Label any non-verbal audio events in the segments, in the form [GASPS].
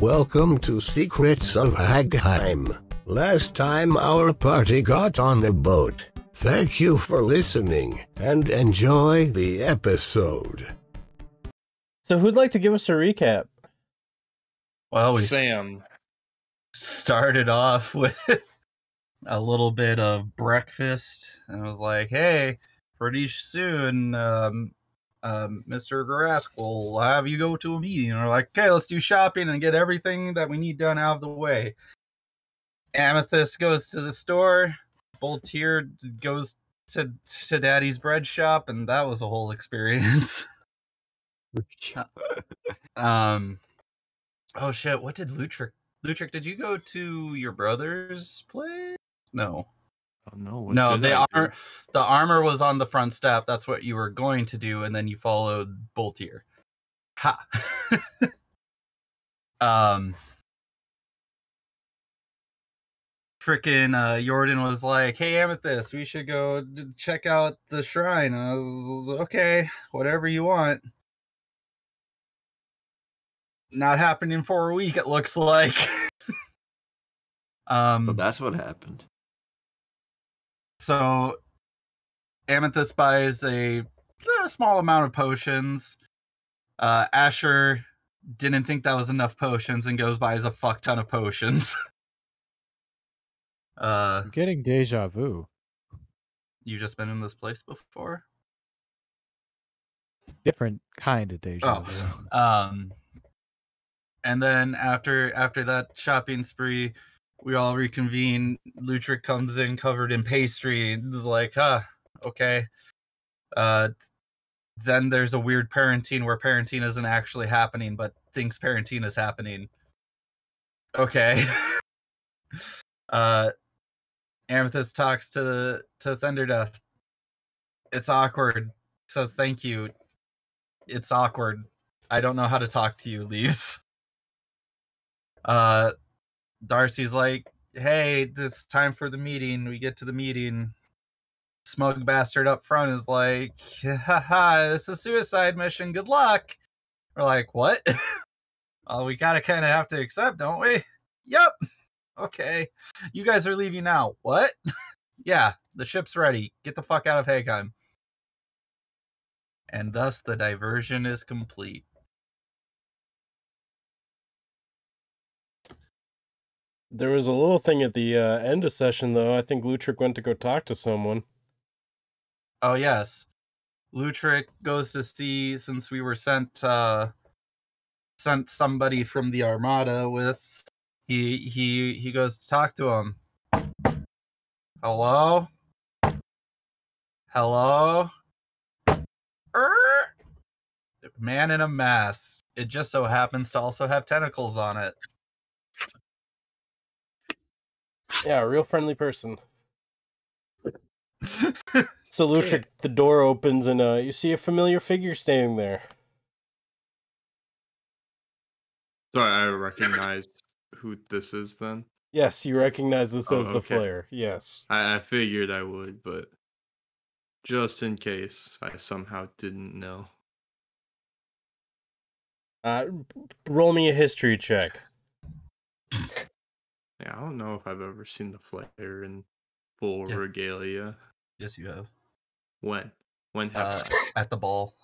Welcome to Secrets of Hagheim. Last time our party got on the boat. Thank you for listening and enjoy the episode. [SIGHS] So who'd like to give us a recap? Well, we Sam. started off [LAUGHS] with a little bit of breakfast and was like, hey, pretty soon, um, um, Mr. Garask will have you go to a meeting. And we're like, okay, let's do shopping and get everything that we need done out of the way. Amethyst goes to the store. Boltier goes to, to Daddy's bread shop, and that was a whole experience. [LAUGHS] um, oh shit, what did Lutric? Lutric, did you go to your brother's place? No, Oh no! no, the armor, the armor was on the front step. That's what you were going to do, and then you followed Boltier. Ha. [LAUGHS] um. Freaking uh, Jordan was like, "Hey Amethyst, we should go d- check out the shrine." And I was okay, whatever you want. Not happening for a week, it looks like. [LAUGHS] um, Well, that's what happened. so Amethyst buys a, a small amount of potions. Uh, Asher didn't think that was enough potions and goes buys a fuck ton of potions. [LAUGHS] uh, I'm getting deja vu. you just been in this place before? Different kind of deja vu. [LAUGHS] Oh, um, and then after after that shopping spree, we all reconvene. Lutric comes in covered in pastry. and Is like, huh, okay. Uh, then there's a weird parenting where parenting isn't actually happening, but thinks parenting is happening. Okay. [LAUGHS] uh, Amethyst talks to to Thunderdeath. It's awkward. Says thank you. It's awkward. I don't know how to talk to you, leaves. [LAUGHS] Uh Darcy's like, hey, it's time for the meeting. We get to the meeting. Smug bastard up front is like, ha ha, this is a suicide mission. Good luck. We're like, what? [LAUGHS] oh, we gotta kinda have to accept, don't we? [LAUGHS] Yep. Okay. You guys are leaving now. What? [LAUGHS] yeah, the ship's ready. Get the fuck out of Hagheim. And thus the diversion is complete. There was a little thing at the uh, end of session though. I think Lutric went to go talk to someone. Oh yes. Lutric goes to see since we were sent uh sent somebody from the armada with he he he goes to talk to him. Hello? Hello? Er? Man in a mask. It just so happens to also have tentacles on it. Yeah, a real friendly person. [LAUGHS] So Lutric, the door opens and uh, you see a familiar figure standing there. So I recognize who this is then. Yes, you recognize this Oh, as the okay. flare. Yes. I, I figured I would, but just in case I somehow didn't know. Uh, roll me a history check. Yeah, I don't know if I've ever seen the flare in full Yeah. regalia. Yes, you have. When? When Uh, have at the ball.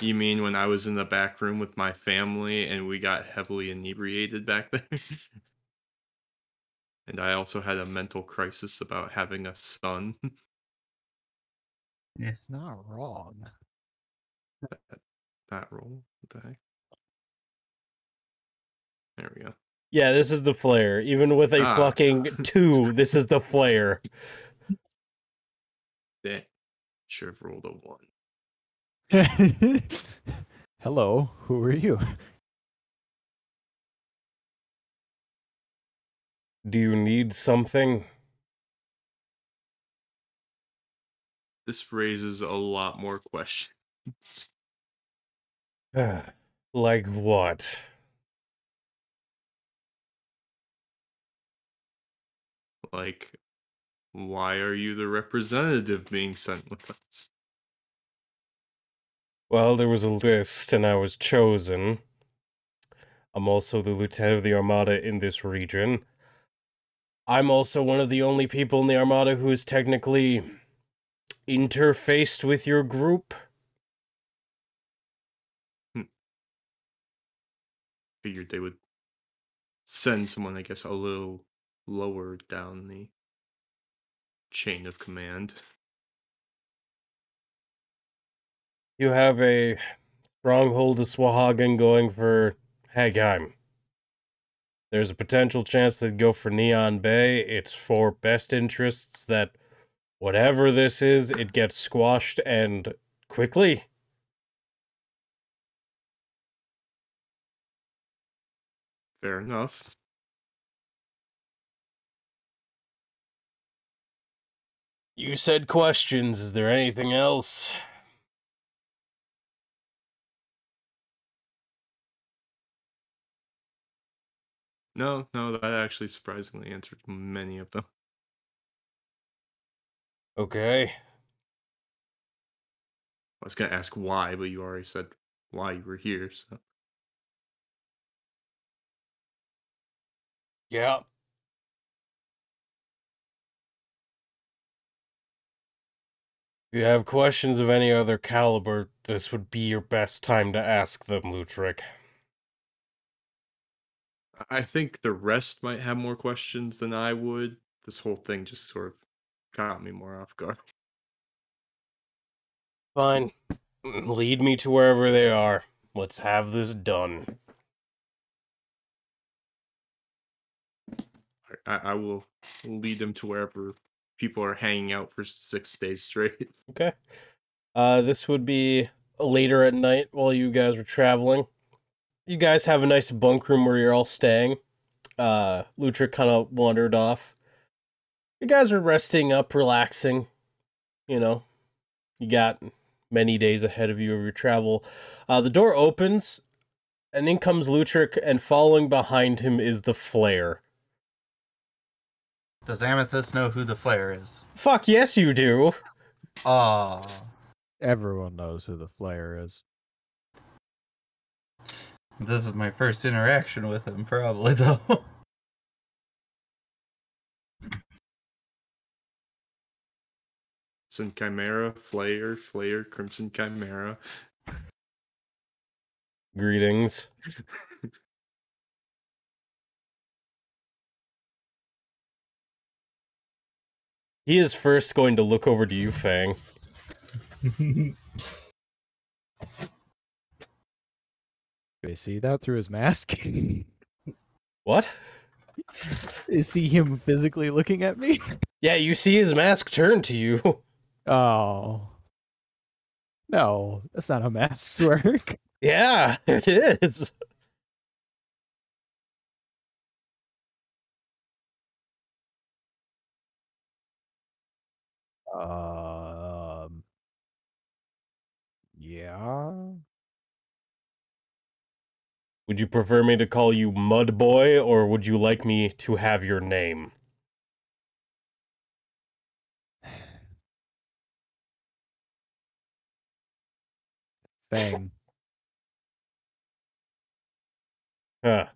you mean when I was in the back room with my family and we got heavily inebriated back [LAUGHS] there? and I also had a mental crisis about having a son. It's not wrong. [LAUGHS] That roll. What the heck? There we go. Yeah, this is the flare. Even with a Ah. fucking two, this is the flare. Yeah. Should have rolled a one. [LAUGHS] Hello, who are you? Do you need something? [SIGHS] This raises a lot more questions. [LAUGHS] like what? like, why are you the representative being sent with us? Well, there was a list and I was chosen. I'm also the lieutenant of the Armada in this region. I'm also one of the only people in the Armada who is technically interfaced with your group. Figured they would send someone, I guess, a little lower down the chain of command. You have a stronghold of Swahagan going for Hagheim. There's a potential chance they'd go for Neon Bay. It's for best interests that whatever this is, it gets squashed and quickly. Fair enough. You said questions. Is there anything else? No, no, that actually surprisingly answered many of them. Okay. I was gonna ask why, but you already said why you were here, so Yeah. If you have questions of any other caliber, this would be your best time to ask them, Lutrick. I- I think the rest might have more questions than I would. This whole thing just sort of caught me more off guard. Fine. Lead me to wherever they are. Let's have this done. I, I will lead them to wherever people are hanging out for six days straight. [LAUGHS] Okay. Uh, this would be later at night while you guys were traveling. You guys have a nice bunk room where you're all staying. Uh, Lutra kind of wandered off. You guys are resting up, relaxing. You know, you got many days ahead of you of your travel. Uh, the door opens, and in comes Lutric, and following behind him is the flare. Does Amethyst know who the flare is? Fuck yes, you do. Ah, Everyone knows who the flare is. this is my first interaction with him, probably [LAUGHS] though. Crimson Chimera, Flayer, Flayer, Crimson Chimera. Greetings. He is first going to look over to you, Fang. Do they see that through his mask? [LAUGHS] What? Is see him physically looking at me? Yeah, you see his mask turn to you. [LAUGHS] Oh. No, that's not how masks [LAUGHS] work. yeah, it is. Um. Yeah. Would you prefer me to call you Mud Boy, or would you like me to have your name? Fang. [LAUGHS] Huh.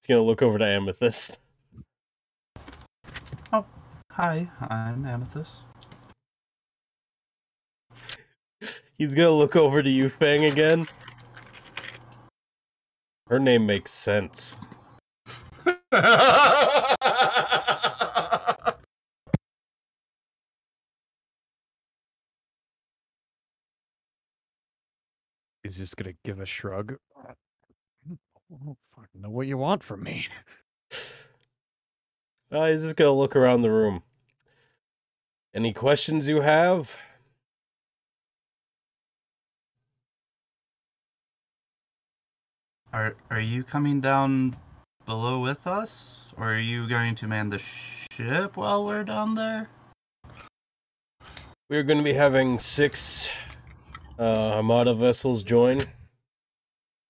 He's gonna look over to Amethyst. Hi, I'm Amethyst. He's gonna look over to you, Fang, again. Her name makes sense. He's just gonna give a shrug. I don't fucking know what you want from me. Uh, he's just gonna look around the room. Any questions you have? Are are you coming down below with us, or are you going to man the ship while we're down there? We're gonna be having six uh, Armada vessels join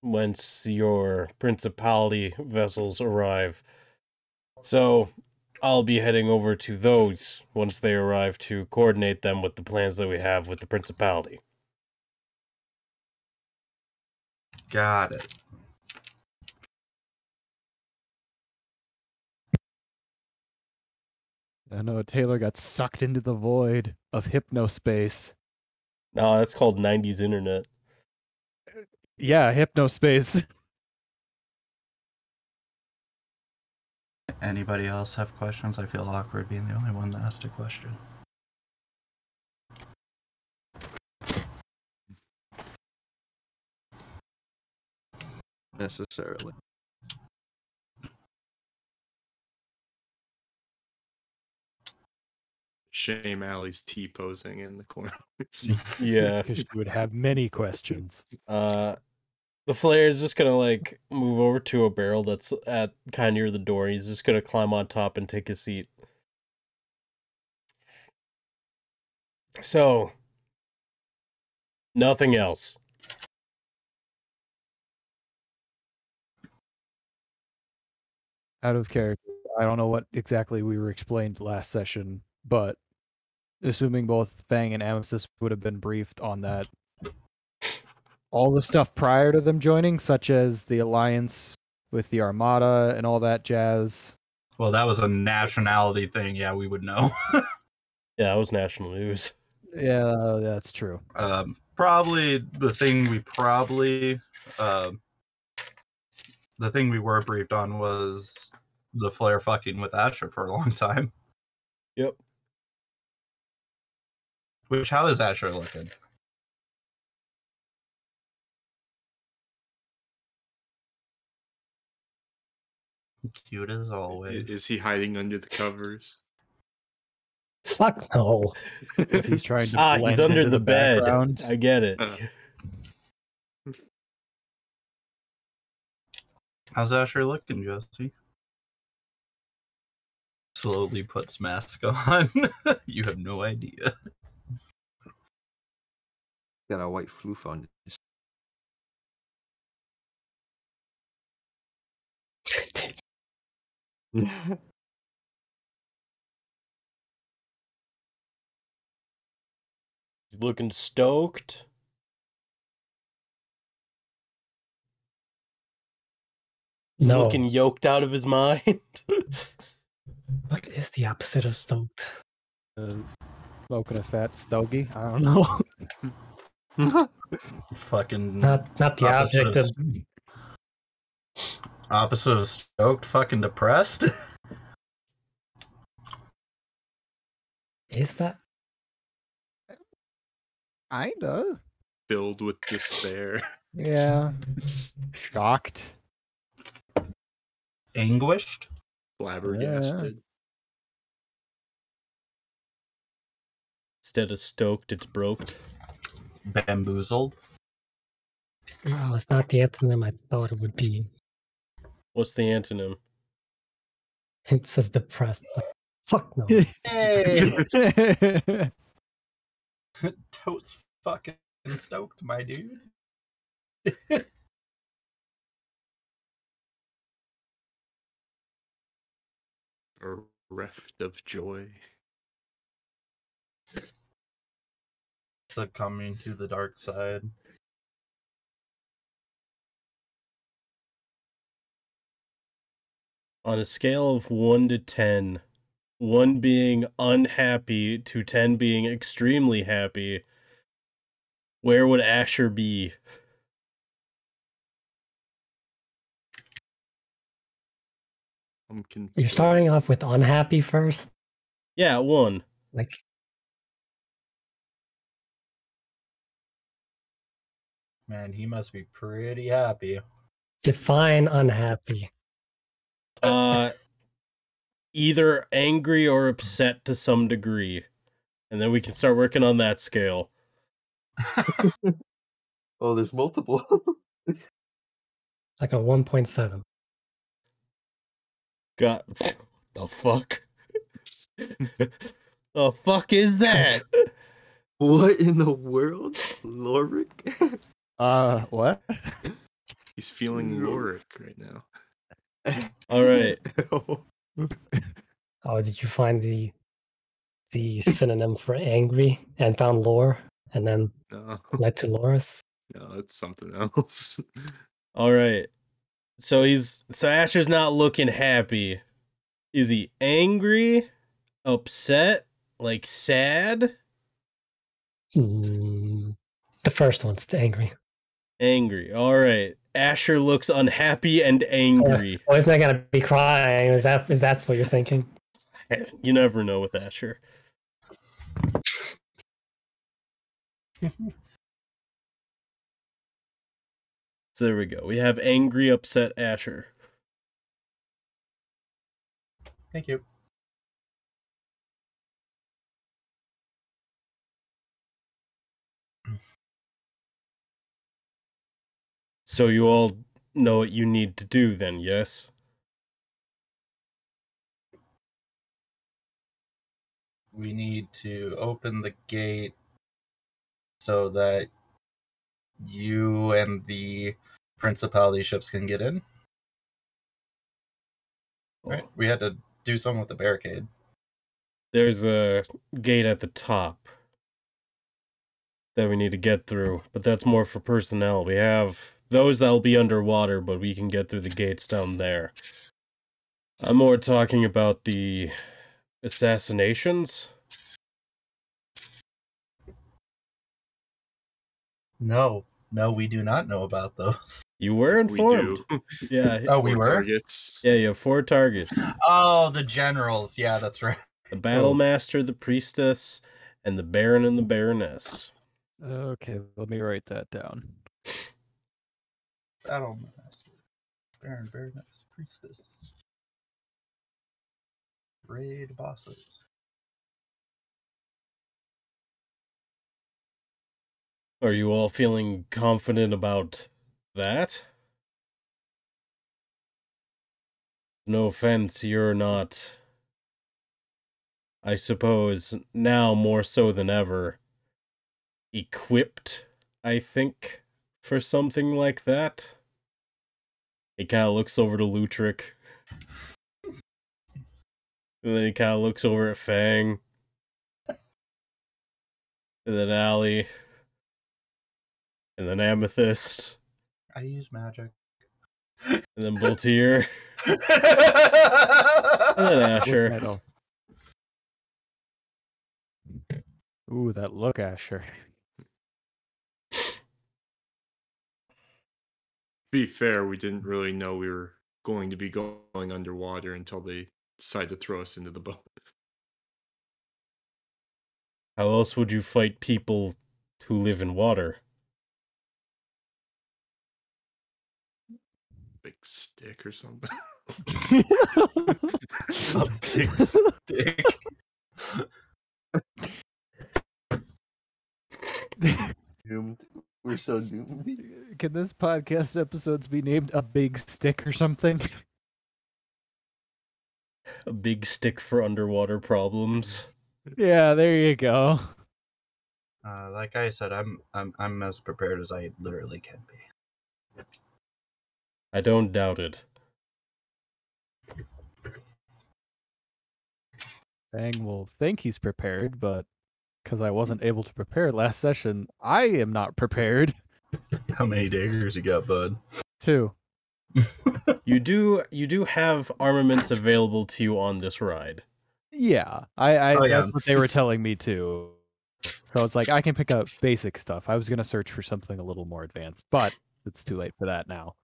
once your Principality vessels arrive. So I'll be heading over to those once they arrive to coordinate them with the plans that we have with the Principality. Got it. I know Taylor got sucked into the void of hypnospace. No, Uh, that's called 90s internet. Yeah, hypnospace. Anybody else have questions? I feel awkward being the only one that asked a question. necessarily. Shame Allie's T posing in the corner. [LAUGHS] [LAUGHS] Yeah. Because she would have many questions. Uh, the flare is just gonna like move over to a barrel that's at kind of near the door. He's just gonna climb on top and take a seat. So, nothing else. Out of character. I don't know what exactly we were explained last session, but assuming both Fang and Amethyst would have been briefed on that. All the stuff prior to them joining, such as the alliance with the Armada and all that jazz. Well, that was a nationality thing. Yeah, we would know. Yeah, that was national news. Yeah, that's true. [LAUGHS] um, probably the thing we probably um the thing we were briefed on was the flare fucking with Asher for a long time. Yep. Which how is Asher looking? Cute as I- always. Is he hiding under the covers? Fuck no. 'Cause he's trying to Ah, blend he's under into the, bed. background. I get it. Uh. How's Asher looking, Jesse? Slowly puts mask [LAUGHS] on. you have no idea. Got a white floof on his He's looking stoked. He's No. looking yoked out of his [LAUGHS] mind. What is the opposite of stoked? Uh, smoking a fat stogie. I don't know. Fucking Not not the Opposite object of of- opposite of stoked, fucking depressed. [LAUGHS] is that? I know. Filled with despair. [LAUGHS] Yeah. Shocked. Anguished. Flabbergasted. Instead of stoked, it's broked. Bamboozled. [LAUGHS] No, it's not the antonym I thought it would be. What's the antonym? It says depressed. Fuck [LAUGHS] no. Hey! Totes fucking stoked, my dude. Bereft of joy. Succumbing to the dark side. On a scale of 1 to 10, 1 being unhappy to 10 being extremely happy, where would Asher be? I'm confused. You're starting off with unhappy first. Yeah, [LAUGHS] 1. Like Man, he must be pretty happy. define unhappy. Uh, either angry or upset to some degree. And then we can start working on that scale. oh, there's multiple. Like a one point seven. [LAUGHS] God, the fuck? [LAUGHS] the fuck is that? [LAUGHS] what in the world, Lorik? [LAUGHS] [LAUGHS] [LAUGHS] uh, what? He's feeling No. Lorik right now. [LAUGHS] All right. Oh, did you find the [LAUGHS] the synonym for angry and found lore and then [LAUGHS] No. led to Loris? No, that's something else. All right. So he's so Asher's not looking happy. Is he angry? Upset? Like sad? Mm, the first one's angry. Angry. All right. Asher looks unhappy and angry. Well, Oh, isn't that gonna be crying? Is that is that's what you're thinking? [LAUGHS] You never know with [LAUGHS] Asher. so there we go. We have angry, upset Asher. Thank you. So you all know what you need to do then, yes? We need to open the gate so that you and the principality ships can get in. Right. We had to do something with the barricade. There's a gate at the top that we need to get through, but that's more for personnel. We have those that'll be underwater, but we can get through the gates down there. I'm more talking about the assassinations. No, no, we do not know about those. You were [LAUGHS] we informed. do. Yeah. [LAUGHS] Oh, we Four were. targets. Yeah, you have four targets. Oh, the generals. Yeah, that's right. Oh. The Battle Master, the Priestess, and the Baron and the Baroness. Okay, let me write that down. Battle master, baron, baroness, priestess, raid bosses. Are you all feeling confident about that? No offense, you're not. I suppose now more so than ever, equipped, I think, for something like that. He kind of looks over to Lutric. And then he kind of looks over at Fang. And then Allie. And then Amethyst. I use [LAUGHS] magic. And then [LAUGHS] Boltier. and then I Look, Asher. Meadow. Ooh, that look, [LAUGHS] Asher. To be fair, we didn't really know we were going to be going underwater until they decided to throw us into the boat. How else would you fight people who live in water? Big stick or something. [LAUGHS] A big [LAUGHS] stick. Doomed. We're so doomed. Can this podcast episodes be named a big stick or something? A big stick for underwater problems. yeah, there you go. Uh, like I said, I'm I'm I'm as prepared as I literally can be. I don't doubt it. Fang will think he's prepared, but because I Mm. wasn't able to prepare last session, I am not prepared. [LAUGHS] How many daggers you got, bud? Too. You do you do have armaments available to you on this ride. Yeah, I, I Oh, yeah. that's what they were telling me too. So it's like I can pick up basic stuff. I was gonna search for something a little more advanced, but it's too late for that now.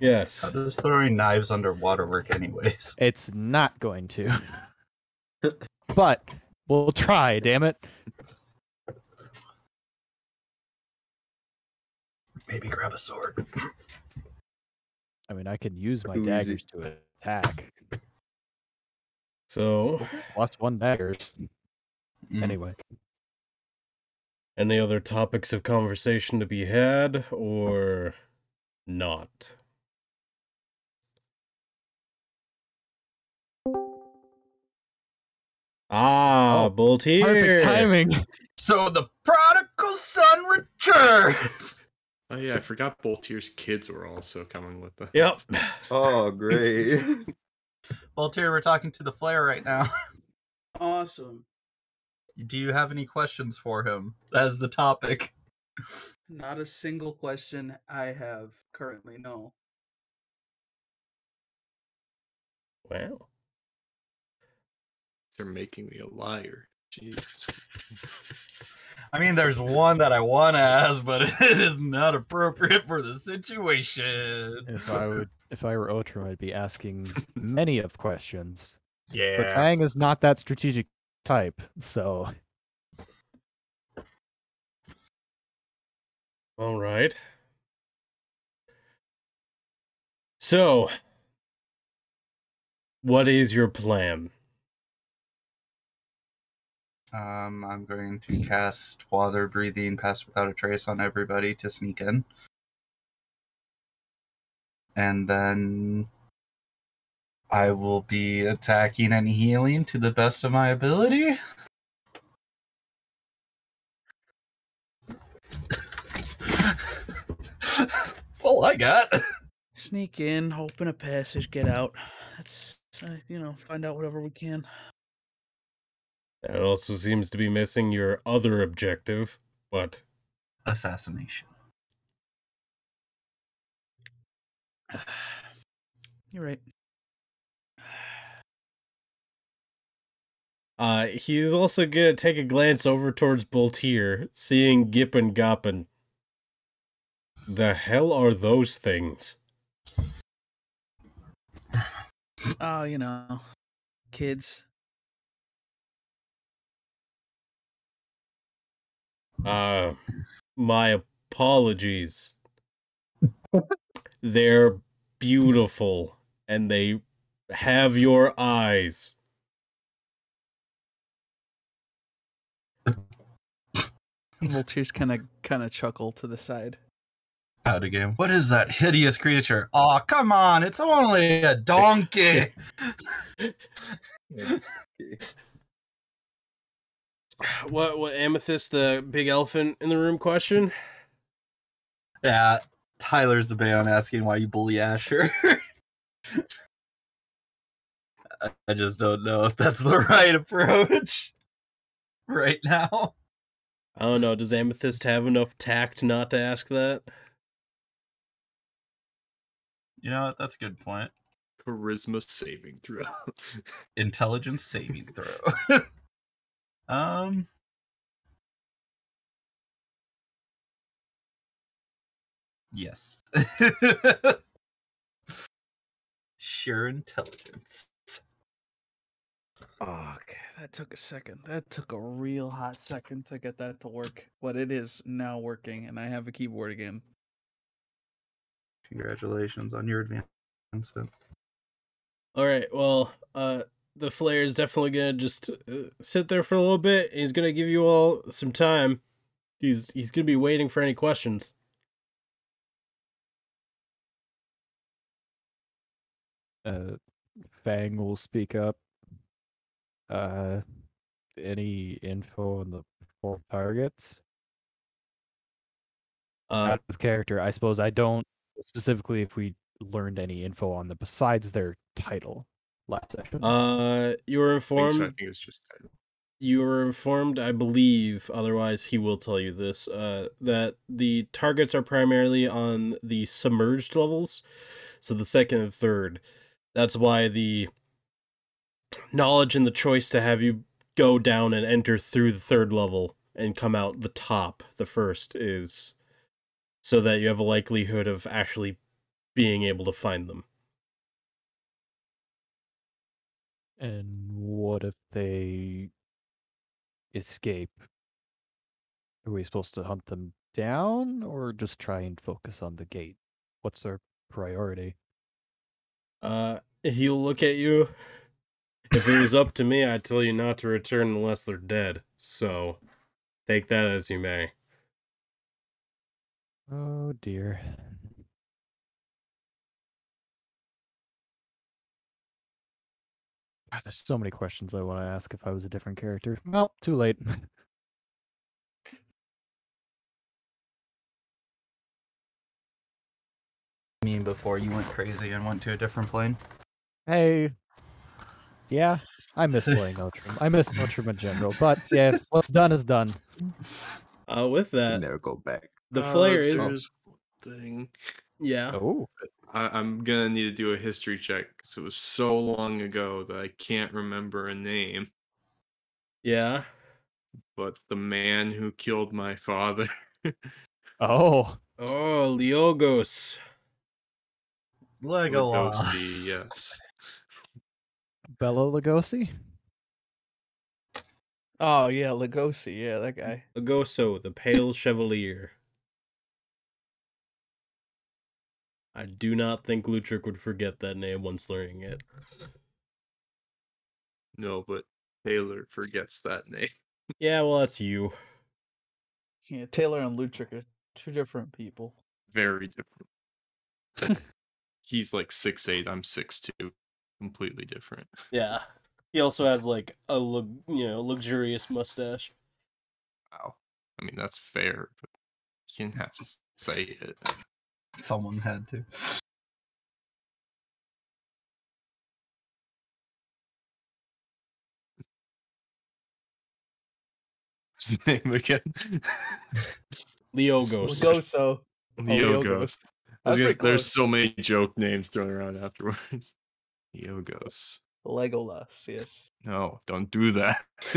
Yes. How does throwing knives underwater work, anyways? [LAUGHS] It's not going to. but we'll try. Damn it. Maybe grab a sword. I mean, I can use my Too easy. daggers to attack. So Plus one daggers. Mm. Anyway, any other topics of conversation to be had or not? Ah, Oh, Boltier. perfect timing. So the prodigal son returns. Oh yeah, I forgot Boltier's kids were also coming with us. Yep. [SIGHS] [LAUGHS] Oh, great. [LAUGHS] Uh, Voltaire, we're talking to the flare right now. Awesome. [LAUGHS] Do you have any questions for him? That is the topic. Not a single question I have currently. No. Wow. [LAUGHS] They're making me a liar. Jesus. I mean, there's one that I want to ask, but [LAUGHS] it is not appropriate for the situation. [LAUGHS] If I would, if I were Otrim, I'd be asking many of questions. But yeah. Fang is not that strategic type, so All right. So, what is your plan? Um, I'm going to cast Water Breathing Pass Without a Trace on everybody to sneak in. And then I will be attacking and healing to the best of my ability. [LAUGHS] That's all I got. Sneak in, open a passage, get out. That's uh, you know, find out whatever we can. That also seems to be missing your other objective, but Assassination. You're right. uh, he's also gonna take a glance over towards Boltier, seeing Gip and Goppin. The hell are those things? Oh, you know, kids. Uh, my apologies. They're beautiful and they have your eyes. [LAUGHS] Vulture's kind of kind of chuckle to the side. Out again. What is that hideous creature? Oh, come on. It's only a donkey. What what amethyst the big elephant in the room question? Yeah, Tyler's the on asking why you bully Asher. [LAUGHS] I- I just don't know if that's the [LAUGHS] right approach right now. I don't know. Does amethyst have enough tact not to ask that? You know what? That's a good point. [LAUGHS] Charisma saving throw. [LAUGHS] Intelligence saving [LAUGHS] throw. um. Yes. [LAUGHS] Sheer intelligence. Oh, okay, that took a second. That took a real hot second to get that to work, but it is now working, and I have a keyboard again. Congratulations on your advancement. All right. Well, uh, the flare is definitely gonna just uh, sit there for a little bit. He's gonna give you all some time. He's he's gonna be waiting for any questions. uh, Fang will speak up. Uh, any info on the four targets? Uh, Out of character, I suppose. I don't specifically if we learned any info on the besides their title last session. uh, you were I think informed. it's just title. you are informed, I believe, otherwise he will tell you this, uh, that the targets are primarily on the submerged levels, so the second and third. That's why the knowledge and the choice to have you go down and enter through the third level and come out the top, the first, is so that you have a likelihood of actually being able to find them. And what if they escape? Are we supposed to hunt them down or just try and focus on the gate? What's our priority? Uh, he'll look at you. If it was up to me, I'd tell you not to return unless they're dead. So, take that as you may. Oh dear. God, Ah, there's so many questions I want to ask if I was a different character. Well, too late. [LAUGHS] You mean before you went crazy and went to a different plane? hey. Yeah, I miss playing Ultram. I miss Ultram in general. But yeah, what's done is done. Uh, with that, Never go back. the Uh, flare is there's one thing. yeah. Oh, I, I'm gonna need to do a history check because it was so long ago that I can't remember a name. Yeah. But the man who killed my father, oh, Oh, Leogos. Lugosi, [LAUGHS] Legolas. yes, Bella Lugosi. Oh yeah, Legosi. Yeah, that guy. Legoso, the Pale Chevalier. I do not think Lutrick would forget that name once learning it. no, but Taylor forgets that name. [LAUGHS] Yeah, well, that's you. Yeah, Taylor and Lutrick are two different people. Very different. He's like six eight. I'm six two. Completely different. Yeah. He also has like a lu- you know luxurious mustache. Wow. I mean that's fair, but you didn't have to s- say it. [LAUGHS] [LAUGHS] Someone had [LAUGHS] to. What's the name again? [LAUGHS] [LAUGHS] Leogos. Legoso. Oh, Yogos. I was That's gonna- pretty There's close. so many joke names thrown around afterwards. [LAUGHS] Yogos. Legolas. Yes. No, don't do that. [LAUGHS]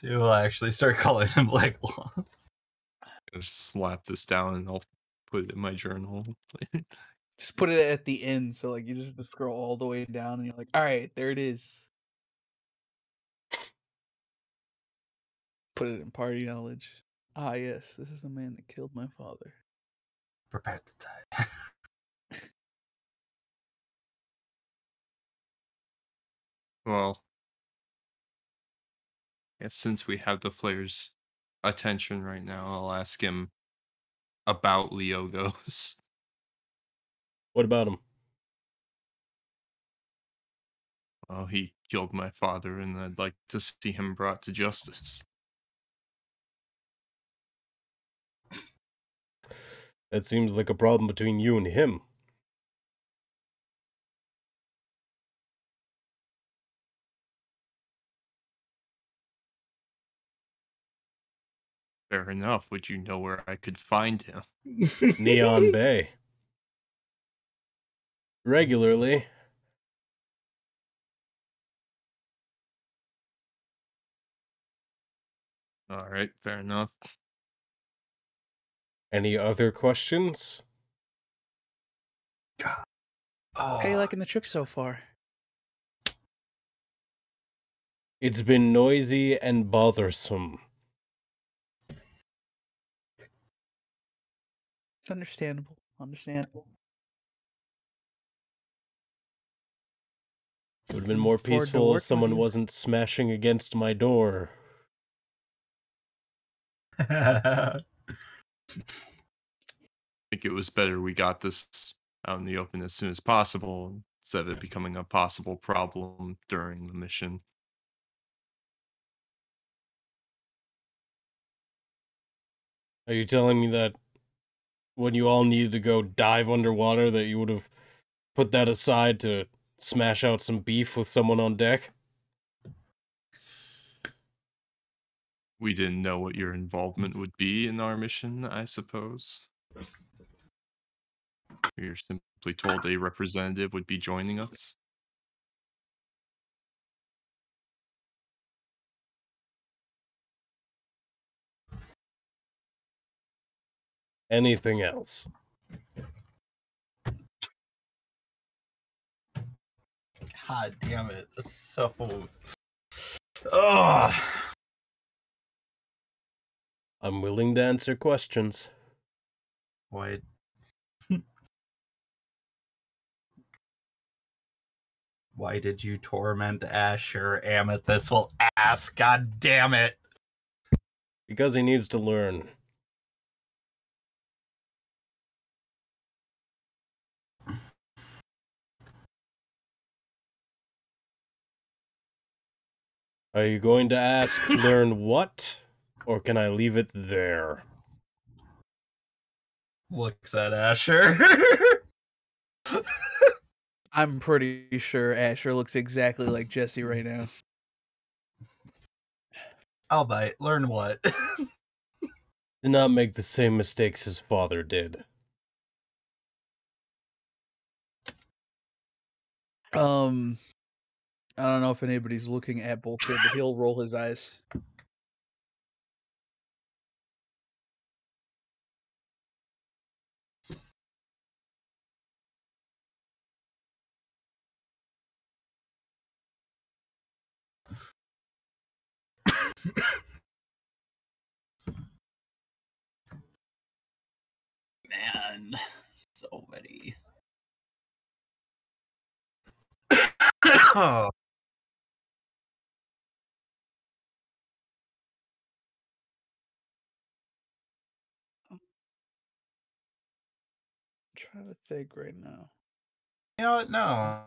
Do I actually start calling him Legolas? I'll just slap this down and I'll put it in my journal. [LAUGHS] Just put it at the end, so like you just have to scroll all the way down, and you're like, all right, there it is. Put it in party knowledge. Ah, yes, this is the man that killed my father. Prepare to die. well, yeah, since we have the Flair's attention right now, I'll ask him about [LAUGHS] Leogos. What about him? Well, he killed my father, and I'd like to see him brought to justice. That seems like a problem between you and him. Fair enough. Would you know where I could find him? [LAUGHS] Neon Bay. Regularly. All right, fair enough. Any other questions? Oh, How you [LAUGHS] liking the trip so far? It's been noisy and bothersome. It's understandable. Understandable. Would have been more Mm, Forward to peaceful working if with someone you. wasn't smashing against my door. think it was better we got this out in the open as soon as possible instead of it becoming a possible problem during the mission. Are you telling me that when you all needed to go dive underwater that you would have put that aside to smash out some beef with someone on deck? We didn't know what your involvement would be in our mission, I suppose. We were simply told a representative would be joining us. Anything else? God damn it. That's so. Ugh. I'm willing to answer questions. Why? Why did you torment Asher Amethyst? Well, ass, god damn it! Because he needs to learn. Are you going to ask, learn what? Or can I leave it there? [LAUGHS] Looks at Asher. I'm pretty sure Asher looks exactly like Jesse right now. I'll bite. Learn what? [LAUGHS] Did not make the same mistakes his father did. Um, I don't know if anybody's looking at Bullshit, but he'll roll his eyes. Man, so many. [COUGHS] trying to think right now. You know what? No.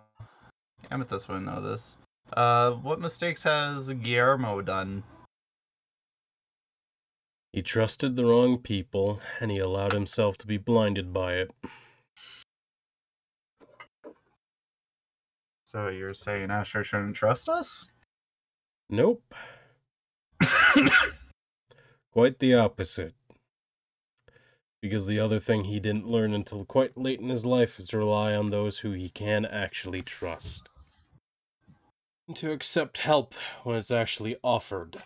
Amethyst wouldn't know this. Uh, what mistakes has Guillermo done? He trusted the wrong people, and he allowed himself to be blinded by it. So you're saying Asher shouldn't trust us? Nope. Quite the opposite. Because the other thing he didn't learn until quite late in his life is to rely on those who he can actually trust. And to accept help when it's actually offered.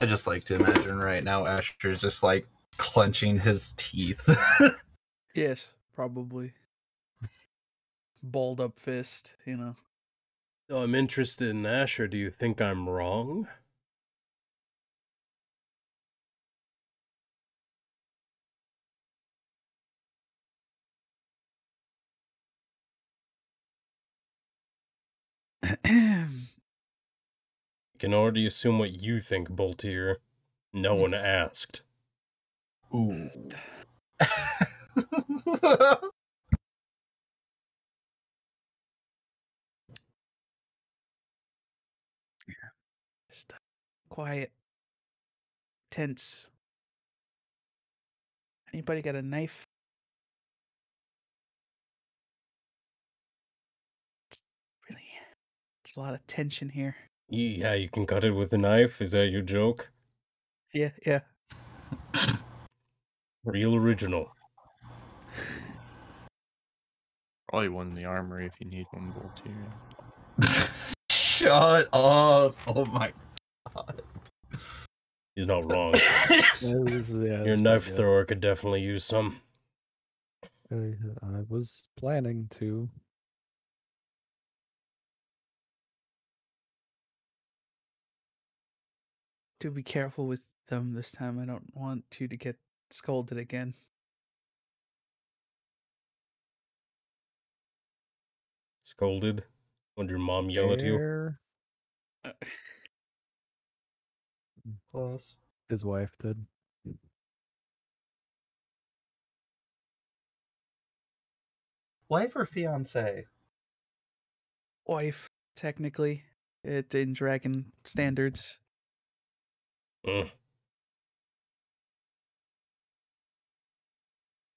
I just like to imagine right now Asher's just like clenching his teeth. [LAUGHS] Yes, probably. Balled up fist, you [CLEARS THROAT] know. Oh, I'm interested in Asher. Do you think I'm wrong? I can already assume what you think, Boltier. No one asked. Ooh. Just quiet. Tense. Anybody got a knife? It's Really? It's a lot of tension here. Yeah, you can cut it with a knife. Is that your joke? Yeah, yeah. Real original. Probably one in the armory if you need one, Voltaire. [LAUGHS] Shut up. Oh my god. He's not wrong. Yeah, this is- yeah, Your that's knife pretty good. thrower could definitely use some. Uh, I was planning to. Do be careful with them this time. I don't want you to get scolded again. Scolded. Would your mom yell at you? There, Close. His wife did. [LAUGHS] Wife or fiance? Wife, technically, it in dragon standards. Mm.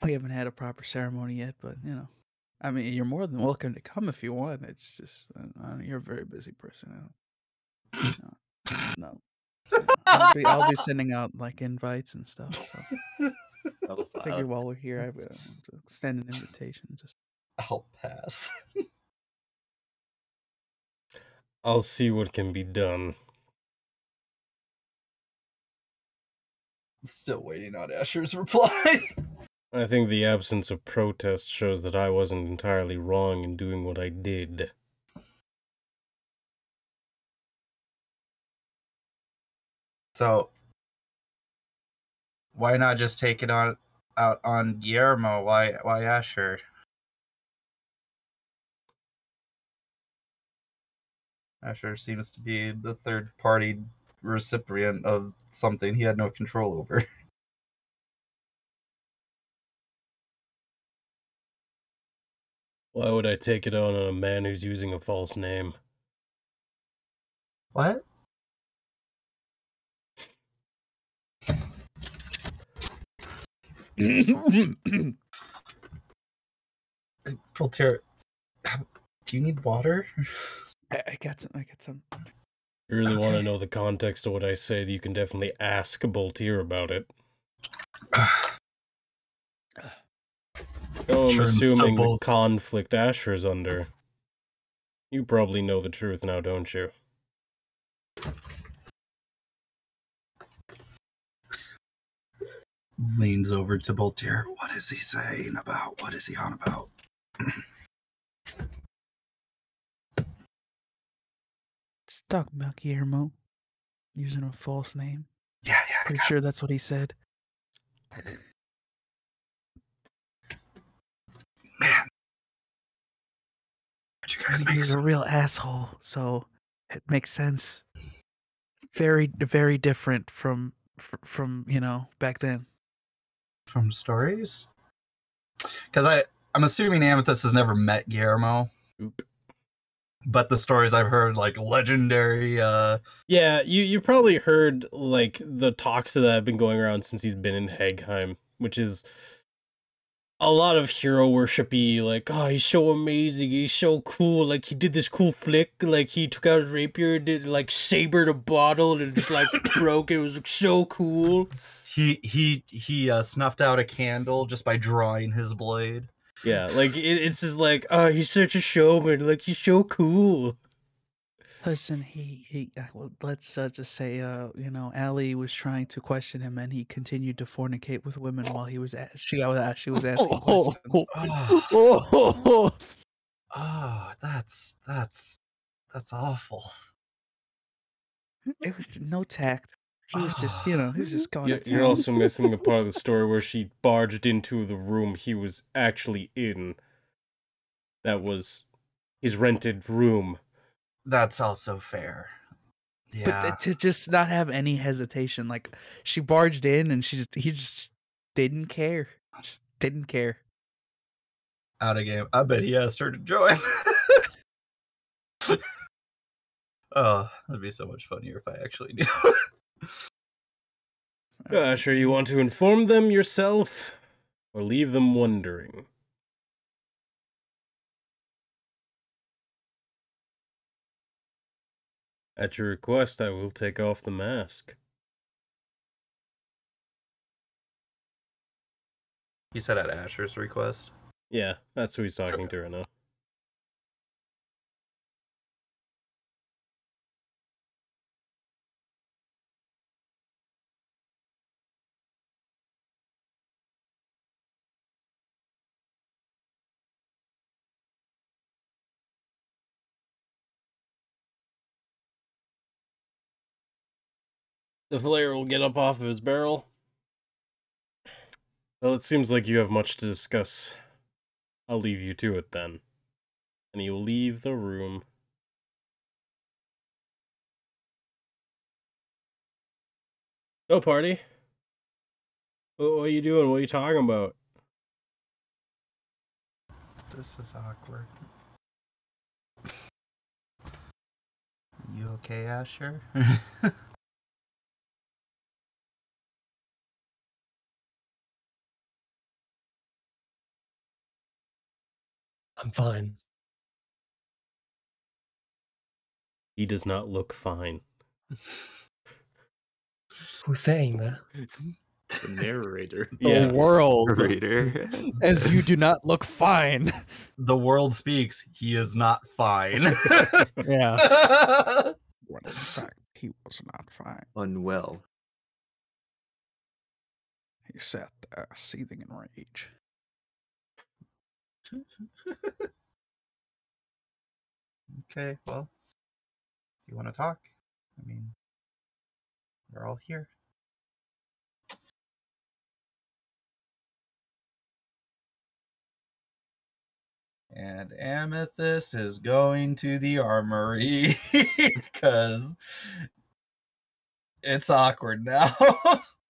We haven't had a proper ceremony yet, but you know, I mean, you're more than welcome to come if you want. It's just uh, uh, you're a very busy person. I don't- No, no, I'll [LAUGHS] be, I'll be sending out like invites and stuff. So I figure while we're here, I would uh, to extend an invitation. Just [LAUGHS] I'll pass. I'll see what can be done. Still waiting on Asher's reply. [LAUGHS] I think the absence of protest shows that I wasn't entirely wrong in doing what I did. So why not just take it on out on Guillermo? Why why Asher? Asher seems to be the third party recipient of something he had no control over. Why would I take it on a man who's using a false name? What? Voltaire, do you need water? I, I got some. I got some. you really want to Okay. know the context of what I said, you can definitely ask Boltier about it. Oh, I'm Sure, I'm so assuming the bold. conflict Asher's under. You probably know the truth now, don't you? Leans over to Voltaire. What is he saying about? What is he on about? Stuck Melchiermo using a false name. Yeah, yeah. I Pretty got sure that's what he said. it. Man, but you I guys mean, he make was some a real asshole, so it makes sense. Very, very different from fr- from you know back then. from stories? Because I I'm assuming Amethyst has never met Guillermo, Oop. but the stories I've heard like legendary. uh Yeah, you you probably heard like the talks that have been going around since he's been in Hegheim, which is a lot of hero worshipy, like, oh he's so amazing, he's so cool, like he did this cool flick, like he took out his rapier, did like sabered a bottle and it just like broke, it was like, so cool. He he he uh, snuffed out a candle just by drawing his [SIGHS] blade. Yeah, like it, it's just like, oh he's such a showman, like he's so cool. Listen, he he. uh, well, Let's uh, just say, uh, you know, Allie was trying to question him, and he continued to fornicate with women while he was a- she was she was asking Oh, [LAUGHS] questions. Oh, Oh, oh, that's that's that's awful. It was no tact. He was just, you know, he was just going. You're, to you're town. also missing the part of the story where she barged into the room he was actually in. That was his rented room. That's also fair. Yeah. [LAUGHS] But th- to just not have any hesitation, like she barged in and she just he just didn't care. Just didn't care. out of game. I bet he asked her to join. [LAUGHS] oh, that'd be so much funnier if I actually knew. [LAUGHS] Uh, sure, you want to inform them yourself or leave them wondering. At your request, I will take off the mask. he said at Asher's request. Yeah, that's who he's talking to right now. The flare will get up off of his barrel. Well, it seems like you have much to discuss. I'll leave you to it then. And he will leave the room. No Oh, party. What, what are you doing? What are you talking about? This is awkward. You okay, Asher? I'm fine. He does not look fine. Who's saying that? The [LAUGHS] narrator. the world. Reader. As you do not look fine. the world speaks. He is not fine. [LAUGHS] Yeah. Well, in fact, he was not fine. Unwell. He sat there seething in [LAUGHS] rage. [LAUGHS] okay, well, if you want to talk, I mean, we're all here. And Amethyst is going to the armory [LAUGHS] because it's awkward now.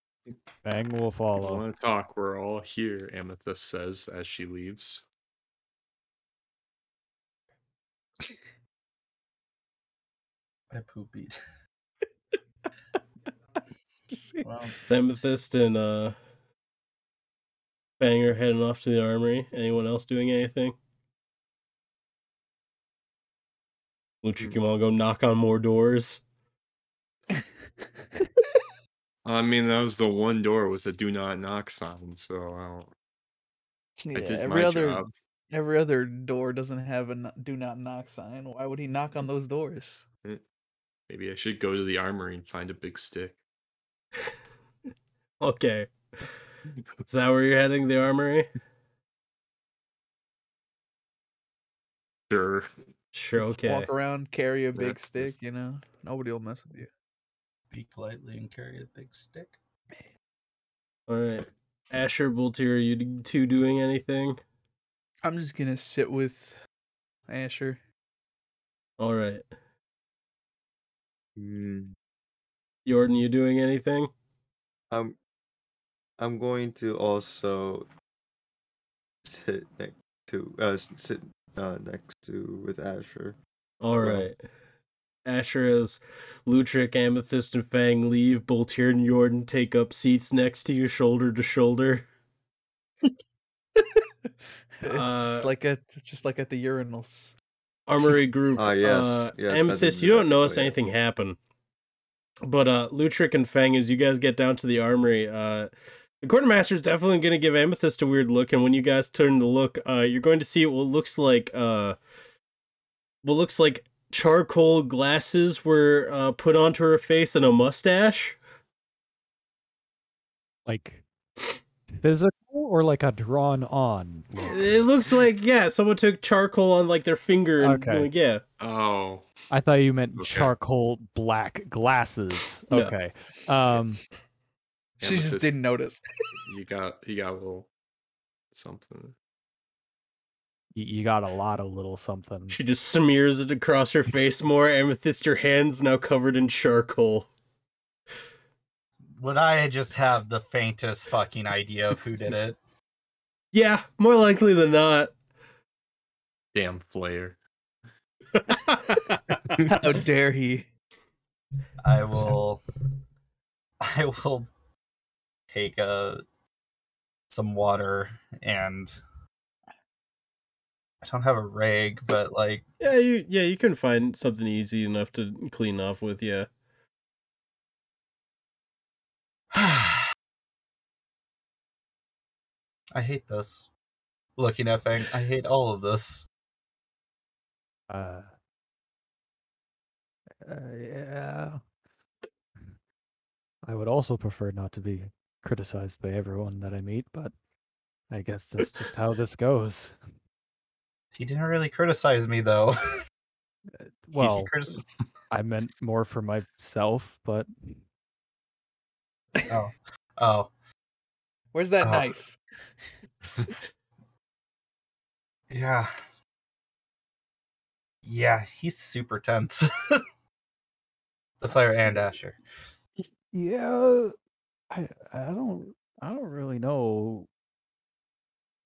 [LAUGHS] Bang will I follow. want to talk. We're all here, Amethyst says as she leaves. I poopied. See? [LAUGHS] Well, Amethyst and uh, Fang are heading off to the armory. Anyone else doing anything? Lucha, can all go knock on more doors? [LAUGHS] I mean, that was the one door with the do not knock sign, so I don't. Yeah, I did every my other job. every other door doesn't have a n- do not knock sign. Why would he knock on those doors? Maybe I should go to the armory and find a big stick. Okay. Is that where you're heading, the armory? Sure. Sure, okay. Walk around, carry a Yeah, big that's- stick. You know, nobody will mess with you. speak lightly and carry a big stick. Alright. Asher, Boltier, are you d- two doing anything? I'm just gonna sit with Asher. [LAUGHS] Alright. Hmm. Jordan, you doing anything? I'm I'm going to also sit next to uh s- sit uh next to with [LAUGHS] [LAUGHS] Asher. All Well- right. Asher as Lutric, Amethyst, and Fang leave. Boltier and Jordan take up seats next to you, shoulder to shoulder. It's Uh, just like at just like at the urinals. Armory group. Ah, yes, uh, yes, I Amethyst, didn't you do don't that. notice Oh, yeah. anything happen. But uh, Lutric and Fang, as you guys get down to the armory, uh, the quartermaster is definitely going to give Amethyst a weird look. And when you guys turn to look, uh, you're going to see what looks like uh, what looks like charcoal glasses were uh, put onto her face and a mustache. Like physical or like a drawn on? It looks like yeah, someone took charcoal on like their finger and Okay. like, yeah. [LAUGHS] Oh, I thought you meant Okay. charcoal black glasses. No. Okay. Um She just Amethyst, [LAUGHS] didn't notice. You got you got a little something. y- you got a lot of little something. She just smears it across her face more. Amethyst, her hands now covered in charcoal. Would I just have the faintest fucking idea of who did it? Yeah, more likely than not. Damn flair. How dare he? I will. I will take a some water and I don't have a rag, but like [SIGHS] yeah, you yeah you can find something easy enough to clean off with. Yeah, I hate this. Looking at Fang, I hate all of this. Uh, uh, yeah. I would also prefer not to be criticized by everyone that I meet, but I guess that's just how this goes. He didn't really criticize me though. [LAUGHS] Well, critis- I meant more for myself, but oh, oh, Where's that Oh. knife? yeah, yeah. He's super tense. [LAUGHS] the Flare and Asher. yeah, I I don't I don't really know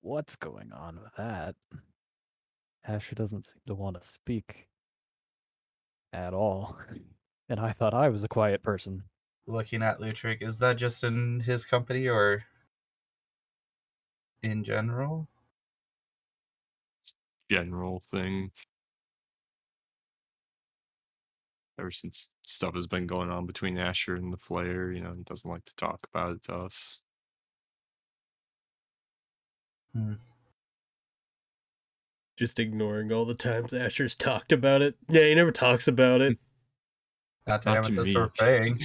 what's going on with that. Asher doesn't seem to want to speak at all, and I thought I was a quiet person. Looking at Lutric, is that just in his company or in general? General thing. Ever since stuff has been going on between Asher and the Flair, you know, he doesn't like to talk about it to us. just ignoring all the times Asher's talked about it. Yeah, he never talks about it. Not to Not to Amethyst me. or Fang.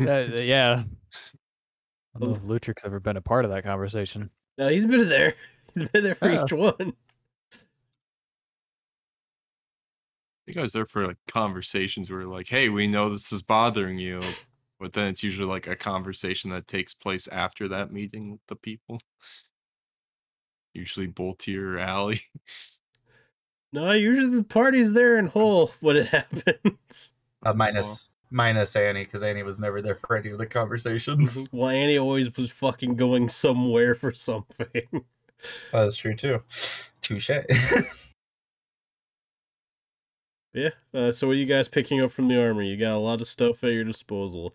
Uh, yeah. I don't Oof. know if Lutric's ever been a part of that conversation. No, he's been there. [LAUGHS] He's been there for Oh. each one. I think I was there for like conversations where like, hey, we know this is bothering you. But then it's usually like a conversation that takes place after that meeting with the people. Usually Boltier or [LAUGHS] Alley. No, usually the party's there in whole when it [LAUGHS] happens. [LAUGHS] Uh, minus minus Annie because Annie was never there for any of the conversations. Mm-hmm. well, Annie always was fucking going somewhere for something. [LAUGHS] [LAUGHS] Uh, That's true too. Touche. Yeah. Uh, so what are you guys picking up from the armory? You got a lot of stuff at your disposal.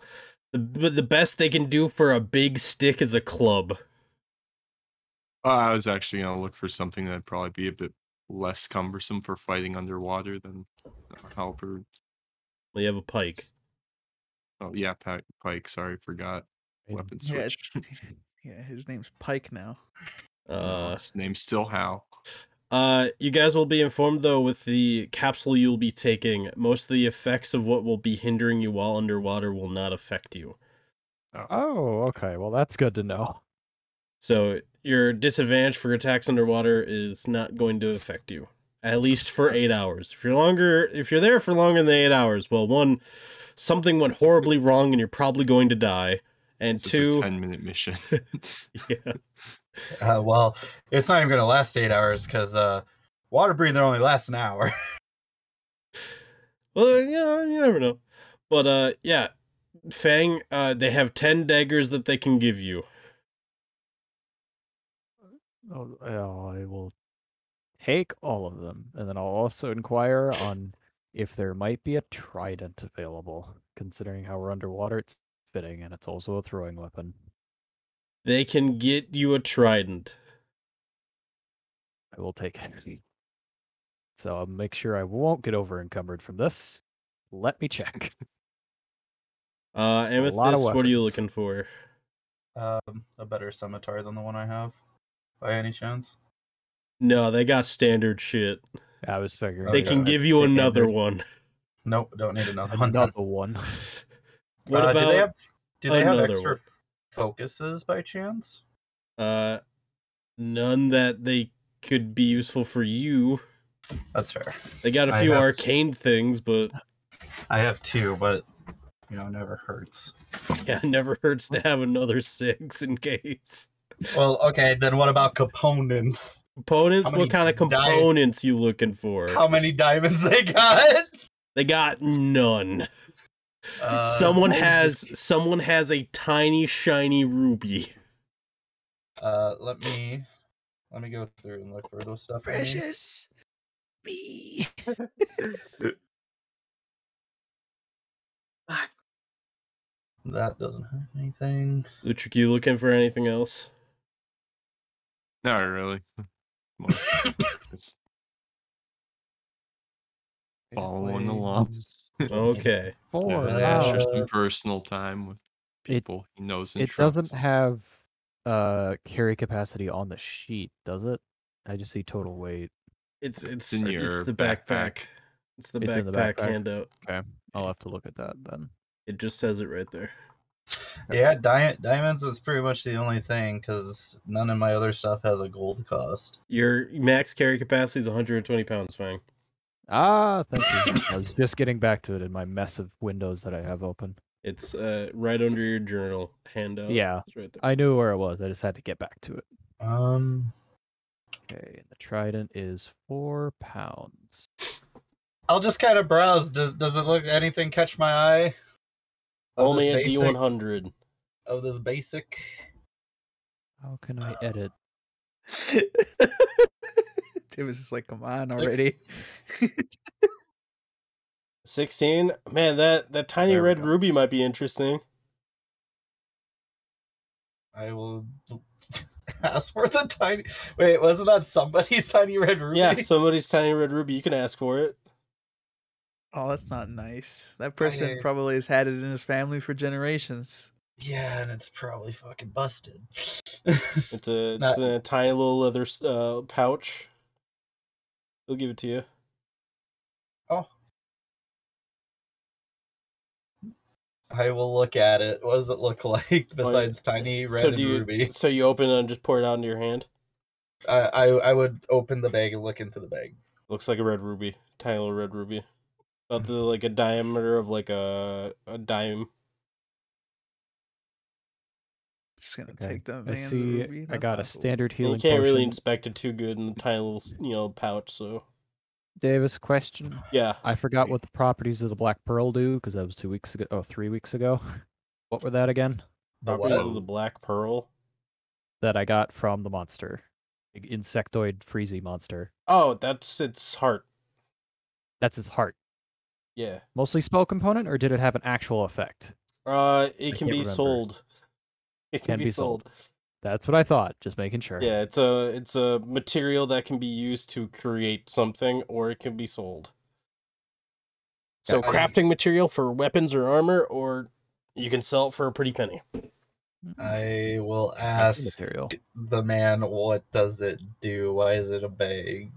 The but the best they can do for a big stick is a club. Uh, I was actually gonna look for something that'd probably be a bit less cumbersome for fighting underwater than a halberd. Well, you have a pike. Oh yeah, pike. pike sorry, forgot. Weapon Yeah, switch. [LAUGHS] Yeah, his name's Pike now. Uh, His name's still Hal. Uh, you guys will be informed though with the capsule you'll be taking. Most of the effects of what will be hindering you while underwater will not affect you. Oh, okay. Well, that's good to know. So your disadvantage for attacks underwater is not going to affect you, at least for eight hours. If you're longer, if you're there for longer than eight hours, well, one, something went horribly wrong and you're probably going to die, and So it's a two, ten [LAUGHS] minute mission. [LAUGHS] [LAUGHS] yeah, Uh, well, it's not even going to last eight hours because uh, water breather only lasts an hour. Well, you know, you never know. But uh, yeah, Fang, uh, they have ten daggers that they can give you. Oh, oh, I will take all of them, and then I'll also inquire on if there might be a trident available. Considering how we're underwater, it's fitting, and it's also a throwing weapon. They can get you a trident. I will take [LAUGHS] it. So I'll make sure I won't get over encumbered from this. Let [LAUGHS] me check. Uh, A lot of Amethyst, what are you weapons. looking for? Um, a better scimitar than the one I have, by any chance? No, they got standard shit. I was figuring they yeah, can I give you another [LAUGHS] one. [LAUGHS] Nope, don't need another one. then. another one. [LAUGHS] What Uh, about do they have do they have another extra one? f- focuses by chance? uh, none that they could be useful for you? That's fair. They got a I few have- arcane things, but [LAUGHS] I have two, but you know, never [LAUGHS] hurts. yeah, it never hurts to have another six in case. Well, okay, then what about components? Components? How What many kind of di- components you looking for? How many diamonds they got? They got none. Uh, [LAUGHS] someone what was has this- someone has a tiny shiny ruby. Uh, let me let me go through and look for those stuff. I need. Precious bee. That doesn't have anything. Lutrick, you looking for anything [LAUGHS] else? Not really. Come on. Just Following along. Okay. Four. Yeah, wow. It's just Uh, some personal time with it- people he knows and it trusts. doesn't have uh carry capacity on the sheet, does it? I just see total weight. It's it's It's in it's your the backpack. backpack. It's the It's backpack, in the backpack. handout. Okay, I'll have to look at that then. It just says it right there. Yeah, dia- diamonds was pretty much the only thing because none of my other stuff has a gold cost. Your max carry capacity is 120 pounds, Fang. Ah, [COUGHS] thank you. I was just getting back to it in my mess of windows that I have open. It's uh right under your journal handout. Yeah. It's right there. I knew where it was. I just had to get back to it. Um, Okay, and the trident is four pounds. I'll just kind of browse. Does does it look anything catch my eye? Of Only Oh, this a basic- D100. of this basic. How can [SIGHS] I edit? [LAUGHS] It was just like, come on Six- already. 16. Man, that that tiny There we red go. ruby might be interesting. I will [LAUGHS] ask for the tiny. Wait, wasn't that somebody's [LAUGHS] tiny red ruby? Yeah, somebody's tiny red ruby. You can ask for it. oh, that's not nice. That person Nice. probably has had it in his family for generations. [LAUGHS] Yeah, and it's probably fucking busted. [LAUGHS] It's a it's Not- in a tiny little leather s- uh, pouch. They'll give it to you. oh. I will look at it. What does it look [LAUGHS] like besides tiny red Oh, so and do you ruby? so you open it and just pour it out into your hand? I, I I would open the bag and look into the bag. Looks like a red ruby, tiny little red ruby, about the like a diameter of like a a dime. Just gonna Okay, take that I man. see. Ruby. I That's got a not cool. standard And healing you can't really potion. inspect it too good in the tiny little s- you know pouch. So Davis question. yeah, I forgot what the properties of the black pearl do because that was two weeks ago. Oh, three weeks ago. [LAUGHS] What were that again? The properties what? of the black pearl. That I got from the monster, i- insectoid freezy monster. Oh, that's its heart. That's his heart. Yeah. Mostly spell component, or did it have an actual effect? Uh, it I can can't be remember. sold. It can, be, sold. That's what I thought. Just making sure. Yeah, it's a it's a material that can be used to create something, or it can be sold. So Gotcha. crafting material for weapons or armor, or you can sell it for a pretty penny. Mm-hmm. I will Crafting ask material. the man, what does it do? Why is it a bag?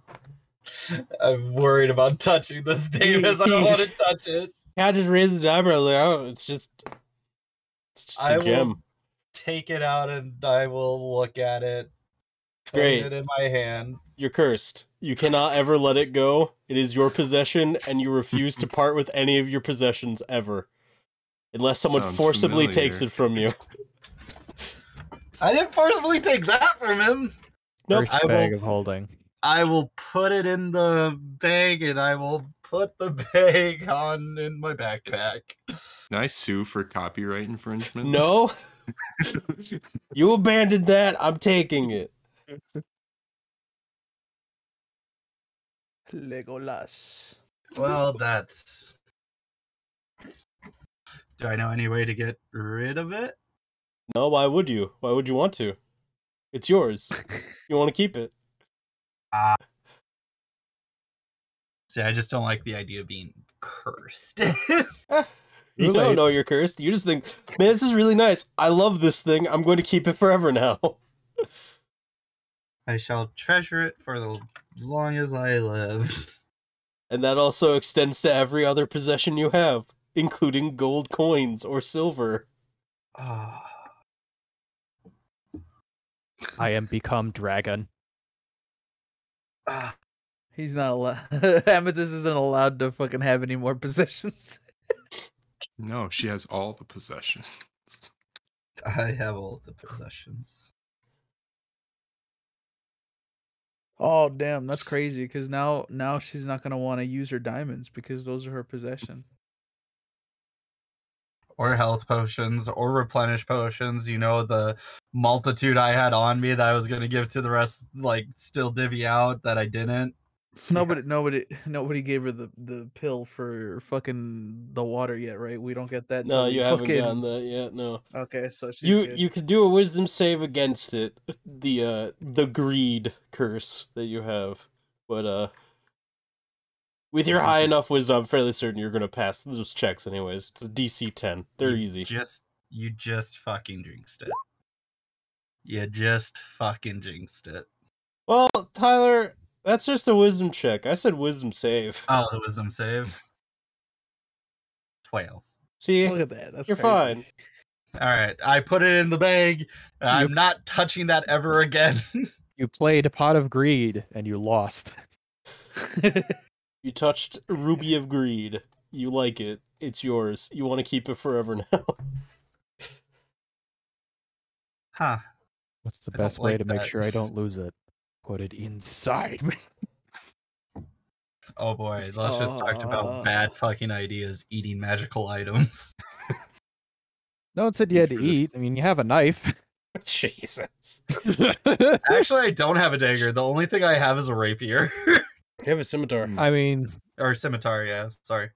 I'm worried about touching this, Davis. I don't want to touch it. I just raised the eyebrow. Like, oh, it's just, it's just I a will gem. Take it out and I will look at it. Hold Great. it in my hand. You're cursed. You cannot ever let it go. It is your possession, and you refuse [LAUGHS] to part with any of your possessions ever, unless someone Sounds forcibly takes familiar. it from you. [LAUGHS] I didn't forcibly take that from him. Nope. First I [LAUGHS] will- bag of holding. I will put it in the bag and I will put the [LAUGHS] bag on in my backpack. Can I sue for copyright infringement? No, you abandoned that. I'm taking it. [LAUGHS] Legolas. Well, that's. Do I know any way to get rid of it? No, why would you? Why would you want to? It's [LAUGHS] yours. You want to keep it. See, I just don't like the idea of being cursed. [LAUGHS] You Relate. don't know you're cursed. You just think, man, this is really nice. I love this thing. I'm going to keep it forever now. [LAUGHS] I shall treasure it for the long as I live. [LAUGHS] And that also extends to every other possession you have, including gold coins or silver. Ah, I am become dragon. ah, He's not allowed. [LAUGHS] Amethyst isn't allowed to fucking have any more [LAUGHS] possessions. No, she has all the [LAUGHS] possessions. I have all the possessions. Oh damn, that's crazy. Because now, now she's not gonna want to use her diamonds because those are her possession. Or health potions, or replenish potions. You know, the multitude I had on me that I was going to give to the rest, like, still divvy out that I didn't. Nobody, nobody, [LAUGHS] nobody gave her the the pill for fucking the water yet, right? We don't get that. No, till we you haven't fucking... gotten that yet. No, Okay, so she's you good. you could do a wisdom save against it, the uh the greed curse that you have, but uh, with your high enough wisdom, I'm fairly certain you're gonna pass those checks anyways. It's a DC ten. They're You easy. Just you just fucking jinxed it. You just fucking jinxed it. Well, Tyler, that's just a wisdom check. I said wisdom save. Ah, Oh, the wisdom save. Twelve. See, Look at that. That's you're crazy. fine. All right, I put it in the bag. and I'm not touching that ever again. [LAUGHS] You played Pot of Greed and you lost. [LAUGHS] You touched Ruby of Greed. You like it. It's yours. You want to keep it forever now. [LAUGHS] huh? What's the I don't best way like to make that. sure I don't lose it? Put it inside. [LAUGHS] me. Oh boy, let's just talk about bad fucking ideas. Eating magical items. [LAUGHS] no one said you had to Sure. eat. I mean, you have a [LAUGHS] knife. Jesus. Actually, I don't have a dagger. The only thing I have is a rapier [LAUGHS] You have a Hmm. scimitar. Mm, I mean, or scimitar. Yeah, sorry.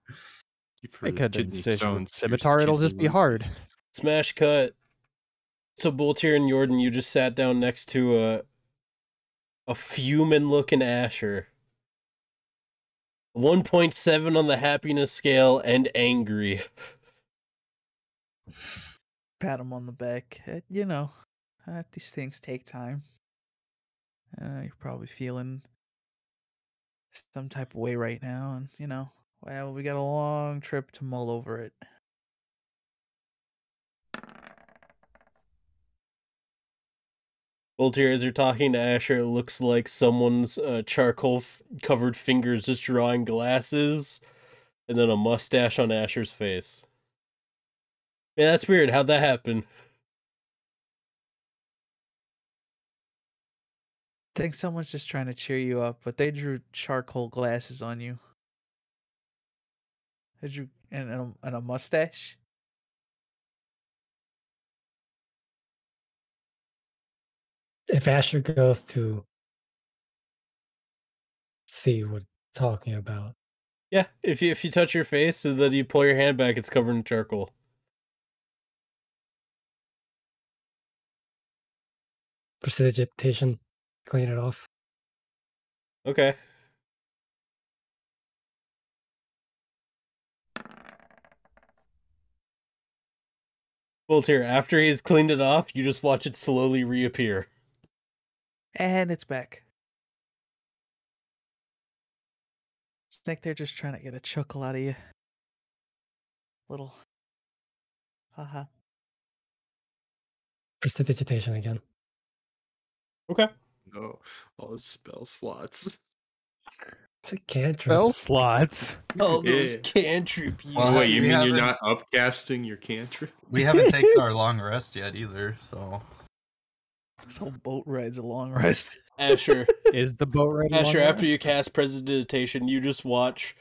keep her make a kidney decision. stones, With pierce scimitar, it'll just kidney be hard. wounds. Smash cut. So Boltier and Jordan, you just sat down next to a a fuming looking Asher. 1.7 on the happiness scale and angry. Pat him on the back. Uh, You know, uh, these things take time. Uh, you're probably feeling some type of way right now, and you know, well, we got a long trip to mull over it. Boltier, as you're talking to Asher, it looks like someone's uh, charcoal f- covered fingers just drawing glasses and then a mustache on Asher's face. Yeah, that's weird. How'd that happen? think someone's just trying to cheer you up, but they drew charcoal glasses on you. They drew and, and, a, and a mustache. If Asher goes to see what we're talking about, Yeah, if you if you touch your face and then you pull your hand back, it's covered in charcoal. Precipitation. Clean it off. Okay. Bolt here. After he's cleaned it off, you just watch it slowly reappear. And it's back. Snake, they're just trying to get a chuckle out of you. Little. Haha. Prestidigitation again. Okay. No, all those spell slots. It's a cantrip. [LAUGHS] Spell slots. Oh, those cantrip Well, Wait, you you mean you're haven't- not upcasting your cantrip? We haven't taken our long rest yet either, so This whole boat ride's a long [LAUGHS] rest. [LAUGHS] [LAUGHS] Asher. Is the boat ready? Asher, after you cast Prestidigitation, you just watch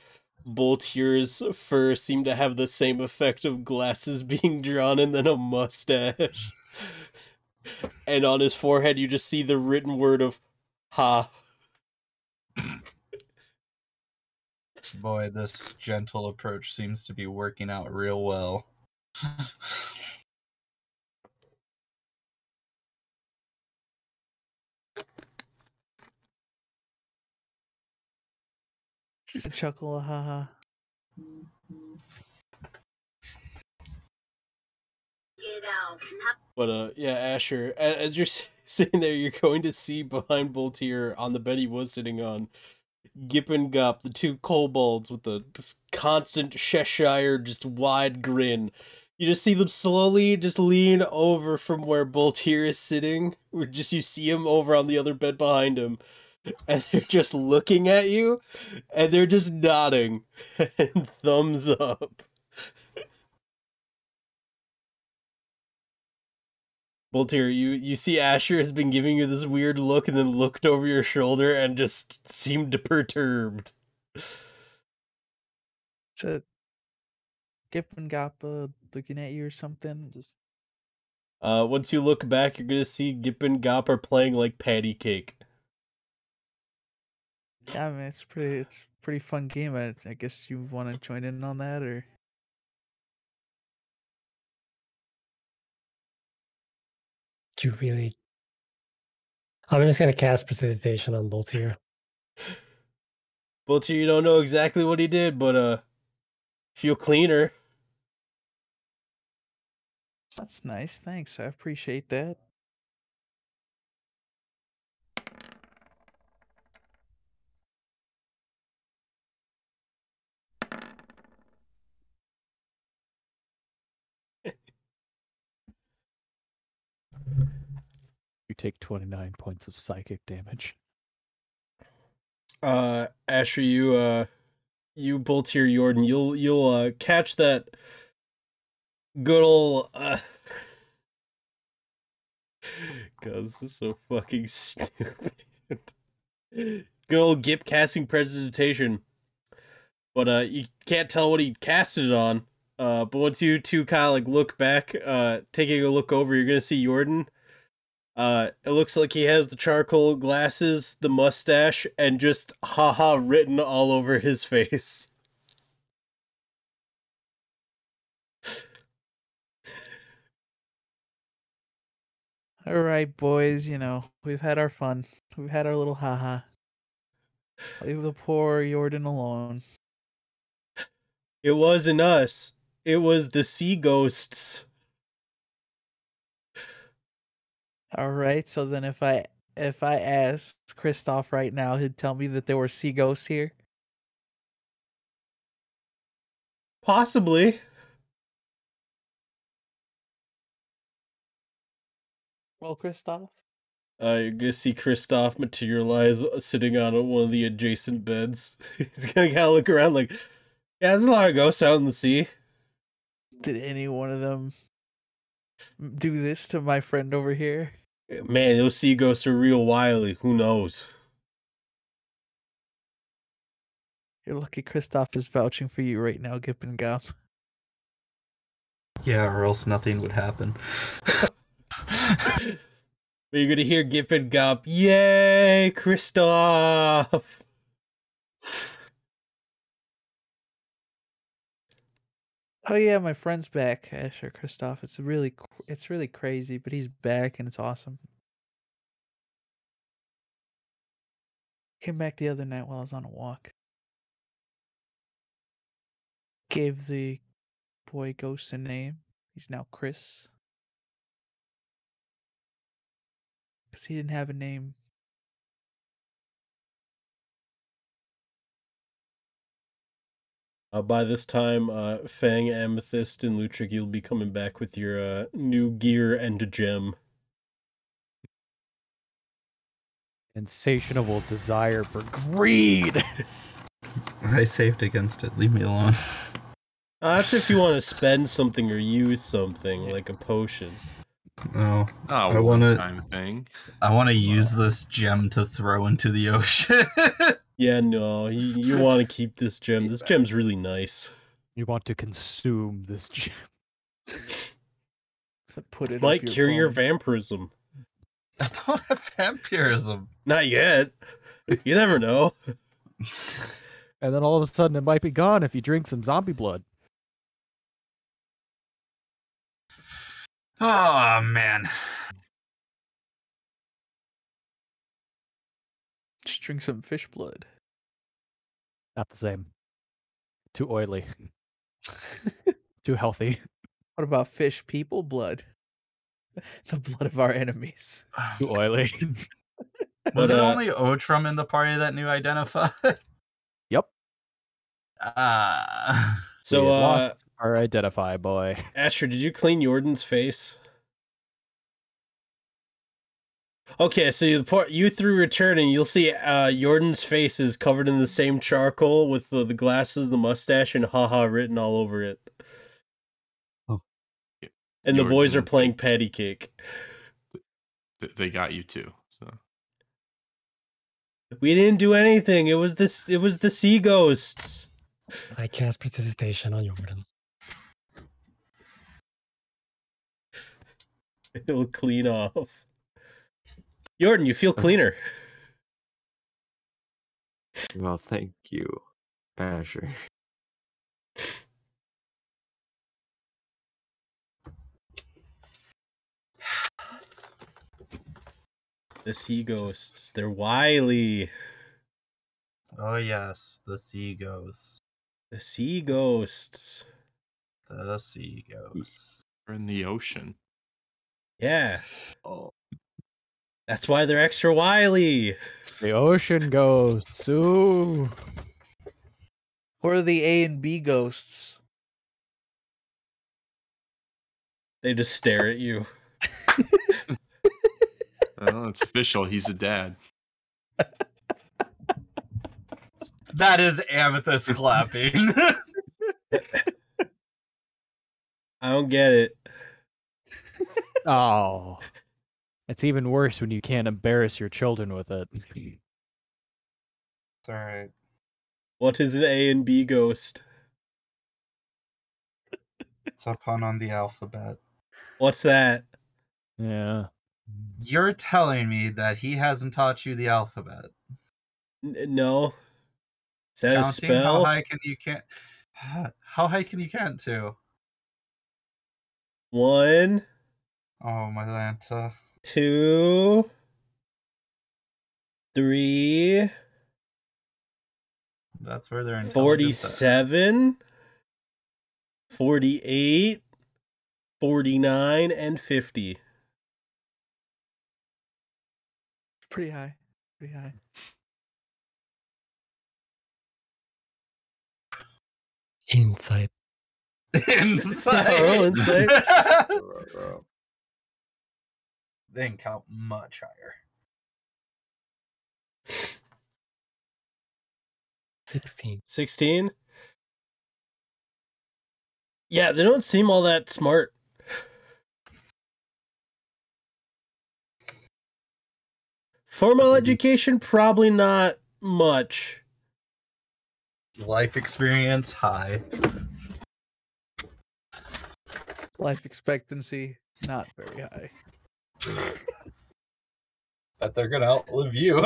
Boltier's fur seem to have the same effect of glasses [LAUGHS] being drawn and then a mustache. [LAUGHS] and on his forehead, you just see the written word of ha. boy, this gentle approach seems to be working out real well. Just a chuckle, a haha. But uh, yeah, Asher, a- as you're [LAUGHS] s- sitting there, you're going to see behind Boltier on the bed he was sitting on, Gip and Gop, the two kobolds with the this constant Cheshire, just wide grin. You just see them slowly just lean over from where Boltier is sitting, or just you see him over on the other bed behind him, and [LAUGHS] they're just looking at you, and they're just nodding [LAUGHS] and thumbs up. Boltier, you you see Asher has been giving you this weird look and then looked over your shoulder and just seemed perturbed. It's a Gip and Gop uh, looking at you or something. Just Uh, once you look back, you're gonna see Gip and Gop are playing like patty cake. I mean, it's pretty. It's pretty fun game. I, I guess you want to join in on that, or Do you really? I'm just gonna cast precipitation on both here. Boltier, you don't know exactly what he did, but uh, feel cleaner. that's nice. Thanks, I appreciate that. You take 29 points of psychic damage. Uh, Asher, you uh, you Boltier Jordan, you'll you'll uh catch that good ol' uh. [LAUGHS] God, this is so fucking [LAUGHS] stupid. good old Gip casting presentation, but uh, you can't tell what he casted it on. Uh, but once you two kind of like look back, uh, taking a look over, you're gonna see Jordan. Uh, it looks like he has the charcoal glasses, the mustache, and just haha written all over his [LAUGHS] face. All right, boys. You know we've had our fun. We've had our little haha. Leave the poor Jordan alone. It wasn't us. It was the sea ghosts. All right. So then, if I if I asked Christoph right now, he'd tell me that there were sea ghosts here. Possibly. Well, Christoph. Uh, you're gonna see Kristoff materialize uh, sitting on one of the adjacent beds. [LAUGHS] He's gonna kind of look around like, yeah, there's a lot of ghosts out in the sea. Did any one of them m- do this to my friend over here? Man, those sea ghosts are real wily. Who knows? [LAUGHS] You're lucky Christoph is vouching for you right now, Gip and Gop. Yeah, or else nothing would happen. But you're gonna hear Gip and Gop, [LAUGHS] yay, Kristoff! Oh yeah, my friend's back, Asher Kristoff. It's really, cr- it's really crazy, but he's back and it's awesome. Came back the other night while I was on a walk. Gave the boy ghost a name. He's now Chris. Because he didn't have a name. Uh, by this time, uh, Fang, Amethyst, and Lutric, you'll be coming back with your uh, new gear and gem. Insatiable desire for greed. I saved against it. Leave me alone. Uh, that's if you want to spend something or use something, like a potion. No, Not I a wanna- one time thing. I want to use this gem to throw into the ocean. [LAUGHS] Yeah, no, you, you want to keep this gem. This gem's really nice. You want to consume this [LAUGHS] gem. Put it Might up your cure your bum. vampirism. I don't have vampirism. Not yet. [LAUGHS] You never [LAUGHS] know. And then all of a sudden it might be gone if you drink some zombie blood. Oh man. Just drink some fish blood. Not the same. Too [LAUGHS] oily. Too healthy. [LAUGHS] What about fish people blood? [LAUGHS] the blood of our enemies. Too oily. [LAUGHS] Was But, it uh, only Otrum in the party that knew [LAUGHS] Identify? Yep. Ah. So, We uh, have lost our identify boy. Asher, did you clean Jordan's face? Okay, so you part you through returning, you'll see uh Jordan's face is covered in the same charcoal with the, the glasses, the mustache, and haha written all over it. Oh. And the boys are Jordan. playing patty cake. Th- They got you too. So We didn't do anything. It was this it was the sea ghosts. [LAUGHS] I cast prestidigitation on Jordan. It'll clean off. Jordan, you feel cleaner. Well, thank you, [LAUGHS] Asher. The sea ghosts. They're wily. Oh yes, the sea ghosts. The sea ghosts. The sea ghosts. we're in the ocean. Yeah. Oh, That's why they're extra wily. The ocean ghosts. Ooh. Or are the A and B ghosts? They just stare at you. Well, Oh, it's official. He's a dad. That is [LAUGHS] amethyst clapping. I don't get it. Oh. It's even worse when you can't embarrass your children with [LAUGHS] it. It's alright. What is an A and B ghost? It's a pun on the alphabet. What's that? Yeah. You're telling me that he hasn't taught you the alphabet. N- no. Is that a John Cena, How spell? high can [SIGHS] you can't? How high can you can't to? One, Oh my Lanta. two, three, That's where they're in. [LAUGHS] [LAUGHS] 47, 48, 49, and 50. Pretty high. Pretty high. Insight. Inside. Oh, inside. bro, bro. they can count much higher. 16. 16? Yeah, they don't seem all that smart. Formal education, probably not much. Life experience high. Life expectancy not very high. But they're gonna outlive [LAUGHS] you.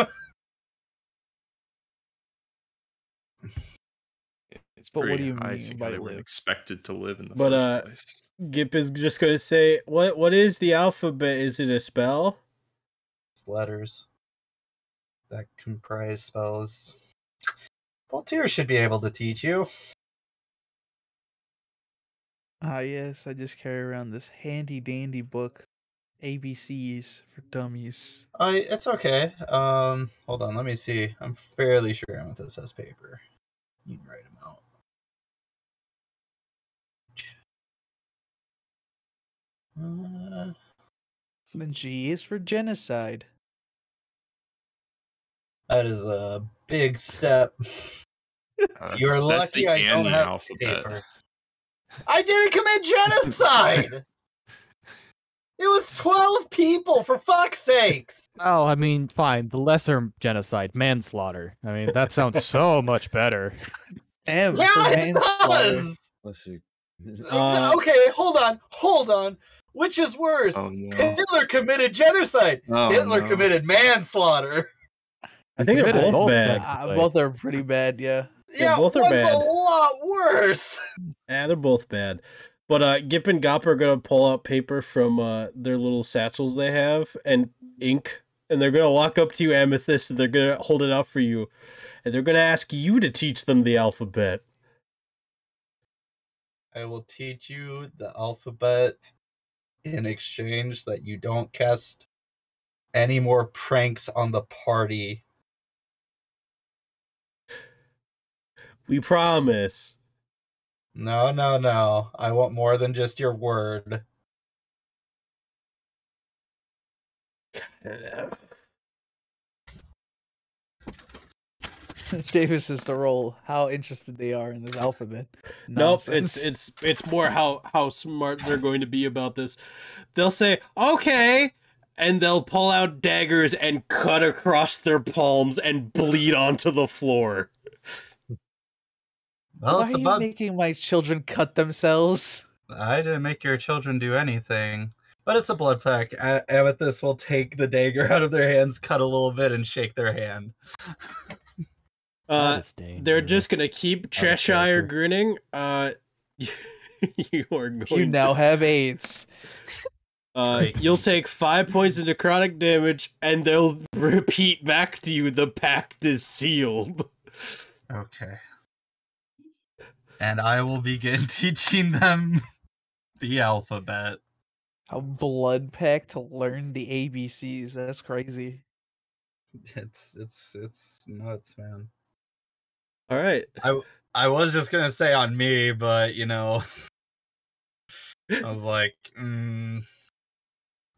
It's But what pretty do you high, mean seeing by how they weren't live? expected to live in the But, uh, first [LAUGHS] place. Gip is just going to say, "What? What is the alphabet? Is it a spell?" It's letters that comprise spells. Voltaire should be able to teach you. Ah, yes, I just carry around this handy dandy book, ABCs for Dummies. I it's okay. Um, hold on, let me see. I'm fairly sure Amethyst has paper. You can write them out. Uh, Then G is for genocide. that is a big step. Uh, that's- You're that's the lucky I don't Annie have alphabet. paper. I didn't commit genocide. [LAUGHS] it was twelve people, for [LAUGHS] fuck's sakes. Oh, I mean, fine. The lesser genocide, manslaughter. I mean, that sounds so much better. M Yeah, [LAUGHS] for it manslaughter. does. Bless you. Uh, okay, hold on, hold on. Which is worse? Oh no! Hitler committed genocide. Oh, [LAUGHS] Hitler no. [LAUGHS] committed [LAUGHS] manslaughter. I think they're Committed both, bad. Ah, technically. both are pretty bad, yeah. [LAUGHS] Yeah, Yeah, both are one's bad. a lot worse. Yeah, Eh, they're both bad. But uh, Gip and Gop are gonna pull out paper from uh, their little satchels they have and ink, and they're gonna walk up to you, Amethyst, and they're gonna hold it out for you, and they're gonna ask you to teach them the alphabet. I will teach you the alphabet in exchange that you don't cast any more pranks on the party. We promise. No, no, no. I want more than just your word. Davis is to roll how interested they are in this alphabet. Nope, it's Nonsense. it's it's more how how smart they're going to be about this. They'll say okay, and they'll pull out daggers and cut across their palms and bleed onto the floor. Well, Why are you making my children cut themselves? I didn't make your children do anything. But it's a blood pack. A- Amethyst will take the dagger out of their hands, cut a little bit, and shake their hand. Uh, That is They're dangerous. just gonna keep Cheshire character. grinning. Uh, [LAUGHS] you are going. You now to- have AIDS. Uh, you'll take five points of necrotic damage, and they'll [LAUGHS] repeat back to you: "The pact is sealed." Okay. And I will begin [LAUGHS] teaching them the alphabet. A blood pack to learn the ABCs. That's crazy. It's it's it's nuts, man. All right. I was just gonna say on me, but you know, [LAUGHS] I was like, mm,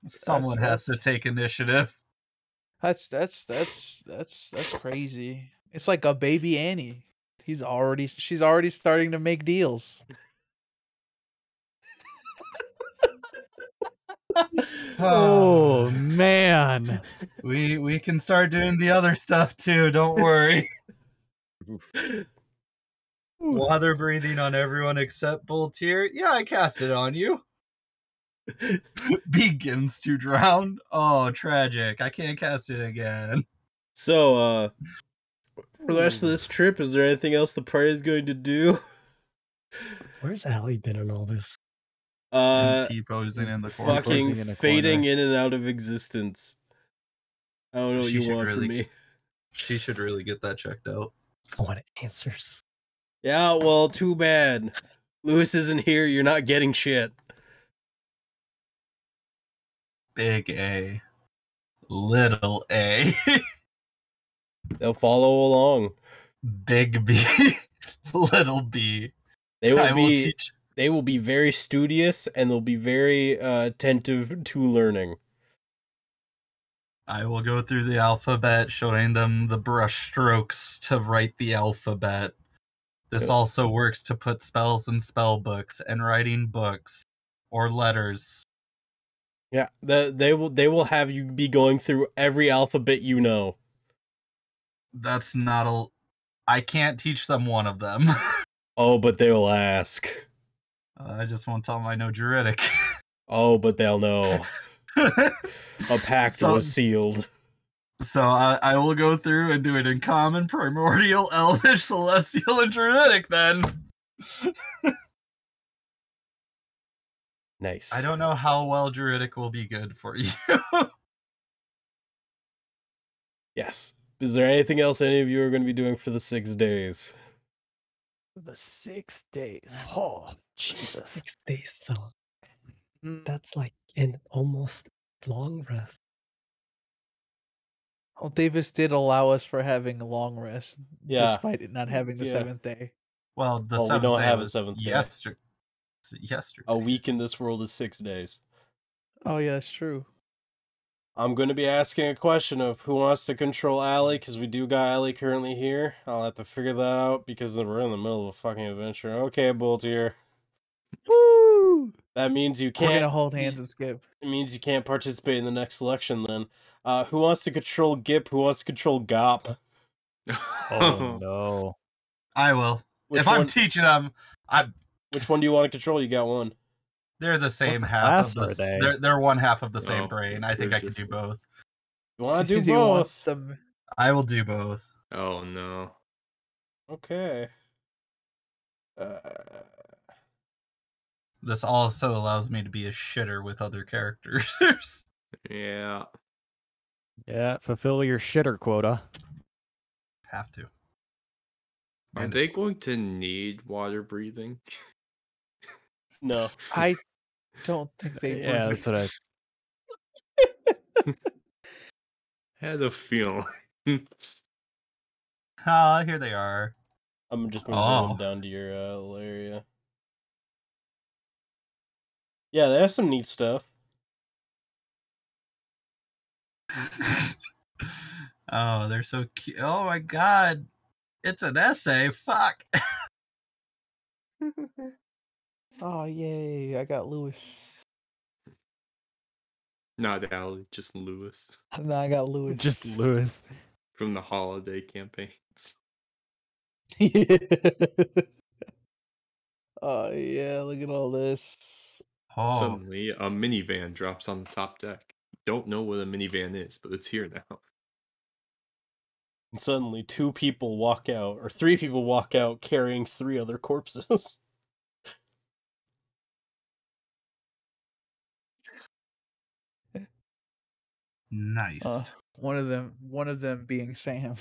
someone has to that's- take initiative. That's that's that's that's that's crazy. It's like a baby Annie. He's already she's already starting to make deals. [LAUGHS] Ah. Oh man. We we can start doing the other stuff too. [LAUGHS] Don't worry. Water breathing on everyone except Boltier. Yeah, I cast it [LAUGHS] on you. Begins to drown. Oh, tragic! I can't cast it again. [SIGHS] So, uh, for the rest of this trip, is there anything else the party is going to do? Where's Allie been in all this? Uh, T posing in the corner. fucking Posing in a fading corner. in and out of existence. I don't know what She you should want really from me. She should really get that checked out. I want answers. Yeah, well, too bad. Lewis isn't here. You're not getting shit. Big A, little A, [LAUGHS] They'll follow along. big B, [LAUGHS] little B. They will [LAUGHS] I be will teach. they will be very studious and they'll be very uh, attentive to learning. I will go through the alphabet, showing them the brush strokes to write the alphabet. This Yep. also works to put spells in spell books and writing books or letters. Yeah, the, they will they will have you be going through every alphabet you know. That's not a. I can't teach them one of them. [LAUGHS] Oh, but they'll ask. I just won't tell them I know [LAUGHS] juridic. [LAUGHS] Oh, but they'll know. A pact So- was sealed. So I, I will go through and do it in common, primordial, [LAUGHS] elvish, celestial, and druidic then. Nice. I don't know how well druidic will be good for you. [LAUGHS] Yes. Is there anything else any of you are going to be doing for the six days? [LAUGHS] The six days. Oh, [LAUGHS] Jesus. Six days. So Mm, that's like an almost long rest. Well, Davis did allow us for having a long rest, Yeah. despite it not having the Yeah. seventh day. well, the Well, we seventh don't day have a was seventh day. Oh. Yesterday. Yesterday. A week in this world is six days. Oh yeah, that's true. I'm going to be asking a question of who wants to control Allie because we do got Allie currently here. I'll have to figure that out because we're in the middle of a fucking adventure. Okay, Boltier. Woo! That means you We're gonna can't. hold hands and skip. It means you can't participate in the next election. Then, uh, who wants to control Gip? Who wants to control Gop? [LAUGHS] Oh, no. I will. Which if one? I'm teaching them, which one do you want to control? You got one. they're the same half class of the. are s- they? They're they're one half of the Oh, same brain. I think I can do interesting. both. You [LAUGHS] want to do, you want both? them- I will do both. oh no. Okay. Uh, This also allows me to be a shitter with other characters. [LAUGHS] Yeah. Yeah, fulfill your shitter quota. Have to. Are And- they going to need water breathing? no. I don't think [LAUGHS] they. Yeah, would. that's what I. had a feeling. [LAUGHS] Ah, here they are. I'm just moving everyone Oh. down to your uh, little area. Yeah, they have some neat stuff. [LAUGHS] oh, they're so cute. Oh my god. It's an essay. Fuck. Oh yay! I got Lewis. Not Allie, just Lewis No, I got Lewis. Just Lewis. from the holiday campaigns. [LAUGHS] [LAUGHS] oh yeah! Look at all this. Oh, Suddenly, a minivan drops on the top deck. Don't know what a minivan is, but it's here now. [LAUGHS] And suddenly, two people walk out, or three people walk out carrying three other corpses. [LAUGHS] nice. Uh, one of them, one of them being Sam.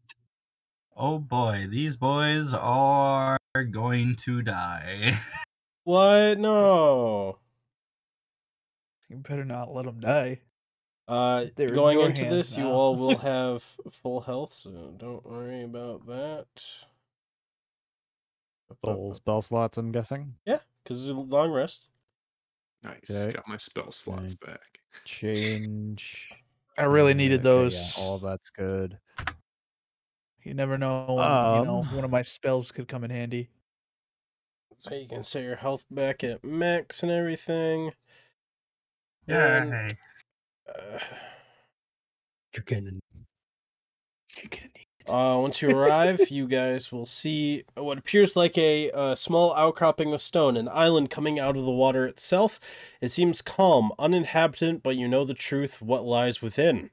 [LAUGHS] oh boy, these boys are going to die. [LAUGHS] what? No. you better not let them die. Uh, They're in going your into hands this, you now. all [LAUGHS] will have full health, so don't worry about that. Full spell slots, I'm guessing. Yeah, because it's a long rest. Nice. Okay. Got my spell slots back. Change. I really Yeah, needed okay, those. yeah, all that's good. You never know. When, you know, Um, one of my spells could come in handy. So you can set your health back at max and everything. And, Yay. uh, You're gonna Uh, once you arrive, you guys will see what appears like a, uh small outcropping of stone, an island coming out of the water itself. It seems calm, uninhabited, but you know the truth what lies within.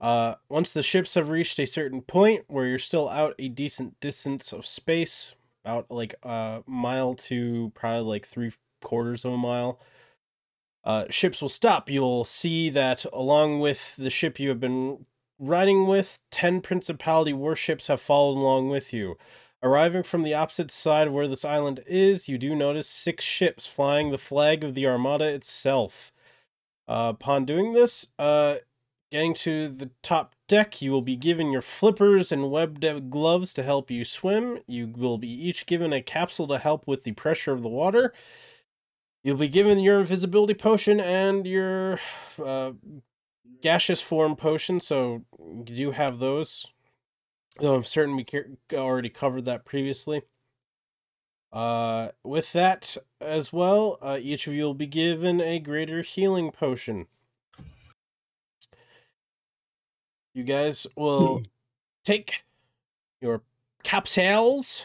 Uh, once the ships have reached a certain point where you're still out a decent distance of space, about like a mile to probably like three quarters of a mile, uh, ships will stop. You'll see that along with the ship you have been riding with, 10 principality warships have followed along with you. Arriving from the opposite side of where this island is, you do notice six ships flying the flag of the Armada itself. Uh, upon doing this, uh, getting to the top deck, you will be given your flippers and webbed gloves to help you swim. You will be each given a capsule to help with the pressure of the water. You'll be given your invisibility potion and your uh, gaseous form potion, so you do have those. Though I'm certain we ca- already covered that previously. Uh, with that as well, uh, each of you will be given a greater healing potion. You guys will take your capsules.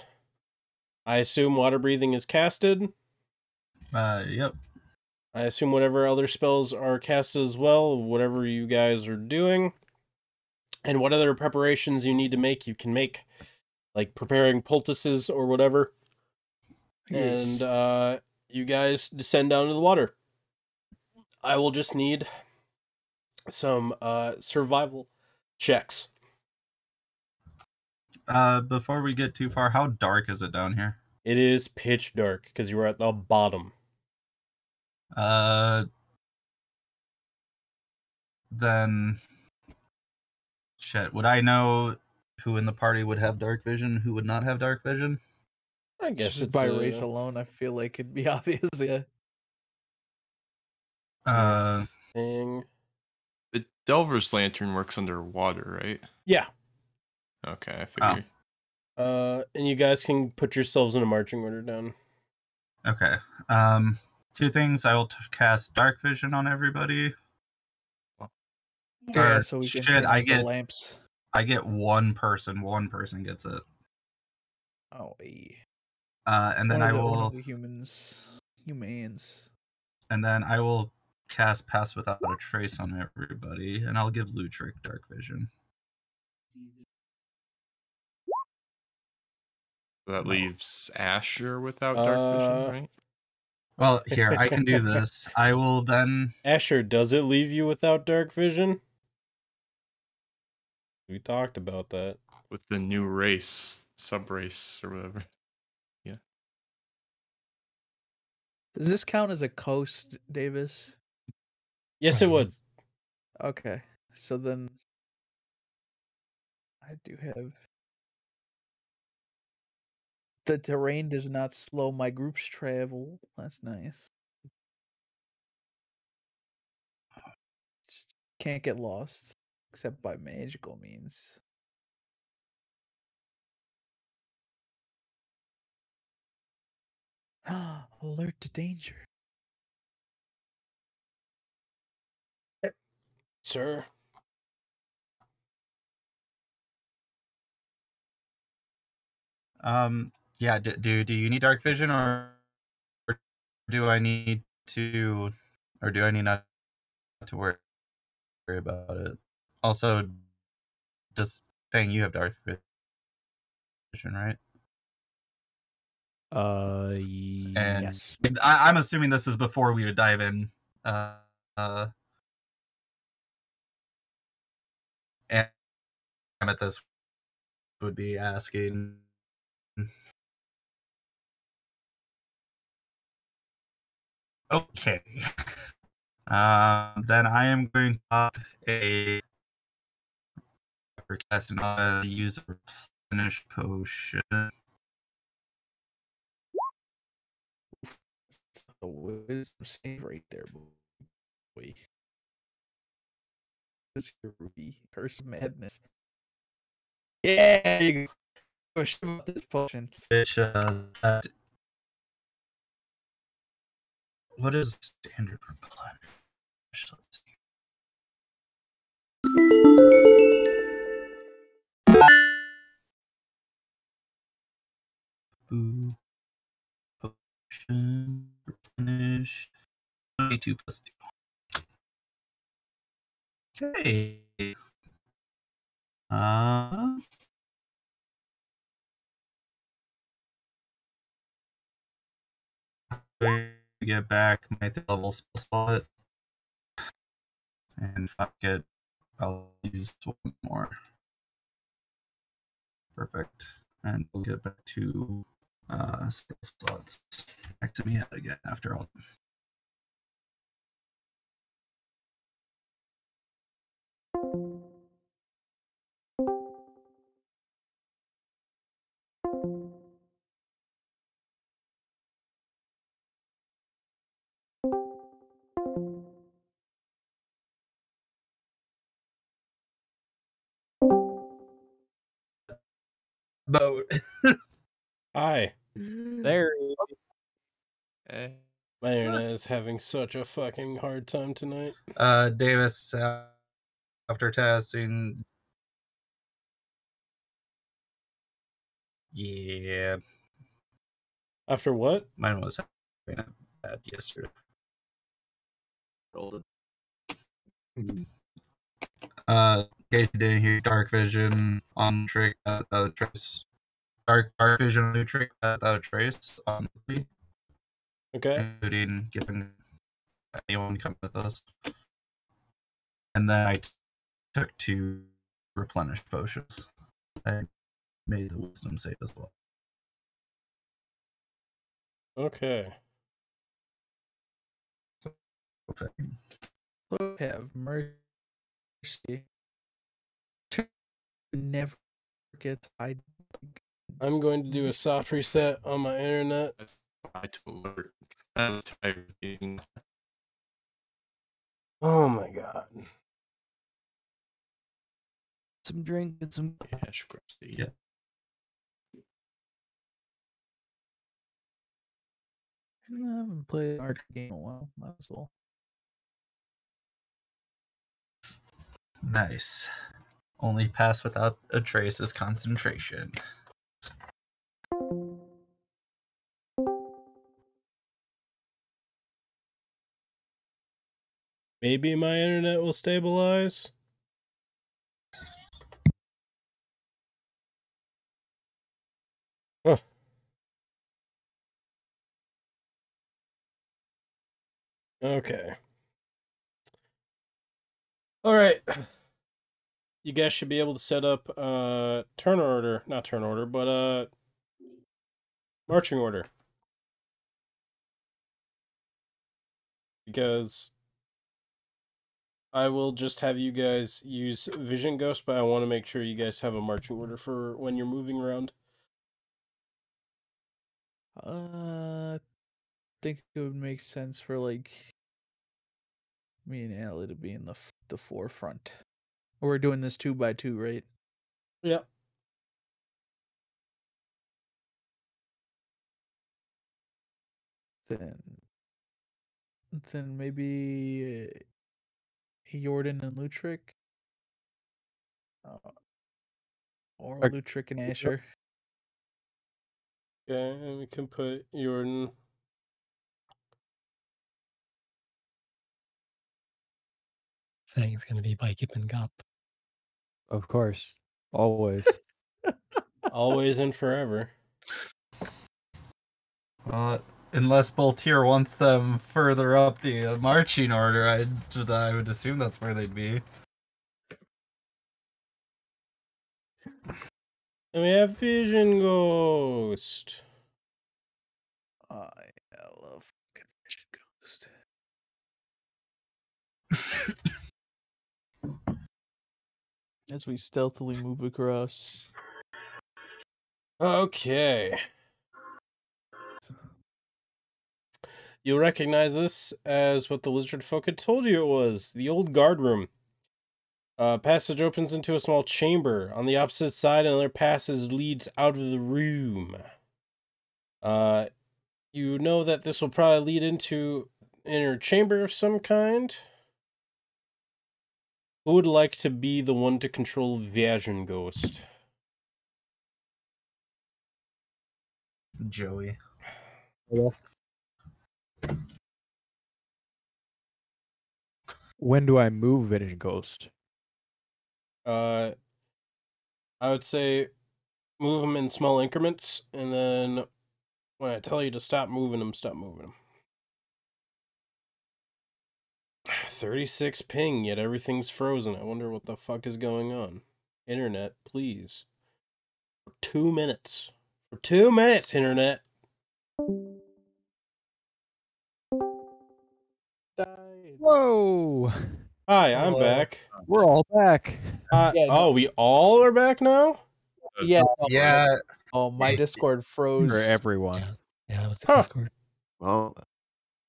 I assume water breathing is casted. Uh, yep. I assume whatever other spells are cast as well, whatever you guys are doing, and what other preparations you need to make, you can make, like preparing poultices or whatever. And uh, you guys descend down to the water. I will just need some uh, survival checks. Uh, before we get too far, how dark is it down here? It is pitch dark because you were at the bottom. Uh, then shit. Would I know who in the party would have dark vision? Who would not have dark vision? I guess it's just by uh, race alone, I feel like it'd be [LAUGHS] obvious. Yeah. Uh, thing. The Delver's lantern works underwater, right? Yeah. Okay, I Ah. figured. Uh, and you guys can put yourselves in a marching order down. okay. Um, two things. I will t- cast dark vision on everybody. Yeah, Or so we shit, can turn I up the get- lamps. I get one person. One person gets it. Oh, eh. Uh, and then One I of the- one will. of the humans, humans. and then I will cast Pass Without a Trace on everybody, and I'll give Lutric Dark Vision. That leaves Asher without Uh, dark vision, right? Well, here I [LAUGHS] can do this. I will then. Asher, does it leave you without dark vision? We talked about that. With the new race, sub race, or whatever. [LAUGHS] Does this count as a coast, Davis? Yes, it would. Okay, so then I do have the terrain does not slow my group's travel. That's nice. Just Can't get lost except by magical means. [GASPS] Alert to danger. [CLEARS THROAT] Sir. Um, yeah. Do, do do you need Dark Vision, or or do I need to, or do I need not to worry worry about it? Also, does Fang you have Dark Vision, right? Uh, And yes. I, I'm assuming this is before we dive in. Uh, uh, and Amethyst would be asking. Okay. [LAUGHS] Um, then I am going to pop a cast and I'll use a replenish potion. a wisdom save right there, boy. This here ruby curse of madness. Yeah, you go shit about this potion. which uh that- what is standard replenish? Let's see. Boo. Potion replenish. Twenty-two plus two. Hey. Uh, to get back my third level spell slot. And if I get, I'll use one more. Perfect. And we'll get back to uh, skill slots. Back to me yet again after all. Boat. Hi. There. he is. My internet is having such a fucking hard time tonight. Uh, Davis, uh, after testing. Yeah, After what? mine was having a bad yesterday. Rolled it. Uh, in case you didn't hear, dark vision on trick uh, uh, trace. Dark dark vision on new trick uh, uh, trace on the Okay. including giving anyone come with us. And then I took two replenish potions. I made the wisdom save as well. Mm. Okay. Okay. Lord have mercy. Never gets hide. I'm going to do a soft reset on my internet. I to alert. [LAUGHS] I was tired of being Oh my god. Some drink and some. cash grab. Yeah. I haven't played an arcade game in a while. Might as well. Nice. Only pass without a trace is concentration. Maybe my internet will stabilize. Huh. Okay. All right. You guys should be able to set up uh turn order, not turn order, but uh marching order. Because I will just have you guys use Vision Ghost, but I want to make sure you guys have a marching order for when you're moving around. Uh, I think it would make sense for like me and Allie to be in the f- the forefront. We're doing this two by two, right? Yep. Then, then maybe uh, Jordan and Lutrick, uh, or Okay. Lutrick and Yep. Asher. Okay, and we can put Jordan. Saying it's gonna be by Gippin Gop. Of course. [LAUGHS] Always. Always and forever. Well, Uh, unless Boltier wants them further up the uh, marching order, I I would assume that's where they'd be. And we have Vision Ghost. I love fucking Vision Ghost. As we stealthily move across. Okay. You'll recognize this as what the lizard folk had told you it was the old guard room. Uh, passage opens into a small chamber. On the opposite side, another passage leads out of the room. Uh, you know that this will probably lead into inner chamber of some kind. Who would like to be the one to control Vision Ghost? Joey. when do I move Vintage Ghost? Uh, I would say move them in small increments, and then when I tell you to stop moving them, stop moving [SIGHS] them. 36 ping, yet everything's frozen. I wonder what the fuck is going on. Internet, please. For two minutes. For two minutes, internet. [LAUGHS] Whoa! Hi, I'm Hello. back. We're all back. Hi- Yeah, oh, we all are back now? Yeah. no, Yeah, Oh, my [LAUGHS] Yeah. Discord For froze. everyone. Yeah, that was the Huh. Discord. Well,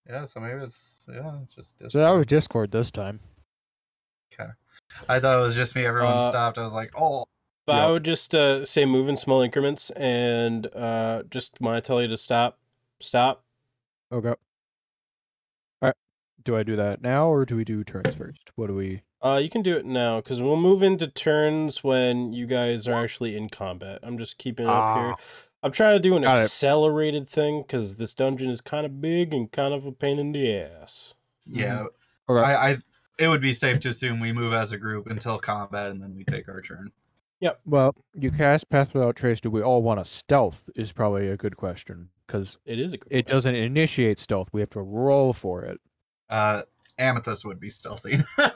yeah. So maybe it's yeah, it's just. So that was Discord. Discord this time. I thought it was just me. Everyone Uh, stopped. I was like, oh, But I Yep. would just uh, say move in small increments, and uh, just when I tell you to stop, stop. Okay. All right. Do I do that now, or do we do turns first? What do we? Uh, you can do it now because we'll move into turns when you guys are actually in combat. I'm just keeping it up here. I'm trying to do an Ah. Got it. accelerated thing because this dungeon is kind of big and kind of a pain in the ass. yeah. mm, Okay. I, I it would be safe to assume we move as a group until combat and then we take our turn. Well, you cast Path Without Trace. Do we all want to stealth? Is probably a good question because It is a good it question. doesn't initiate stealth. We have to roll for it. Uh Amethyst would be stealthy. [LAUGHS]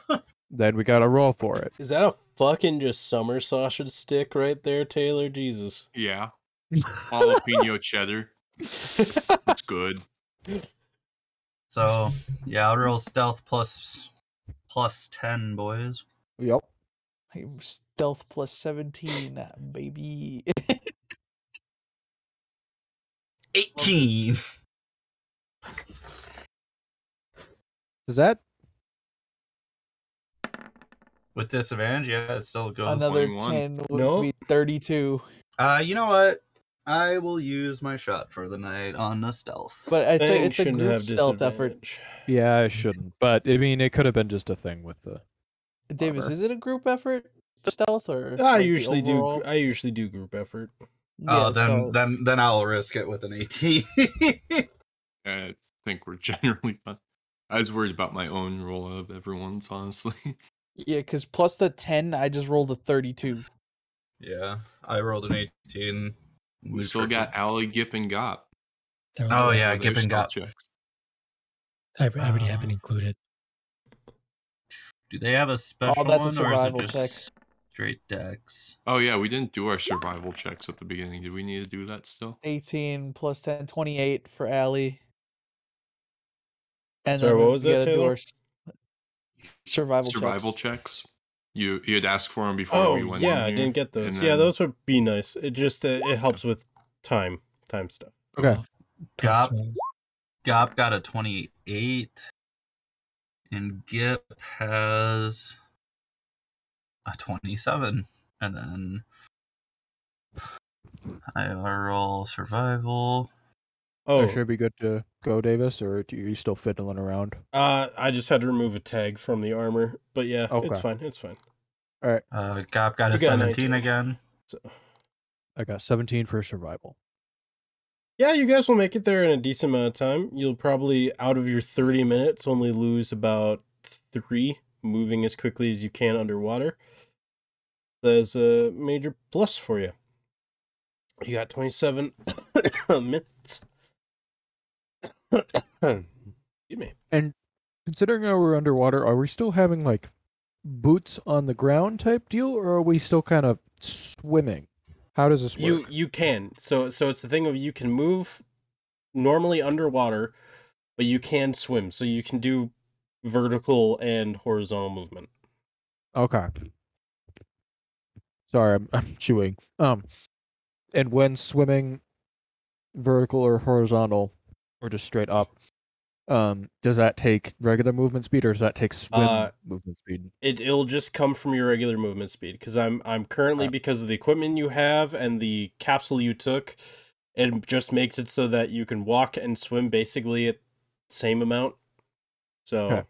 Then we got to roll for it. Is that a fucking just summer sausage stick right there, Taylor? Jesus. [LAUGHS] Yeah. Jalapeno cheddar. That's good. so yeah, I'll roll stealth plus plus ten, boys. Yep. I'm stealth plus 17, baby. [LAUGHS] Eighteen. Does that? With disadvantage, yeah, it's still goes. Another 21. 10 would No. be 32. Uh you know what? I will use my shot for the night on a stealth. But I'd say Thing it's a shouldn't group have stealth effort. disadvantage. Yeah, I shouldn't. But I mean, it could have been just a thing with the. Davis, Whatever. is it a group effort? Stealth or I like, the usually do. overall? gr- I usually do group effort. oh, Yeah, then so- then then I'll risk it with an eighteen. [LAUGHS] I think we're [LAUGHS] generally fine. I was worried about my own roll of everyone's, honestly. [LAUGHS] Yeah, because plus the 10, I just rolled a 32. yeah, I rolled an eighteen. We still got Allie, Gip, and Gop. They're Oh all- yeah, for their Gibbon stealth got. checks. I, I already haven't Uh, included. Do they have a special Oh, that's a one or is it survival just check. straight decks? Oh yeah, we didn't do our survival checks at the beginning. Do we need to do that still? 18 plus 10, 28 for Allie. And Sorry, then what we was that, gotta do Taylor? our s- survival, survival checks. checks. You you had asked for them before Oh we went. yeah, in I here, didn't get those. and Yeah, then- those would be nice. It just uh, it helps with time time stuff. Okay. Gop. Tough swing. Gop got a 28. And Gip has a 27. And then I roll survival. Oh, Or should it be good to go, Davis, or do you you still fiddling around? uh, I just had to remove a tag from the armor, but yeah, it's Okay. fine. It's fine. Uh, Gop got a You got an 17 19. again. So I got 17 for survival. yeah, you guys will make it there in a decent amount of time. You'll probably out of your thirty minutes only lose about three, moving as quickly as you can underwater. That's a major plus for you. You got twenty seven [COUGHS] minutes. [COUGHS] Excuse me. Considering how we're underwater, are we still having like boots on the ground type deal, or are we still kind of swimming? How does this work? You you can. So so it's the thing of you can move normally underwater, but you can swim. So you can do vertical and horizontal movement. Okay. Sorry, I'm, [LAUGHS] I'm chewing. Um, and when swimming, vertical or horizontal, or just straight up, um, does that take regular movement speed, or does that take swim Uh, movement speed? It it'll just come from your regular movement speed because I'm I'm currently Okay. because of the equipment you have and the capsule you took, it just makes it so that you can walk and swim basically at same amount. So Okay.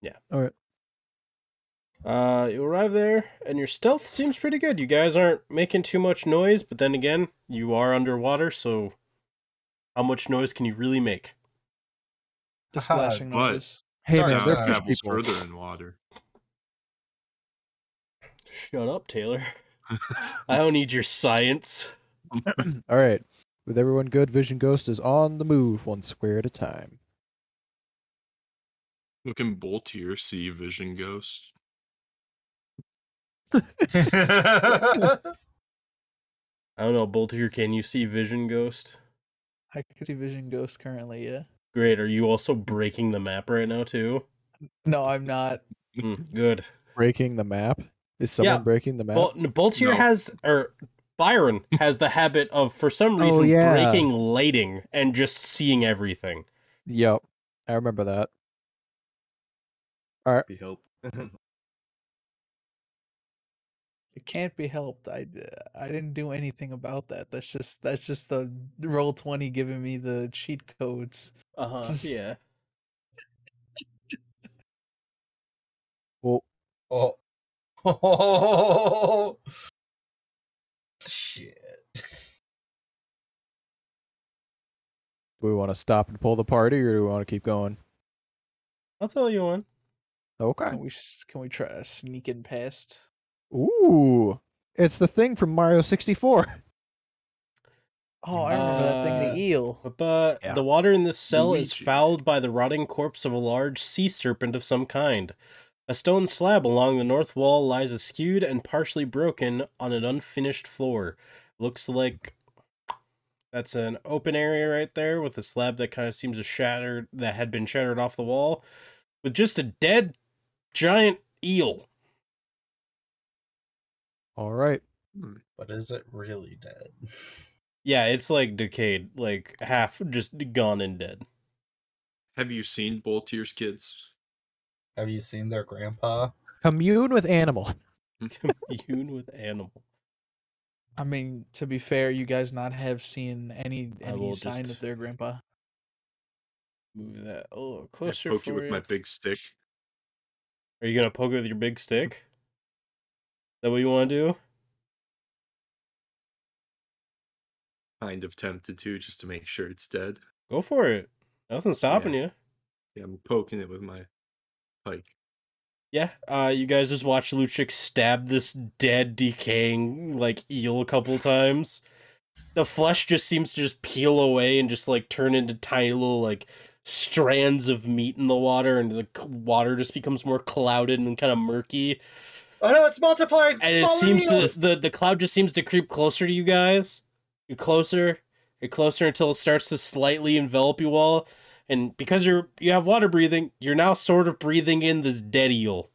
yeah. Alright. Uh, you arrive there, and your stealth seems pretty good. You guys aren't making too much noise, but then again, you are underwater, so how much noise can you really make? The Haha, splashing but- noises. Hey Sorry, man, Sound they're uh, fish travels people. further in water. Shut up, Taylor. [LAUGHS] I don't need your science. All right, with everyone good, Vision Ghost is on the move, one square at a time. Looking bolt here, see vision ghost. I don't know, Boltier, can you see Vision Ghost? I can see Vision Ghost currently, yeah. Great. Are you also breaking the map right now too? No, I'm not. [LAUGHS] Hmm, good. Breaking the map. Is someone Yeah, breaking the map? Bol- Boltier No. has, or Byron has the habit of, for some Oh, reason, yeah. breaking lighting and just seeing everything. Yep, I remember that. Be help. It can't be helped. I I didn't do anything about that. That's just that's just the roll 20 giving me the cheat codes. Uh Uh-huh. huh. Yeah. Well, oh. [LAUGHS] oh. Shit. do we want to stop and pull the party, or do we want to keep going? I'll tell you one. Okay. Can we s- can we try to sneak in past? Ooh. It's the thing from Mario [LAUGHS] 64. Oh, I remember that thing. Uh, The eel. But, uh, Yeah. The water in this cell is Luigi. fouled by the rotting corpse of a large sea serpent of some kind. A stone slab along the north wall lies askewed and partially broken on an unfinished floor. Looks like that's an open area right there with a slab that kind of seems to shatter that had been shattered off the wall with just a dead giant eel. All right. But is it really dead? Yeah, it's like decayed, like half just gone and dead. Have you seen Boltier's kids? Have you seen their grandpa? Commune with animal. Hmm. [LAUGHS] Commune with animal. I mean, to be fair, you guys not have seen any I any will sign just- Oh, of their grandpa. Move that a little I [LAUGHS] closer poke for you with you. my big stick. Are you gonna poke it with your big stick? Is that what you want to do? Kind of tempted to just to make sure it's dead. Go for it. Nothing's stopping you. Yeah, I'm poking it with my pike. Yeah. Uh, you guys just watched Luchik stab this dead, decaying like eel a couple times. The flesh just seems to just peel away and just like turn into tiny little like strands of meat in the water, and the c- water just becomes more clouded and kind of murky. Oh no, it's multiplied. and it seems to the, the cloud just seems to creep closer to you guys you're closer you're closer until it starts to slightly envelop you all and because you're you have water breathing you're now sort of breathing in this dead eel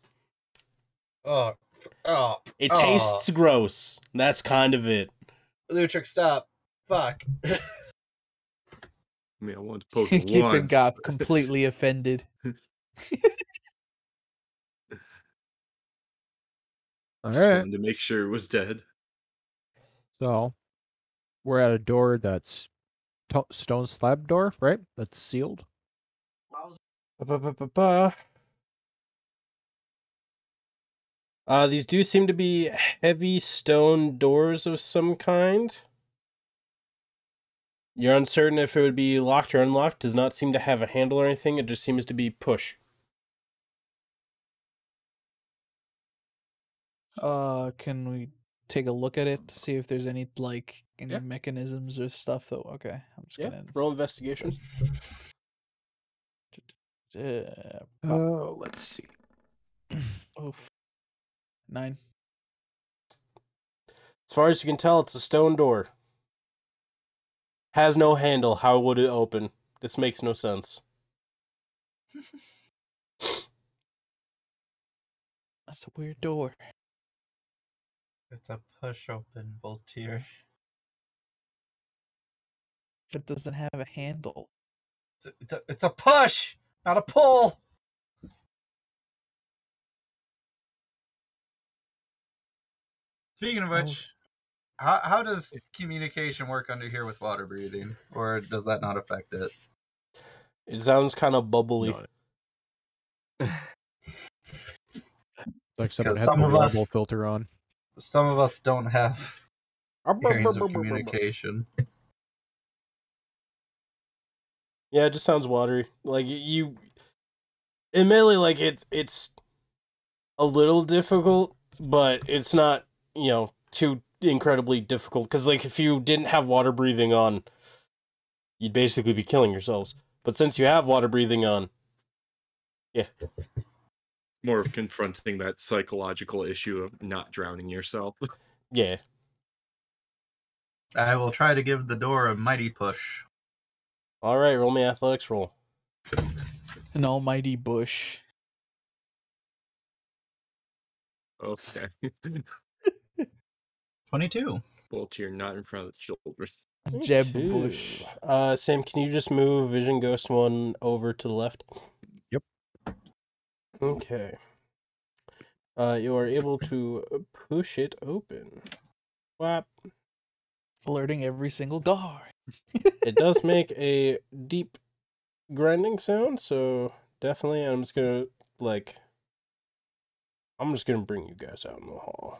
Oh, oh, it Aw. tastes gross and that's kind of it Lutrick, stop! Fuck. I mean, I wanted to [LAUGHS] poke it Keeping once. [LAUGHS] got [LAUGHS] but- completely offended. All just right. wanted to make sure it was dead. So we're at a door that's to- stone slab door, right? That's sealed. Ba-ba-ba-ba-ba. Uh, these do seem to be heavy stone doors of some kind. You're uncertain if it would be locked or unlocked. Does not seem to have a handle or anything. It just seems to be push. Uh, can we take a look at it to see if there's any like any Yeah. mechanisms or stuff? Though, okay, I'm just gonna. Roll investigation. Uh, Oh, let's see. [CLEARS THROAT] oof. Nine. As far as you can tell, it's a stone door. Has no handle. How would it open? This makes no sense. That's a weird door. It's a push open Voltier. If it doesn't have a handle, It's a, it's a, it's a push, not a pull. Speaking of Oh. which, how, how does communication work under here with water breathing, or does that not affect it? It sounds kind of bubbly. No, Like someone 'Cause had some the of us- wobble filter on. Some of us don't have [LAUGHS] means of communication. Yeah, it just sounds watery. Like y- you, admittedly, like it's it's a little difficult, but it's not you know too incredibly difficult. Because like if you didn't have water breathing on, you'd basically be killing yourselves. But since you have water breathing on, More of confronting that psychological issue of not drowning yourself. [LAUGHS] yeah, I will try to give the door a mighty push. all right, roll me athletics roll. an almighty bush. Okay. [LAUGHS] Twenty-two. Boltier not in front of the children. a Me Jeb too. Bush. Uh, Sam, can you just move Vision Ghost one over to the left? Yep. Okay. Uh, you are able to push it open. Whap. alerting every single guard. It does make a deep grinding sound, so definitely I'm just gonna like I'm just gonna bring you guys out in the hall.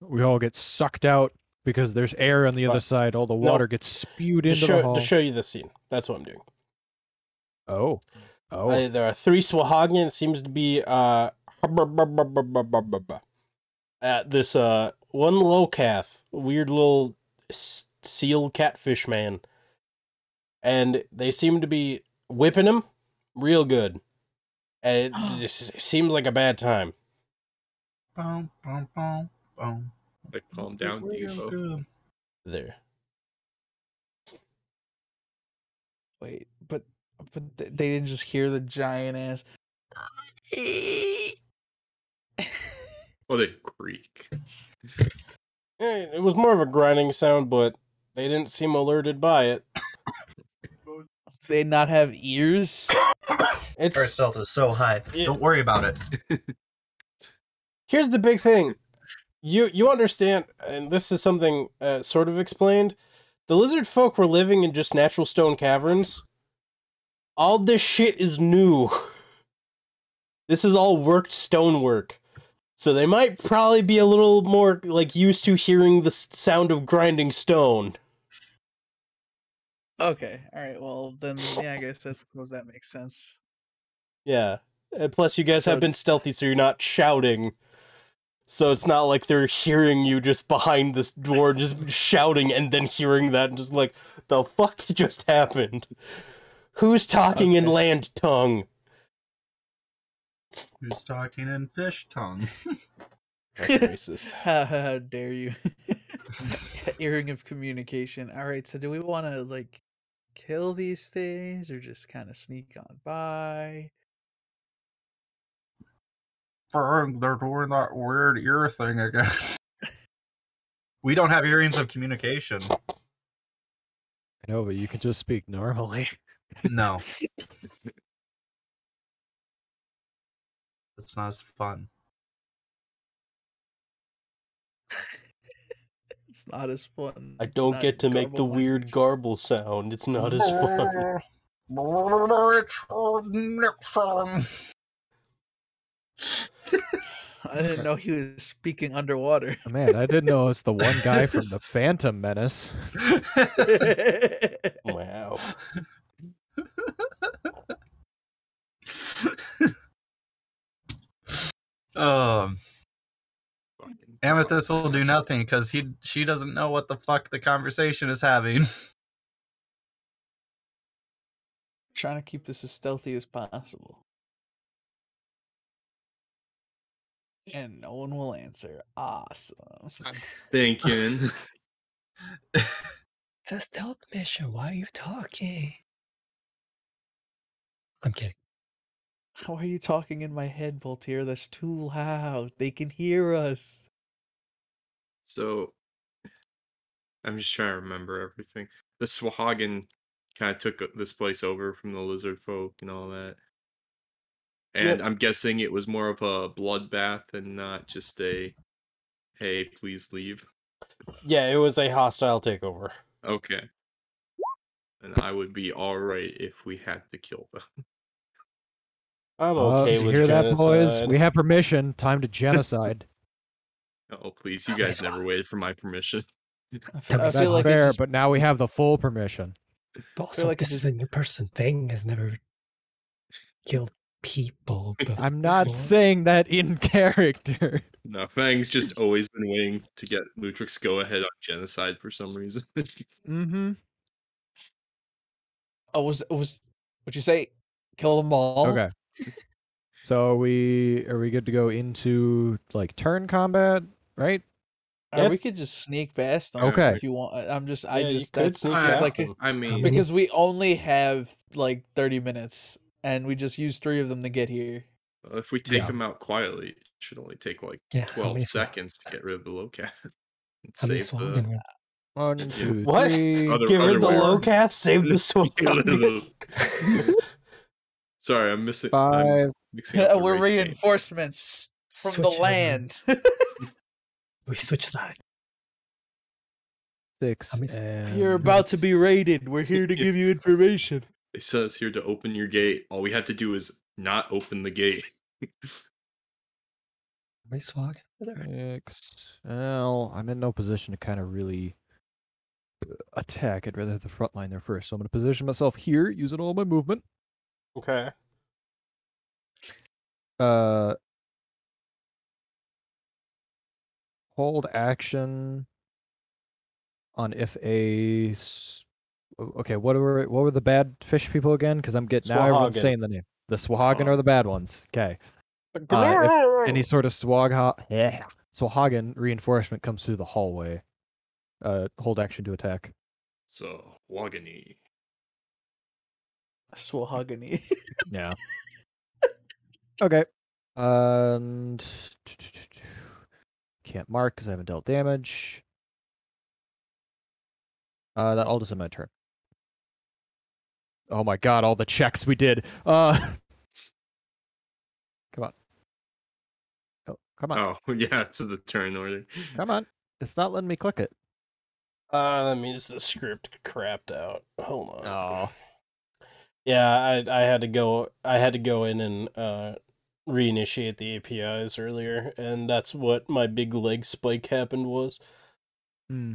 We all get sucked out because there's air on the But- other side. All the No. water gets spewed To into the show hall. to show you the scene. That's what I'm doing. oh, Oh, Uh, there are three Swahagnan. It seems to be uh, at this uh, one Locath, weird little s- seal catfish man. And they seem to be whipping him real good. [GASPS] And it just seems like a bad time. Boom, boom, boom, boom. Like, calm down, Devo. There. Wait, but but th- they didn't just hear the giant ass. What a Oh, creak. Eh, It was more of a grinding sound, but they didn't seem alerted by it. They not have ears. Our It's stealth is so high. Yeah. Don't worry about it. here's the big thing you you understand and this is something uh, sort of explained the lizard folk were living in just natural stone caverns all this shit is new this is all worked stonework so they might probably be a little more like used to hearing the s- sound of grinding stone [COUGHS] Okay, all right. Well, then yeah, I guess I suppose that makes sense. yeah and plus you guys So- have been stealthy so you're not shouting so it's not like they're hearing you just behind this door just shouting and then hearing that and just like the fuck [LAUGHS] just happened who's talking in Okay. land tongue Who's talking in fish tongue? that's [LAUGHS] racist How, how dare you? [LAUGHS] Earring of communication. All right. So do we want to like kill these things or just kind of sneak on by? Fern, they're doing that weird ear thing again. [LAUGHS] we don't have earrings of communication. I know, but you could just speak normally. No. It's not as fun. It's not as fun. i don't not get to make the garbled weird message. garble sound it's not [LAUGHS] as fun [LAUGHS] I didn't know he was speaking [LAUGHS] underwater. [LAUGHS] Oh, Man, I didn't know it's the one guy from the Phantom Menace. wow [LAUGHS] um, Fucking Amethyst will do Amethyst. nothing because he she doesn't know what the fuck the conversation is having. Trying to keep this as stealthy as possible. And no one will answer. Awesome. [LAUGHS] Thinking. It's a stealth mission. Why are you talking? I'm kidding. Why are you talking in my head, Voltaire? That's too loud. They can hear us. So I'm just trying to remember everything. The Swahagan kind of took o- this place over from the lizard folk and all that. Yep. And I'm guessing it was more of a bloodbath and not just a hey, please leave. yeah it was a hostile takeover Okay. And I would be all right if we had to kill them. [LAUGHS] i'm Oh, okay you with hear that, boys? genocide. We have permission. Time to genocide. Oh, please. You Okay, guys so- never waited for my permission. [LAUGHS] I fe- That makes I That's feel like it fair, just, but now we have the full permission. But also, like this it's- is a new person thing. Has never killed people. Before. [LAUGHS] I'm not saying that in [LAUGHS] character. No, Fang's just always been waiting to get Lutrix go ahead on genocide for some reason. [LAUGHS] Mm-hmm. oh, was was what you say? Kill them all. Okay. So are we are we good to go into like turn combat, right? Or Yep. we could just sneak past them. Okay. If you want, I- I'm just. I Yeah, you just. could That's sneak feels past like them. it, I mean, because we only have like 30 minutes, and we just used three of them to get here. Uh, If we take Yeah. him out quietly, it should only take like Yeah, how 12 many swa- seconds to get rid of the locat. [LAUGHS] and How many save swans uh, the in your- One, [LAUGHS] two, What? three. other, get rid of the other way low around. cat save the Get rid of Swahagan. [LAUGHS] the- [LAUGHS] Sorry, I'm missing. I'm Five. [LAUGHS] [LAUGHS] mixing up the We're race game. reinforcements from Switch the over. land. [LAUGHS] We switch sides. six many s- and You're about to be raided. We're here to give you information. They said it's here to open your gate. All we have to do is not open the gate. How many swag are there? six. Well, I'm in no position to kind of really uh, attack. I'd rather have the front line there first. So I'm going to position myself here, using all my movement. okay Uh, hold action on if a s- o- okay. What were what were the bad fish people again? Because I'm getting now everyone's Swahagan. saying the name. The Swahagan are the bad ones. Okay. Uh, any sort of swag yeah. Swahagan reinforcement comes through the hallway. Uh, hold action to attack. So Wagani. Swahogany. [LAUGHS] Yeah. okay. And can't mark because I haven't dealt damage. Uh, that all does in my turn. Oh my god! All the checks we did. Uh, [LAUGHS] come on. Oh, come on! Oh [LAUGHS] yeah, to the turn order. Come on! It's not letting me click it. Uh, that means the script crapped out. Hold on. Aw. Yeah, I I had to go. I had to go in and uh, reinitiate the APIs earlier, and that's what my big leg spike happened was. Hmm.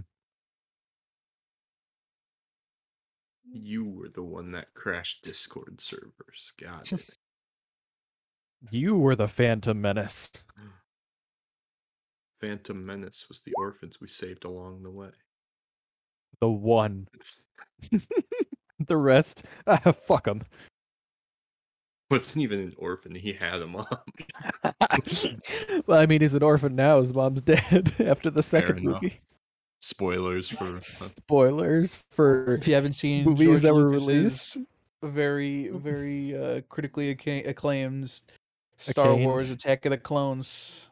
You were the one that crashed Discord servers. God. You were the Phantom Menace. Phantom Menace was the orphans we saved along the way. [LAUGHS] The one. [LAUGHS] the rest, [LAUGHS] ah, fuck them. Wasn't even an orphan. He had a mom. [LAUGHS] well, I mean, he's an orphan now. His mom's [LAUGHS] dead after the second enough. movie. [LAUGHS] Spoilers for. uh, Spoilers for if you haven't seen movies George that were Lucas's released? [LAUGHS] very very uh, critically acca- acclaimed Star Acclaimed? Wars: Attack of the Clones.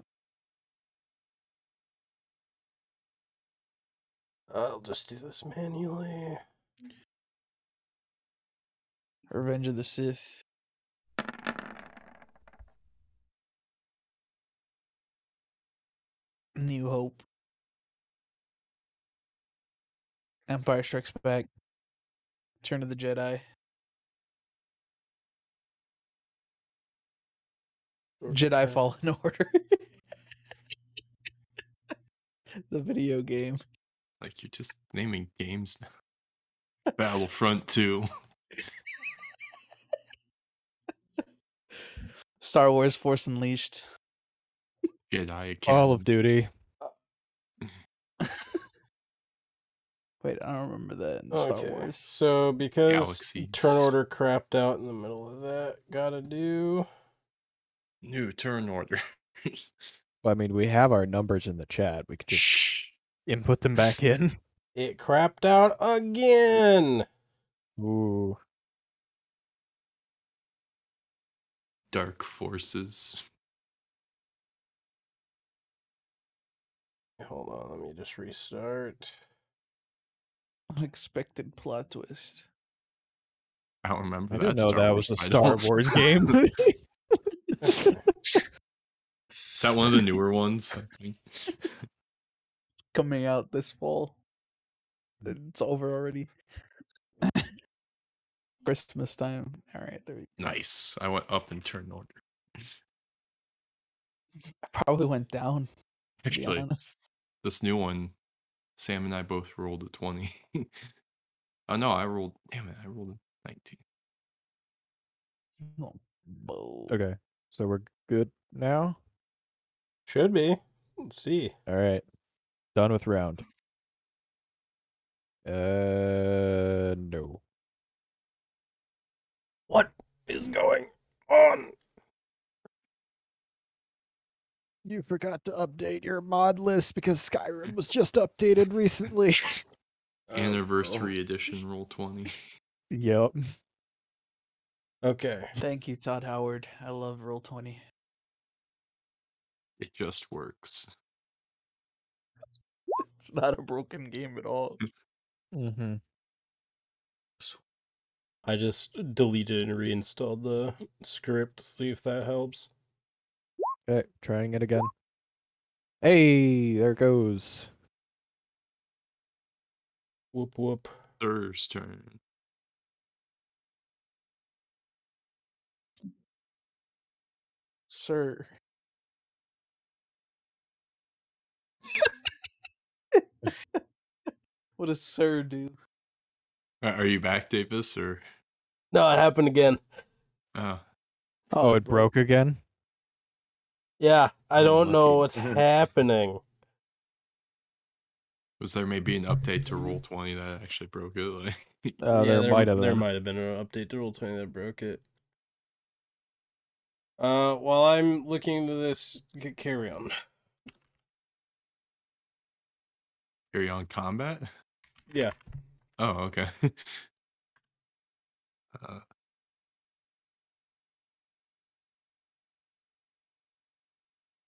I'll just do this manually. Revenge of the Sith. New Hope. Empire Strikes Back. Turn of the Jedi. Jedi Fallen [LAUGHS] Order. the video game. Like you're just naming games now. Battlefront 2. Star Wars Force Unleashed. Jedi Academy. [LAUGHS] Call of Duty. Wait, I don't remember that in Star Okay, Wars. so because turn Galaxies. order crapped out in the middle of that, gotta do. New [LAUGHS] turn order. Well, I mean, we have our numbers in the chat. We could just Shh. input them back [LAUGHS] in. It crapped out again. Ooh. Dark forces. Hold on, let me just restart. Unexpected plot twist. I don't remember I that. didn't know Star that Wars was a Star title. Wars game. [LAUGHS] Okay. [LAUGHS] Is that one of the newer [LAUGHS] ones? [LAUGHS] I think. coming out this fall. It's over already. [COUGHS] Christmas time. All right, there we nice. I went up in turn order. I probably went down. To be Actually, honest, this new one, Sam and I both rolled a 20. [LAUGHS] oh no, I rolled, damn it, I rolled a 19. No, bull. okay, so we're good now. Should be. Let's see. All right, done with round. Uh, no. What is going on? You forgot to update your mod list because Skyrim was just updated [LAUGHS] recently. Anniversary edition, roll 20. yep. Okay. Thank you, Todd Howard. I love Roll Twenty. It just works. It's not a broken game at all. Mm-hmm. I just deleted and reinstalled the script. See if that helps. Okay, Eh, trying it again. Hey, there it goes. Whoop whoop. Thur's turn. Sir, [LAUGHS] what does Sir do? [LAUGHS] A- Uh, Are you back, Davis? Or No, it happened again. uh, Oh, it broke again. Yeah, I don't know what's [LAUGHS] Unlucky. happening. Was there maybe an update to Rule Twenty that actually broke it? Like, [LAUGHS] Uh, there, might have there been. might have been an update to Rule Twenty that broke it. Uh, while I'm looking into this, c- carry on. carry on combat? Yeah. Oh, okay. [LAUGHS] Uh,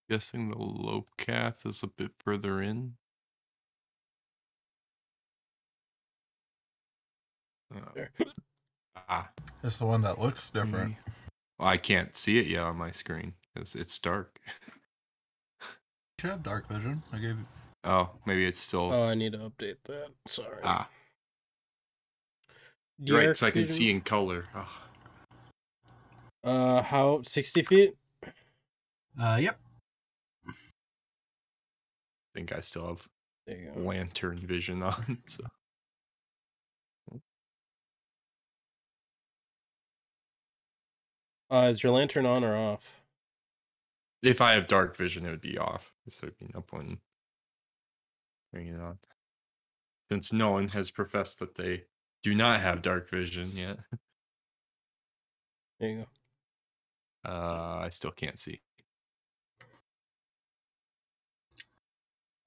guessing the Locath is a bit further in. Uh, There. ah, It's the one that looks Mm. different. well, I can't see it yet on my screen 'cause it's dark. You should have dark vision. I gave you. Oh, maybe it's still Oh, I need to update that. Sorry. ah Dear right, so I can creator- see in color. Ah, Uh, how sixty feet? Uh, yep. I think I still have There you go. lantern vision on. [LAUGHS] So. Uh, is your lantern on or off? If I have dark vision, it would be off. So there'd be no point in bringing it on. Since no one has professed that they do not have dark vision yet, [LAUGHS] There you go. uh, I still can't see.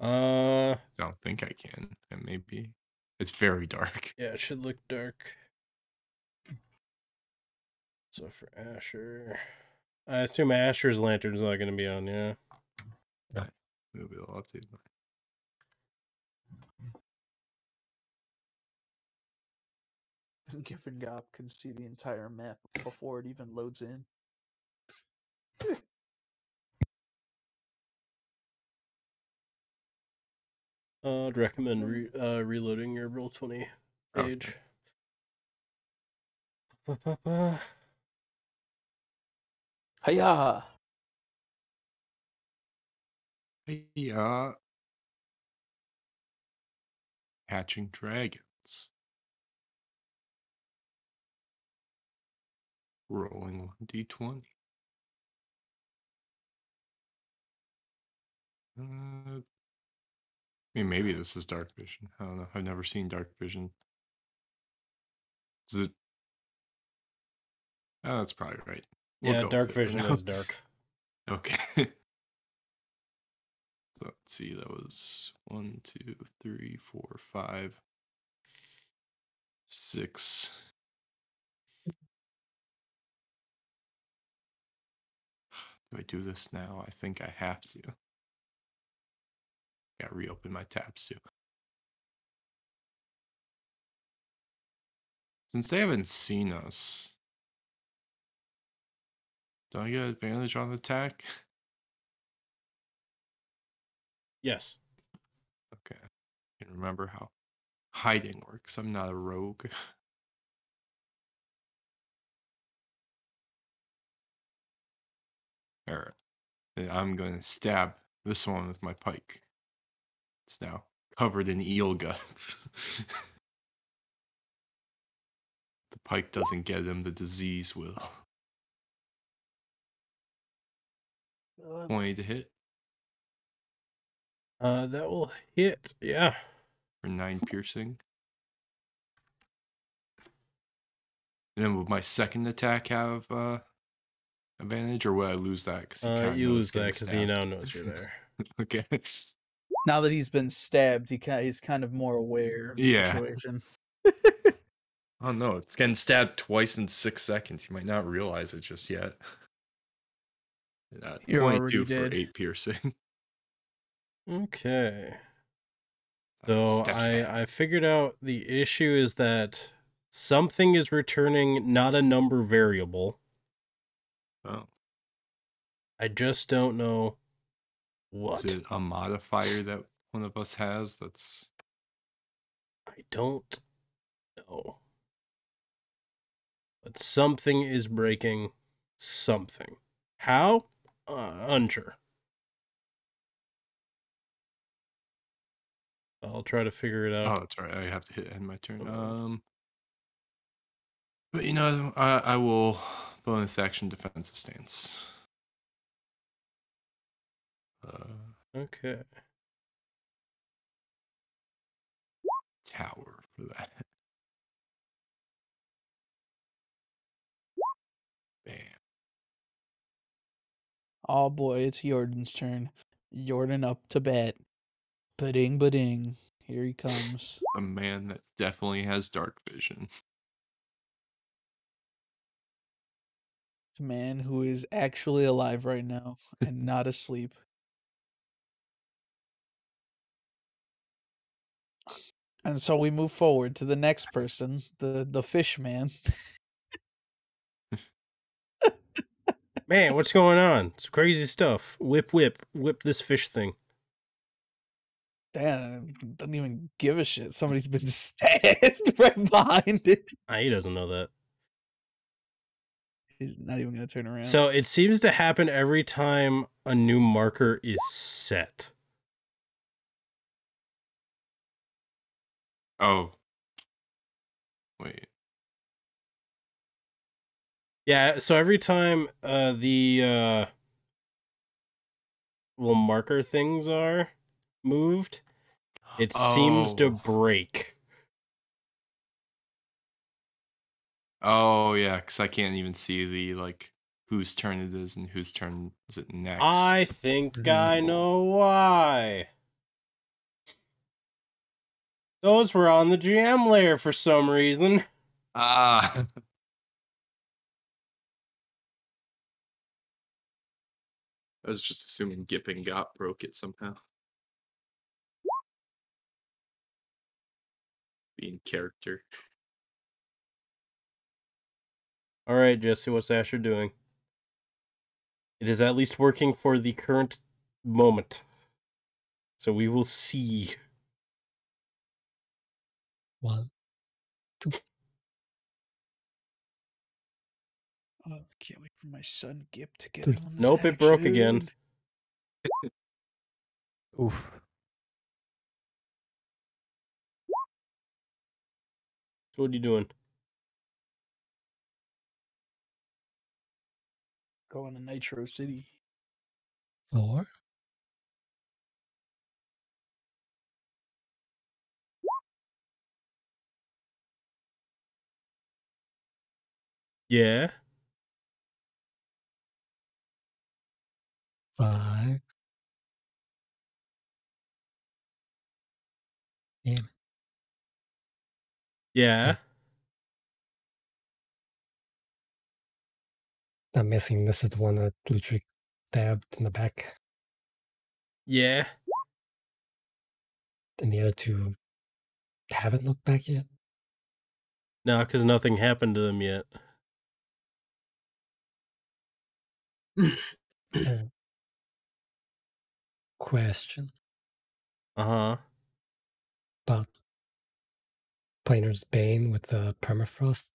Uh, I don't think I can. It may be. It's very dark. yeah, it should look dark. So for Asher, I assume Asher's lantern's not going to be on. Yeah. Maybe it'll update. mine. Giffengop can see the entire map before it even loads in. Uh, I'd recommend re- uh, reloading your roll twenty Mm-hmm. Okay. page. Ba-ba-ba. Hiya! Yeah. Hatching dragons. Rolling one d20. Uh, I mean, maybe this is dark vision. I don't know. I've never seen dark vision. Is it? Oh, that's probably right. We'll Yeah, go with dark it for vision now. is dark. Okay. [LAUGHS] so let's see, that was one, two, three, four, five, six. [SIGHS] Do I do this now? I think I have to. Gotta reopen my tabs too. Since they haven't seen us, do I get advantage on attack? Yes. Okay. I can remember how hiding works. I'm not a rogue. [LAUGHS] Alright. Then I'm going to stab this one with my pike. It's now covered in eel guts. [LAUGHS] the pike doesn't get him, the disease will. Um, 20 to hit Uh, that will hit. Yeah. for 9 piercing. And then would my second attack have uh, advantage, or would I lose that? Cause he Uh, kinda you knows lose that getting because he now [LAUGHS] stabbed? knows you're there. Okay. Now that he's been stabbed, he kind he's kind of more aware of the Yeah. situation. [LAUGHS] Oh no, it's getting stabbed twice in six seconds. He might not realize it just yet. And, uh, You're already 22 dead. for 8 piercing. [LAUGHS] Okay. So Stab, stab. I, I figured out the issue is that something is returning not a number variable. Oh, I just don't know what. is it a modifier that one of us has that's I don't know. But something is breaking something. How? Uh, unsure. I'll try to figure it Oh, out. that's right. I have to hit end my turn. Okay. Um, but you know, I I will bonus action defensive stance. Uh, Okay. Tower for that. [LAUGHS] Bam. Oh boy, it's Jordan's turn. Jordan up to bat. Ba-ding, ba-ding. Here he comes. A man that definitely has dark vision. The man who is actually alive right now and not asleep. And so we move forward to the next person, the the fish man. Man, what's going on? Some crazy stuff. Whip, whip, whip this fish thing. Damn, doesn't even give a shit. Somebody's been [LAUGHS] stabbed right behind it. Ah, he doesn't know that. He's not even gonna turn around. So it seems to happen every time a new marker is set. Oh. Wait. Yeah, so every time uh the uh well marker things are moved, it seems to Oh. break. Oh yeah, because I can't even see the like whose turn it is and whose turn is it next. I think I know why. Those were on the GM layer for some reason. Ah. I was just assuming Gipping got broke it somehow. Being character. All right, Jesse, what's Asher doing? It is at least working for the current moment. So we will see. One. Oh, I can't wait for my son Gip to get Dude. in on this Nope, it broke again. action. Oof. So what are you doing? Going to Nitro City. Four. Yeah. Five. Yeah. I'm missing. This is the one that Lutrick stabbed in the back, Yeah. and the other two haven't looked back yet. No, because nothing happened to them yet. Question Uh huh. about Planer's Bane with the permafrost.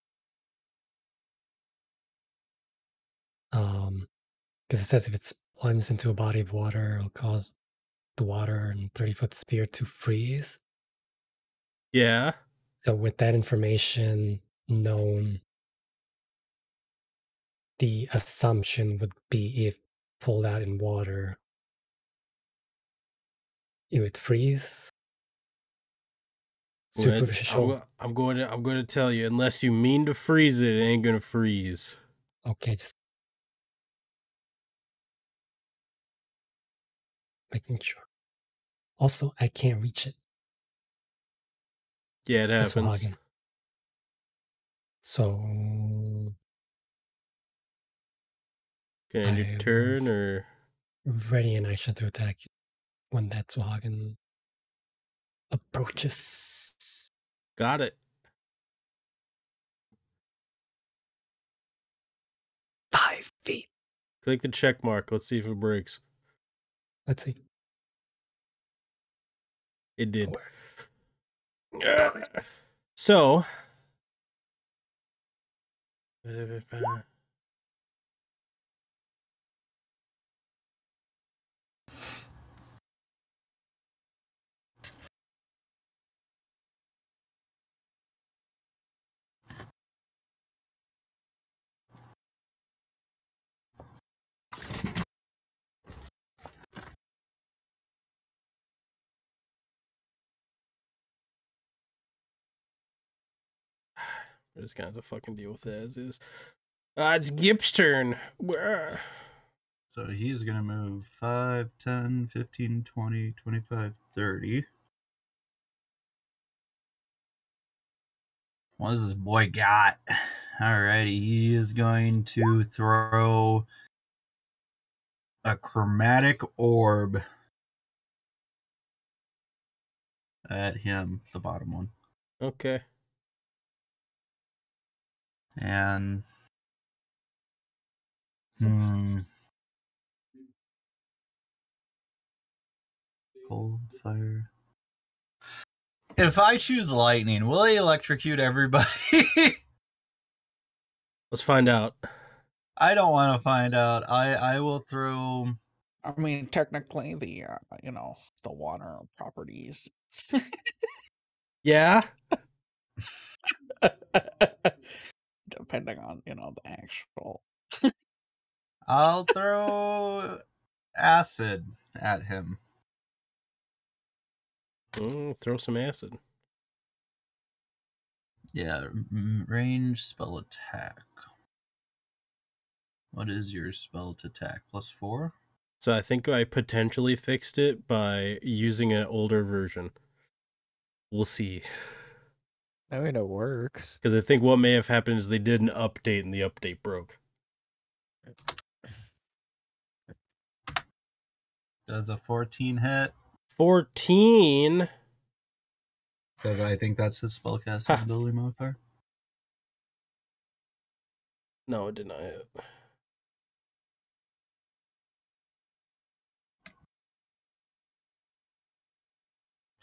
Um, because it says if it's plunged into a body of water, it'll cause the water and 30 foot sphere to freeze. Yeah. So, with that information known, the assumption would be if pulled out in water, it would freeze. Well, it- I'm, Superficial. go- I'm going to. I'm going to tell you. Unless you mean to freeze it, it ain't gonna freeze. Okay, just making sure. Also, I can't reach it. Yeah, it The happens. Swahagan. So, Can I do I will- turn or? ready in action to attack when that Swahagan approaches. Got it. Five feet. Click the check mark. Let's see if it breaks. Let's see. It did. Or- [SIGHS] So. We're just gonna have to fucking deal with it as is. Uh, it's Gip's turn. Where? So he's going to move 5, 10, 15, 20, 25, 30. What does this boy got? Alrighty, he is going to throw a chromatic orb at him, the bottom one. Okay. And hmm. Cold fire. If I choose lightning, will I electrocute everybody? [LAUGHS] Let's find out. I don't want to find out. I I will throw. I mean, technically, the uh, you know the water properties. [LAUGHS] Yeah. [LAUGHS] Depending on you know the actual. I'll throw acid at him. Mm, throw some acid. Yeah, m- range spell attack. What is your spell to attack? Plus four? So I think I potentially fixed it by using an older version. We'll see. I mean, it works. Because I think what may have happened is they did an update and the update broke. Does a 14 hit? 14. Because I think that's his spellcasting ability modifier. No, it did not hit.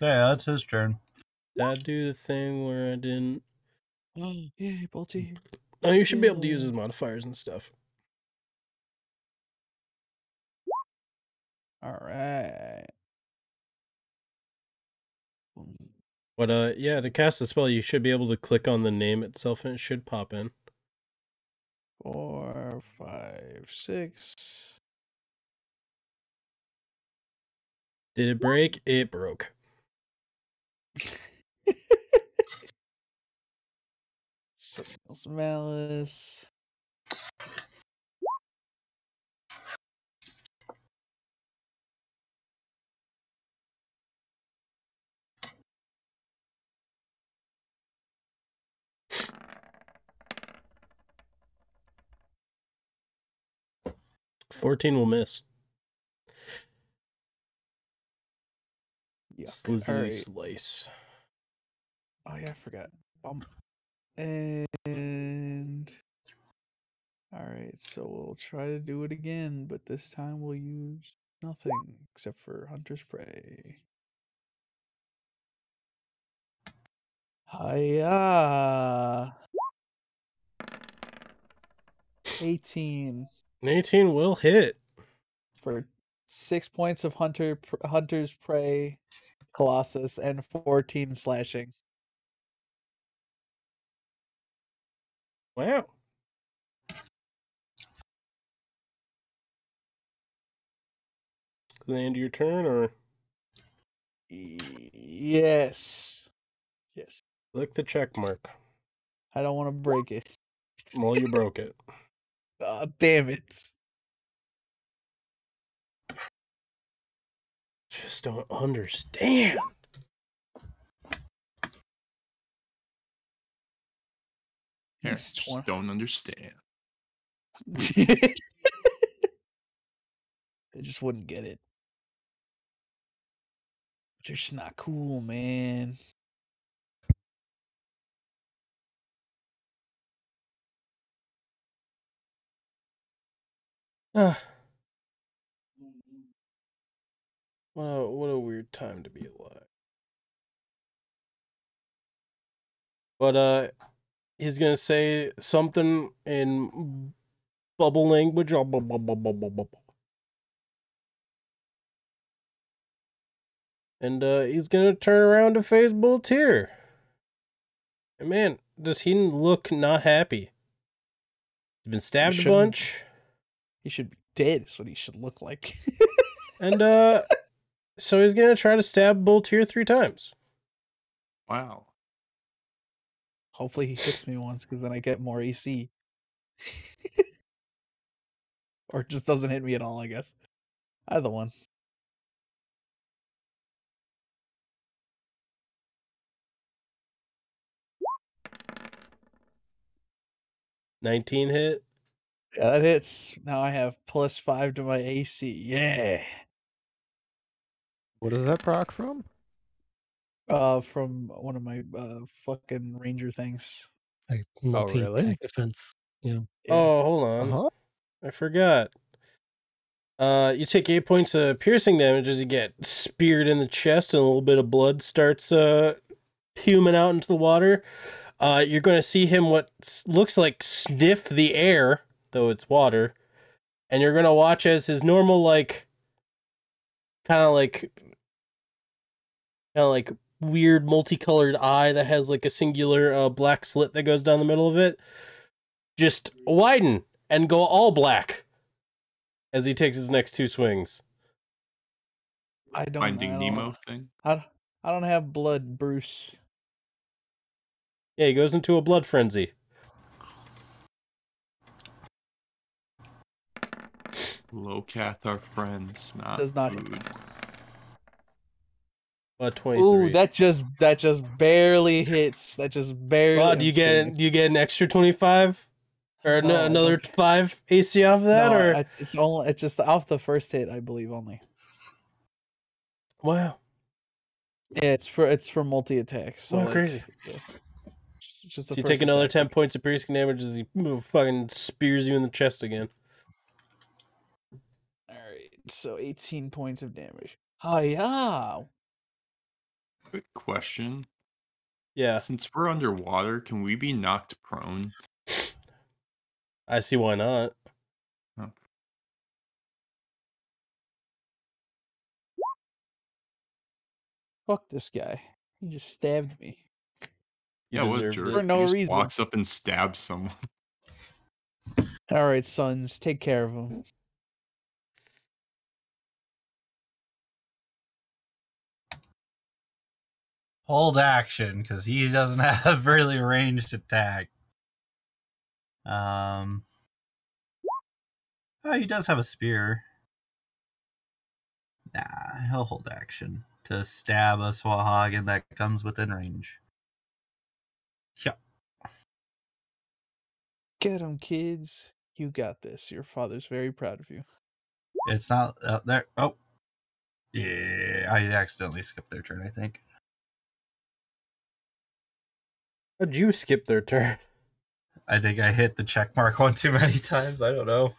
Yeah, that's his turn. Did I do the thing where I didn't? Oh, yeah, Balti. No, you should be able to use his modifiers and stuff. All right. Boom. But uh, yeah, to cast the spell, you should be able to click on the name itself and it should pop in. Four, five, six. [LAUGHS] Did it break? It broke. Signals malice. Fourteen will miss. Yuck. Slizzly Alright. slice. Oh yeah, I forgot. Bump. And all right, so we'll try to do it again, but this time we'll use nothing except for Hunter's Prey. Hiya. Eighteen An Eighteen will hit. for six points of Hunter pr- Hunter's Prey, Colossus, and fourteen slashing. Wow. The end of your turn, or Y- Yes. Yes. click the check mark. I don't want to break it. Well, you broke it. Ah, damn it. Just don't understand. Yeah, He's just [LAUGHS] torn. don't understand. I just wouldn't get it. They're just not cool, man. Ah. What a, what a weird time to be alive. But uh he's going to say something in bubble language. Ah, bub- bub- bub- bub- bub- bub. And uh he's going to turn around to face Bull Tear. And man, does he look not happy? He's been stabbed a shouldn't. bunch. He should be dead. Is what he should look like. [LAUGHS] And uh so he's gonna try to stab Bull Tier three times. Wow. Hopefully he hits me once because then I get more AC. [LAUGHS] or just doesn't hit me at all, I guess. Either one. Nineteen hit. Yeah, that hits. Now I have plus five to my AC. Yeah. What is that proc from? Uh, from one of my uh fucking ranger things. Like multi attack really? defense. Yeah. Yeah. Oh, hold on. Uh-huh. I forgot. Uh, you take eight points of piercing damage as you get speared in the chest, and a little bit of blood starts uh, puming out into the water. Uh, you're going to see him what s- looks like sniff the air, though it's water, and you're going to watch as his normal like, kind of like, kind of like weird multicolored eye that has like a singular uh, black slit that goes down the middle of it, just widen and go all black as he takes his next two swings. I don't. Finding I don't- Nemo thing. I, d- I don't have blood, Bruce. Yeah, he goes into a blood frenzy. Locath are friends, not Does not- food. Uh, Ooh, 23. that just that just barely hits. That just barely. Oh, do you get do you get an extra 25 or an- No, I another don't. 5 AC off of that that or it's only it's just off the first hit, I believe only. wow. Yeah, it's for it's for multi attacks. So Wow, like, Oh, crazy. it's just So the you first take another attack. 10 points of piercing damage as he move- fucking spears you in the chest again. All right, so eighteen points of damage. Oh yeah. Quick question. Yeah, Since we're underwater, can we be knocked prone? I see why not. Fuck this guy. He just stabbed me. You yeah, what a deserved jerk. it. For He no just reason. Walks up and stabs someone. [LAUGHS] All right, sons, take care of him. Hold action because he doesn't [LAUGHS] have really ranged attack. Um. Oh, he does have a spear. Nah, he'll hold action to stab a Swahagan that comes within range. Yeah. Get him, kids. You got this. Your father's very proud of you. It's not uh, there. Oh, yeah. I accidentally skipped their turn. I think. How'd you skip their turn? I think I hit the check mark [LAUGHS] one too many times. I don't know.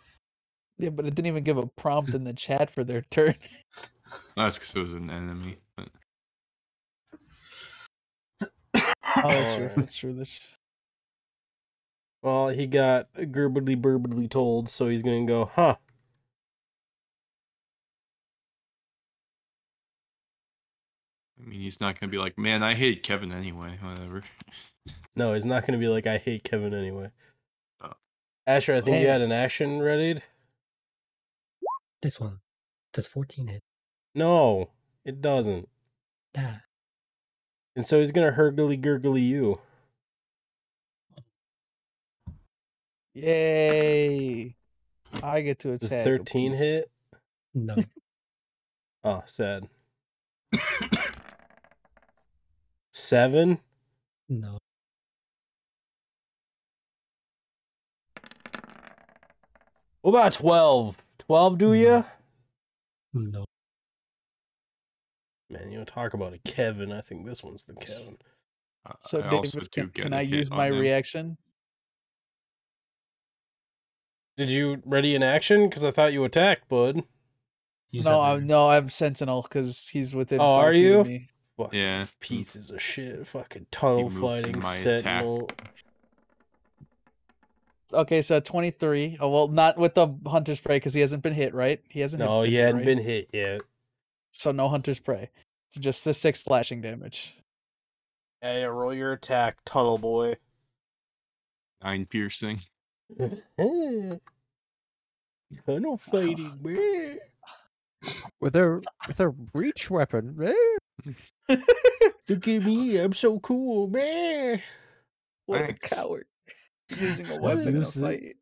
Yeah, but it didn't even give a prompt in the chat for their [LAUGHS] turn. That's because it was an enemy. But Oh, that's true. [LAUGHS] [LAUGHS] Alright. That's true. That's [LAUGHS] Well, he got gerbidly burbidly told, so he's going to go, "Huh. I mean, he's not gonna be like, man, I hate Kevin anyway. Whatever. [LAUGHS] No, he's not going to be like I hate Kevin anyway." Oh. Asher, I think you had an Thanks. action readied. This one. Does 14 hit? No, it doesn't. Yeah. And so he's gonna hurgly gurgly you. Yay! I get to Does attack. a thirteen piece. hit? [LAUGHS] No. Oh, sad. Seven. no. What about twelve? Twelve, do Hmm. ya? No. Man, you know, talk about a Kevin. I think this one's the Kevin. Uh, So, I Davis, also do can, get can a I hit use on my him. reaction? Did you ready in action? Because I thought you attacked, bud. He's no, up I'm no, I'm sentinel because he's within. Oh, five are feet you? Of me. Fuck. Yeah. Pieces of shit. Fucking tunnel moved to fighting my attack. sentinel. Okay, so twenty-three. Oh well, not with the hunter's prey because he hasn't been hit, right? He [LAUGHS] hasn't. No, hit, he yet, hadn't right? been hit yet. So no hunter's prey. So just the six slashing damage. Yeah, yeah, roll your attack, tunnel boy. Nine piercing. [LAUGHS] tunnel fighting, [SIGHS] man. With a with a reach weapon. eh? Look at me, I'm so cool, man. [LAUGHS] What Thanks. a coward. Using a What weapon in a use is- fight.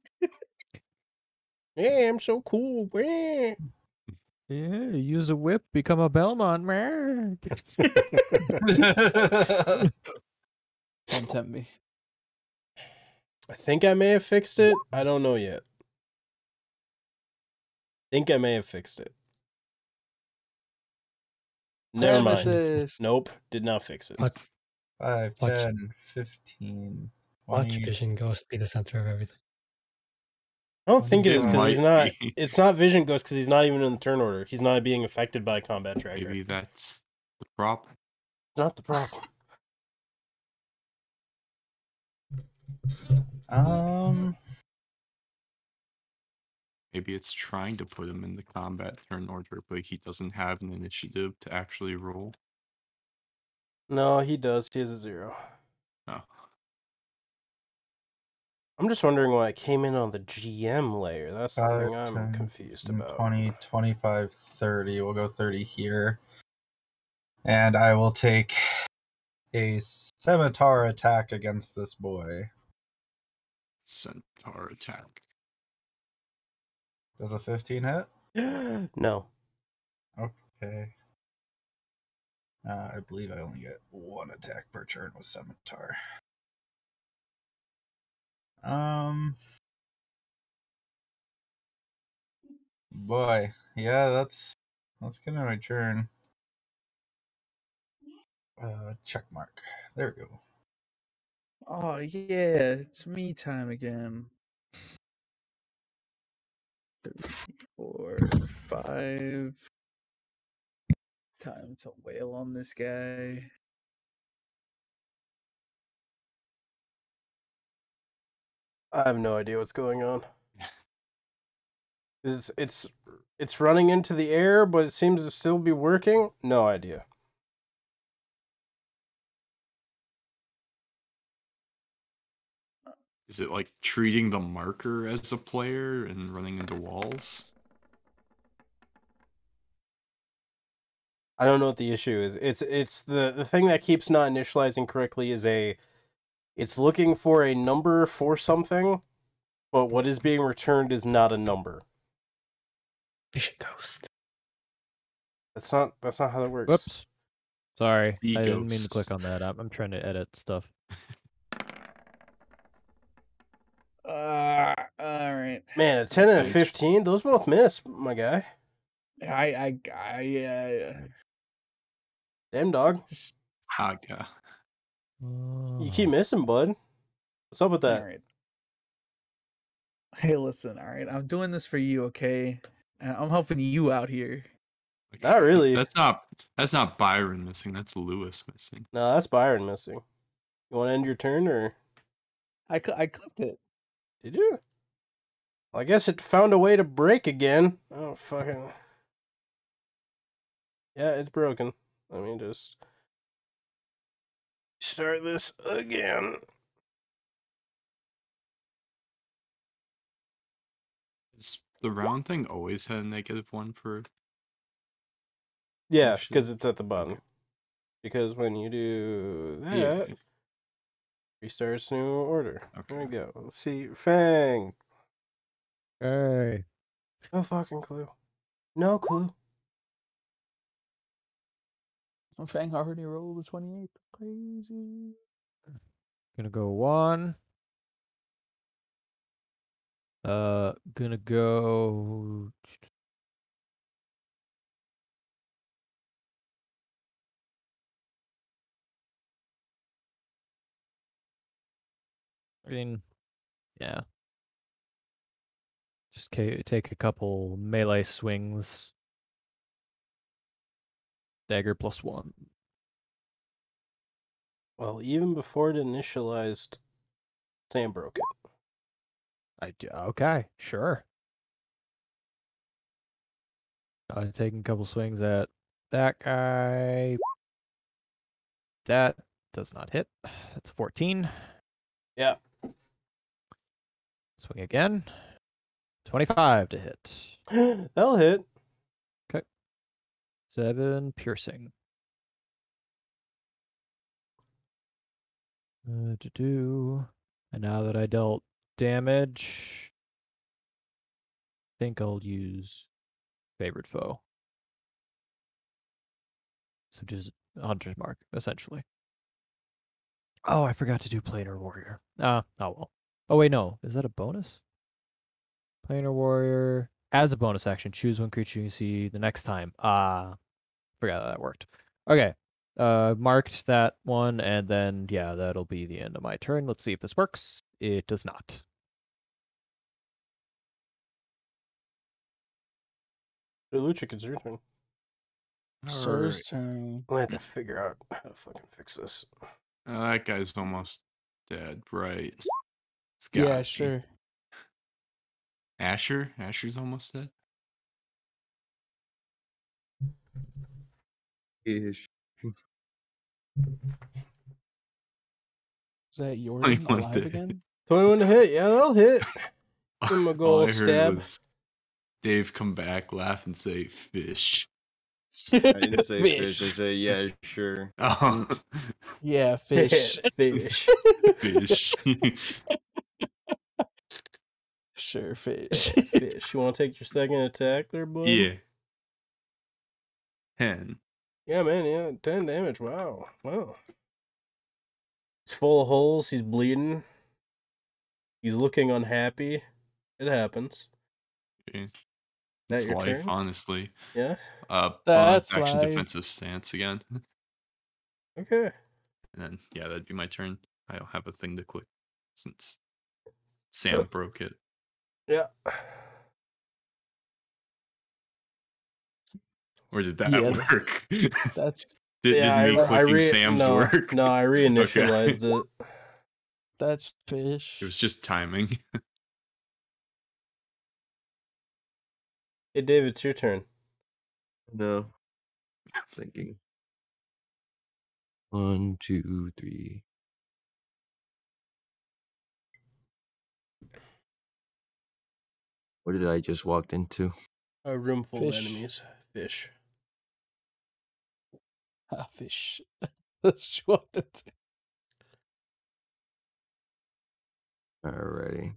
Yeah, I'm so cool. [LAUGHS] Wah. Yeah, use a whip, become a Belmont. meh. [LAUGHS] Don't tempt me. I think I may have fixed it. I don't know yet. think I may have fixed it. Never Damn it, mind. this- Nope, did not fix it. Watch, 5, Watch- 10, 15, watch 20. Vision Ghost be the center of everything. I don't think it is It because he's might not. be. It's not Vision Ghost because he's not even in the turn order. He's not being affected by combat tracker. Maybe that's the problem. Not the problem. Um, Maybe it's trying to put him in the combat turn order, but he doesn't have an initiative to actually roll. No, he does. He has a zero. Oh. I'm just wondering why it came in on the GM layer. That's the Five, thing I'm 10, confused Mm, about. 20, 25, 30. We'll go 30 here. And I will take a scimitar attack against this boy. Centaur attack. Does a 15 hit? [GASPS] no. Okay. Uh, I believe I only get one attack per turn with scimitar. Um. Boy, yeah, that's that's gonna return. Uh, check mark. There we go. Oh yeah, it's me time again. Three, four, five. Time to wail on this guy. I have no idea what's going on. It's it's it's running into the air, but it seems to still be working. No idea. Is it like treating the marker as a player and running into walls? I don't know what the issue is. It's it's the the thing that keeps not initializing correctly is a it's looking for a number for something, but what is being returned is not a number. Vision Ghost. That's not that's not how that works. [LAUGHS] Whoops. Sorry, The I didn't mean to ghost. click on that. I'm, I'm trying to edit stuff. Uh, all right. Man, a ten and a Jeez. fifteen, those both miss, my guy. I I I uh, Damn dog. [LAUGHS] Haga. You Mm. keep missing, bud. What's up with All that? right. Hey, listen. All right, I'm doing this for you, okay? And I'm helping you out here. Like, Not really. That's not that's not Byron missing, that's Lewis missing. No, that's Byron missing. You wanna end your turn or I cl- I clipped it. Did you? Well, I guess it found a way to break again. Oh fucking. Yeah, it's broken. Let me just start this again. Is the round thing always had a negative one for Yeah, Oh, shit. because it's at the bottom. Because when you do that, restarts new order. There we Okay. go. Let's see. Fang. Oh. Hey, No fucking clue. No clue. Fang already rolled a 28. Crazy. gonna go one. Uh, gonna go. I mean, yeah. Just ca- take a couple melee swings. Dagger plus one. Well, even before it initialized, Sam broke it. I d- okay, sure. I'm taking a couple swings at that guy. That does not hit. [SIGHS] That's a 14. Yeah. Swing again. 25 to hit. [GASPS] That'll hit. Seven piercing. Uh, to do. And now that I dealt damage, I think I'll use favorite foe. So just hunter's mark, essentially. Oh, I forgot to do planar warrior. Ah, oh well. Oh wait, no. Is that a bonus? Planar warrior as a bonus action, choose one creature you see the next time. Ah, forgot how that worked. Okay, uh, marked that one, and then yeah, that'll be the end of my turn. Let's see if this works. It does not. Hey, Luchik, it's your turn. Sir's turn. I have to figure out how to fucking fix this. Uh, that guy's almost dead, right? It's gotta Yeah, be. sure. Asher? Asher's almost dead? [LAUGHS] [LAUGHS] Ish. Is that Jordan want alive to- [LAUGHS] again? Twenty-one to hit. Yeah, that'll hit. Give him a good All I old stab. heard was Dave come back, laugh, and say, fish. [LAUGHS] I didn't say fish. I [LAUGHS] said yeah, sure. Oh, [LAUGHS] Yeah, fish. [LAUGHS] Fish. [LAUGHS] fish. [LAUGHS] [LAUGHS] sure, fish. Fish. You want to take your second attack there, boy? yeah. 10. Yeah, man. Yeah, ten damage. Wow. Wow. He's full of holes. He's bleeding. He's looking unhappy. It happens. Okay. That It's your life, turn? honestly. Yeah. Uh, That's bonus action life. defensive stance again. [LAUGHS] And Okay. then, yeah, that'd be my turn. I don't have a thing to click since Sam broke it. Yeah. Or did that Yeah. work? [LAUGHS] did, That's did yeah, me clicking Sam's no, work? No, [LAUGHS] I reinitialized it. that's fish. It was just timing. [LAUGHS] Hey, David, it's your turn. No. Thinking. One, two, three. What did I just walked into? A room full Fish. of enemies. Fish. Ah, fish. That's what that's Alrighty.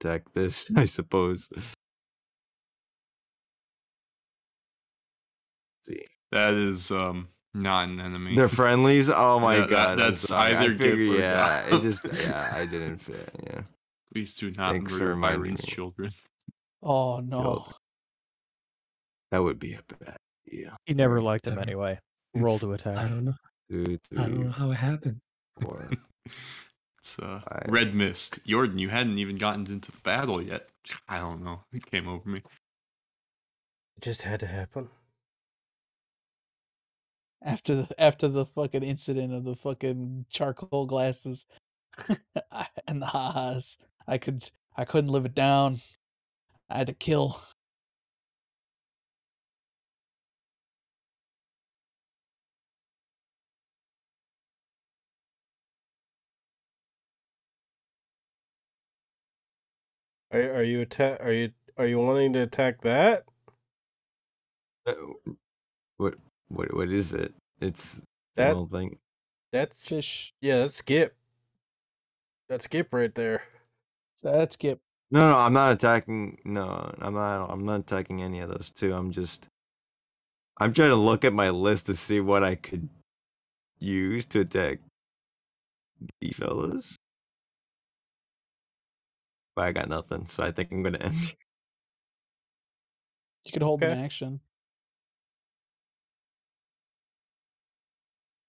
Attack this, [LAUGHS] I suppose. See. That is um not an enemy. They're friendlies. Oh my Yeah, that- god! I'm that's sorry. I either give figure, or yeah. die. It [LAUGHS] just yeah, I didn't fit. Yeah. [LAUGHS] Please do not Thanks for murder reminding Byron's me. children. [LAUGHS] Oh no. That would be a bad idea. He never Right. liked him Never. anyway. Roll to I attack. don't know. Two, I don't know three, how it happened. [LAUGHS] four. It's uh, Five. red mist. Jordan, you hadn't even gotten into the battle yet. [SIGHS] I don't know. It came over me. It just had to happen. After the after the fucking incident of the fucking charcoal glasses [LAUGHS] I- and the ha-has, I could I couldn't live it down. I had to kill. Are, are you attack? Are you are you wanting to attack that? Uh, What what what is it? It's the That whole thing. that's Fish. yeah. That's skip. That's skip right there. That's Gip. No, no, I'm not attacking. No, I'm not. I'm not attacking any of those two. I'm just. I'm trying to look at my list to see what I could use to attack the fellas. But I got nothing, so I think I'm gonna end. You could hold an Okay. action.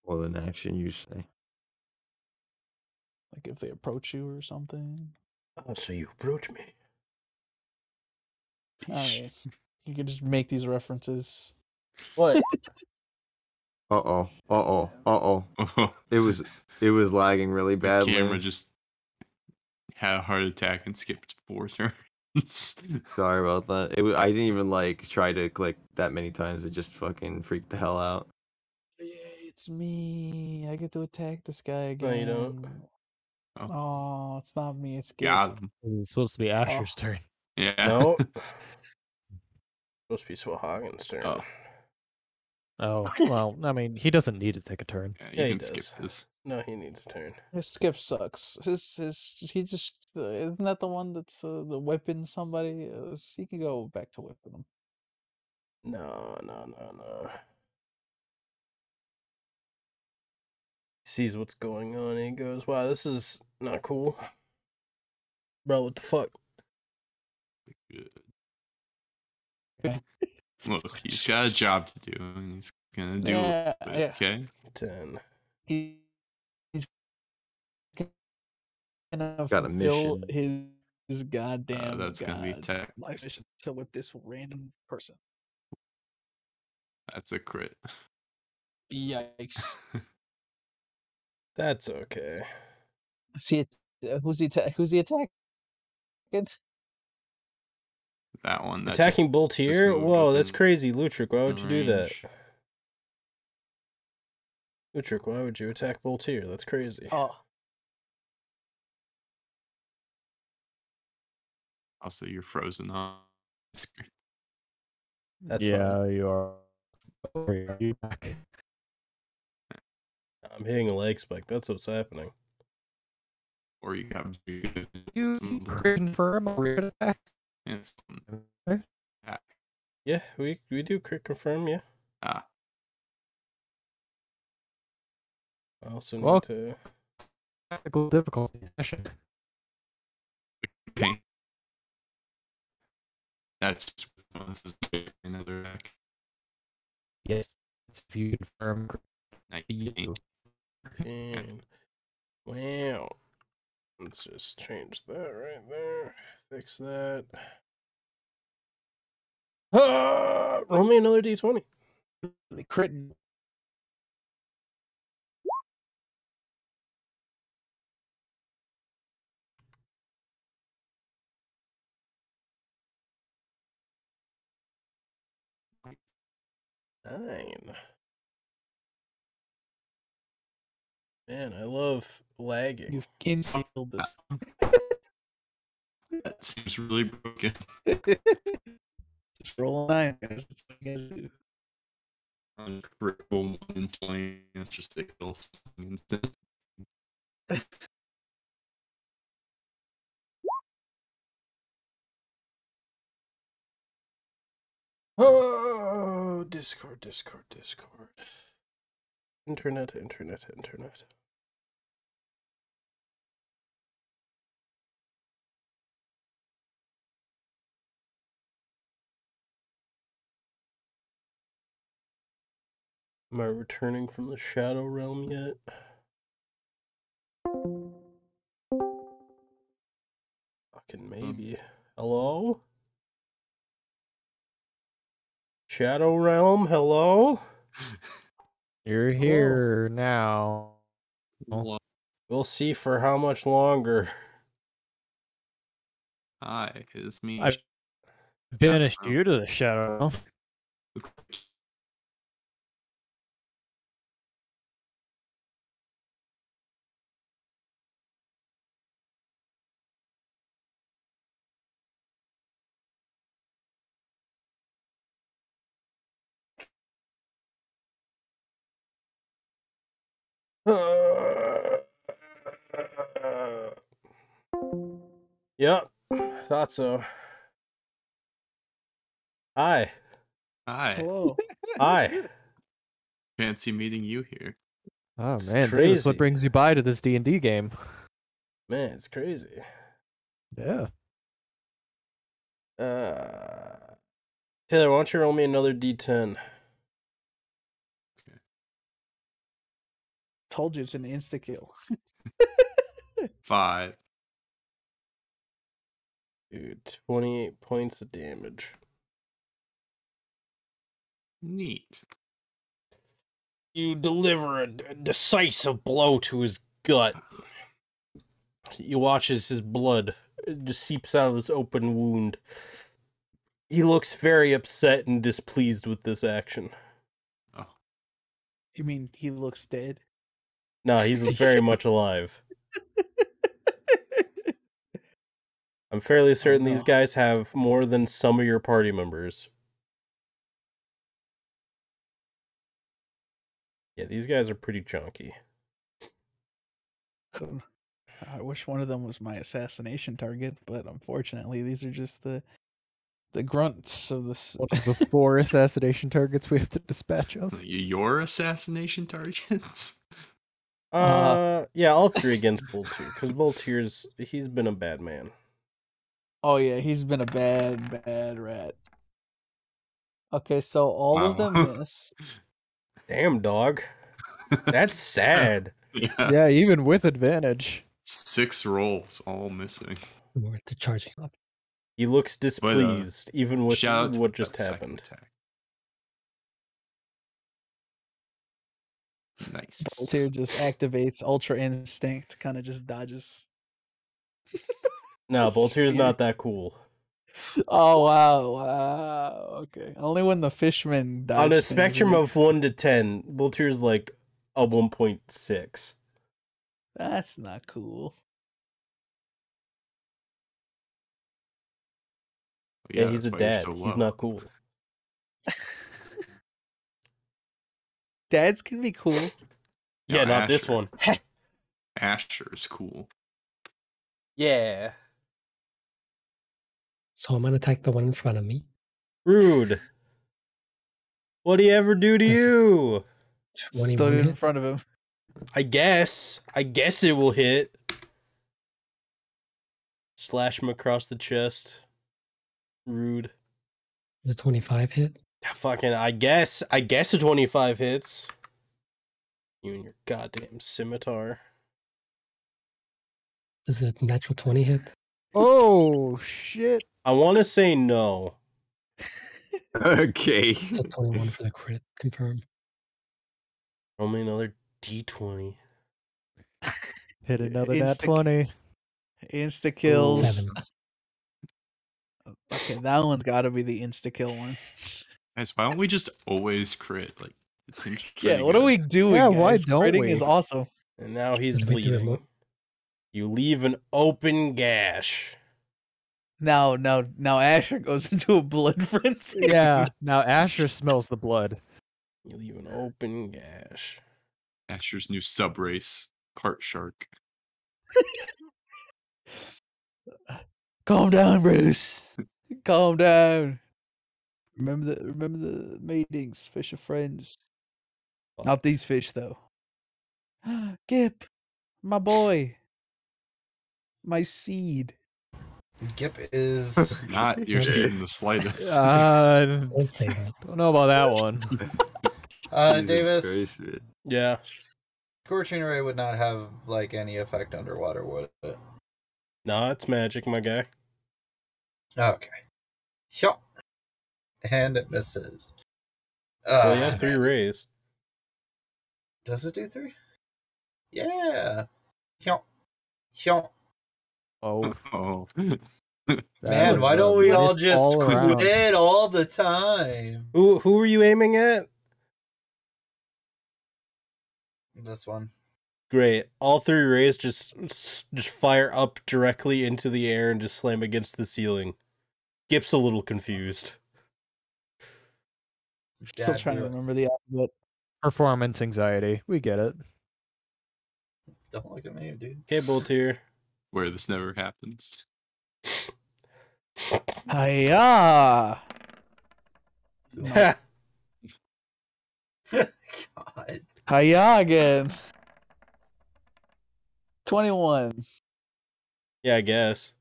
Well, an action you say. Like if they approach you or something. Oh, so you approach me. Alright. [LAUGHS] You can just make these references. What? Uh oh. Uh oh. Uh oh. It [LAUGHS] was. It was lagging really the badly. camera just had a heart attack and skipped four [LAUGHS] turns. Sorry about that. It wa- I didn't even like try to click that many times. It just fucking freaked the hell out. [LAUGHS] Yeah, it's me. I get to attack this guy No, again. you don't. Oh. Oh, it's not me. It's Gip. Got him. It's supposed to be Asher's turn. Yeah. [LAUGHS] No. Supposed to be Swahagan's turn. Oh. [LAUGHS] Oh, well, I mean, he doesn't need to take a turn. Yeah, you Yeah, he can does. skip this. No, he needs a turn. His skip sucks. His his he just uh, isn't that the one that's uh, the whipping somebody. Uh, s- he can go back to whipping them. No, no, no, no. He sees what's going on and he goes, Wow, this is not cool. Bro, what the fuck? Good. [LAUGHS] [LAUGHS] Look, he's got a job to do, and he's gonna do yeah, it. yeah. Okay. Uh, 10. He, he's gonna Got a fulfill mission. his, his Uh, goddamn. that's gonna be god- tech. life mission to whip this random person. That's a crit. [LAUGHS] Yikes! That's okay. See it. Uh, who's the attack? Who's the attack? that one. That Attacking Bolt here? move Whoa, that's doesn't- crazy. Lutric, why would the you do that? range. Lutric, why would you attack Bolt here? That's crazy. Oh, Also, you're frozen on. [LAUGHS] screen. That's yeah, fine. you are. Are you back? I'm hitting a leg spike. That's what's happening. Or you have to. You confirm a rear attack? It's- Yeah, we we do crit confirm, yeah. Ah. I also need Well- to Technical difficulty session. Okay. That's this is another act. Yes. If you confirm, Nineteen. And wow. Let's just change that right there. Fix that. Ah, roll me another d20. crit. Nine. Man, I love lagging. You've insealed this. That seems really broken. [LAUGHS] [LAUGHS] Just roll a nine. guys. It's like, uh, On critical one in twenty. That's just a kill. instead. Oh, Discord, Discord, Discord. Internet, internet, internet. Am I returning from the Shadow Realm yet? Fucking maybe. Hello? Shadow Realm, hello? you're here now. Oh. We'll see for how much longer. [LAUGHS] Hi, it's me. I banished you to the shadow. yep, thought so. Hi, Hi. Hello. [LAUGHS] hi. Fancy meeting you here. Oh It's man, dude, that's crazy. what brings you by to this D and D game. Man, it's crazy. Yeah. Uh, Taylor, why don't you roll me another D10? Told you it's an insta kill. Five. Dude, 28 points of damage. Neat. You deliver a d- decisive blow to his gut. You watch as his blood just seeps out of this open wound. He looks very upset and displeased with this action. Oh, You mean he looks [LAUGHS] dead? No, he's very much alive. I'm fairly certain these no. guys have more than some of your party members. Yeah, these guys are pretty chunky. Um, I wish one of them was my assassination target, but unfortunately, these are just the the grunts of this. [LAUGHS] One of the four assassination targets we have to dispatch of. Y- Your assassination targets? Uh, yeah, all three against Boltier because Boltier's he's been a bad man. [LAUGHS] Oh yeah, he's been a bad, bad rat. Okay, so all of Wow. them [LAUGHS] miss. Damn dog, that's sad. [LAUGHS] yeah. Yeah, even with advantage. Six rolls, all missing. Worth the charging up. He looks displeased, even with uh, Shout out to what just that second happened. attack. Nice. Voltaire just activates Ultra Instinct, kind of just dodges. No, Boltier's not Spears. that cool. Oh wow, wow. Okay, only when the fishman dies. On a spectrum of one to ten, Boltier's like a one point six. that's [LAUGHS] not cool. Yeah, Oh, that's he's a why you're dad. so low. he's not cool. Dads can [LAUGHS] be cool. No, yeah, not this Asher. one. Asher's cool. yeah, So I'm gonna attack the one in front of me. rude. What do you ever do to That's- you? Stood 21 in hit. front of him. I guess. I guess it will hit. Slash him across the chest. Rude. Is it 25 hit? Fucking, I guess. I guess a 25 hits. You and your goddamn scimitar. Is it natural 20 hit? Oh [LAUGHS] shit! I want to say no. [LAUGHS] Okay. It's a 21 for the crit. Confirm. Roll me another d20. Hit another nat Insta- twenty. Insta kills. Seven. Okay, that one's got to be the insta kill one. Guys, why don't we just always crit? Like, it seems [LAUGHS] Yeah, pretty what are good. we doing? Yeah, why guys? don't Critting we? is awesome. And now he's Did we do it bleeding. mo- You leave an open gash. Now, now, now, Asher goes [LAUGHS] into a blood frenzy. [LAUGHS] Yeah. Now Asher smells the [LAUGHS] blood. You leave an open gash. Asher's new sub race, part [LAUGHS] shark. Calm [LAUGHS] down, Bruce. Calm down. Remember the remember the meetings, fish are friends. Not these fish though. [GASPS] Gip, my boy, my seed. Gip [LAUGHS] is Not your seed in the slightest. Uh, Don't say that. don't know about that [LAUGHS] one. uh, Jesus Davis. Christ, man. Yeah. Scorching ray would not have like any effect underwater, would it? Nah, it's magic, my guy. Okay. Sure. And it misses. Uh, Well, Oh, Ah. yeah, three rays. Does it do three? Yeah. Sure. Sure. Oh oh. [LAUGHS] that Man, was why a don't we all waste just all around. quit all the time? Who who were you aiming at? This one. Great. All three rays just just fire up directly into the air and just slam against the ceiling. Gip's a little confused. Still Dad trying to knew it. remember the alphabet. performance anxiety? We get it. Don't look at me, dude. Okay, [LAUGHS] Boltier. Where this never happens. Hiya. Ha! God. Hiya again. Twenty-one. yeah, I guess.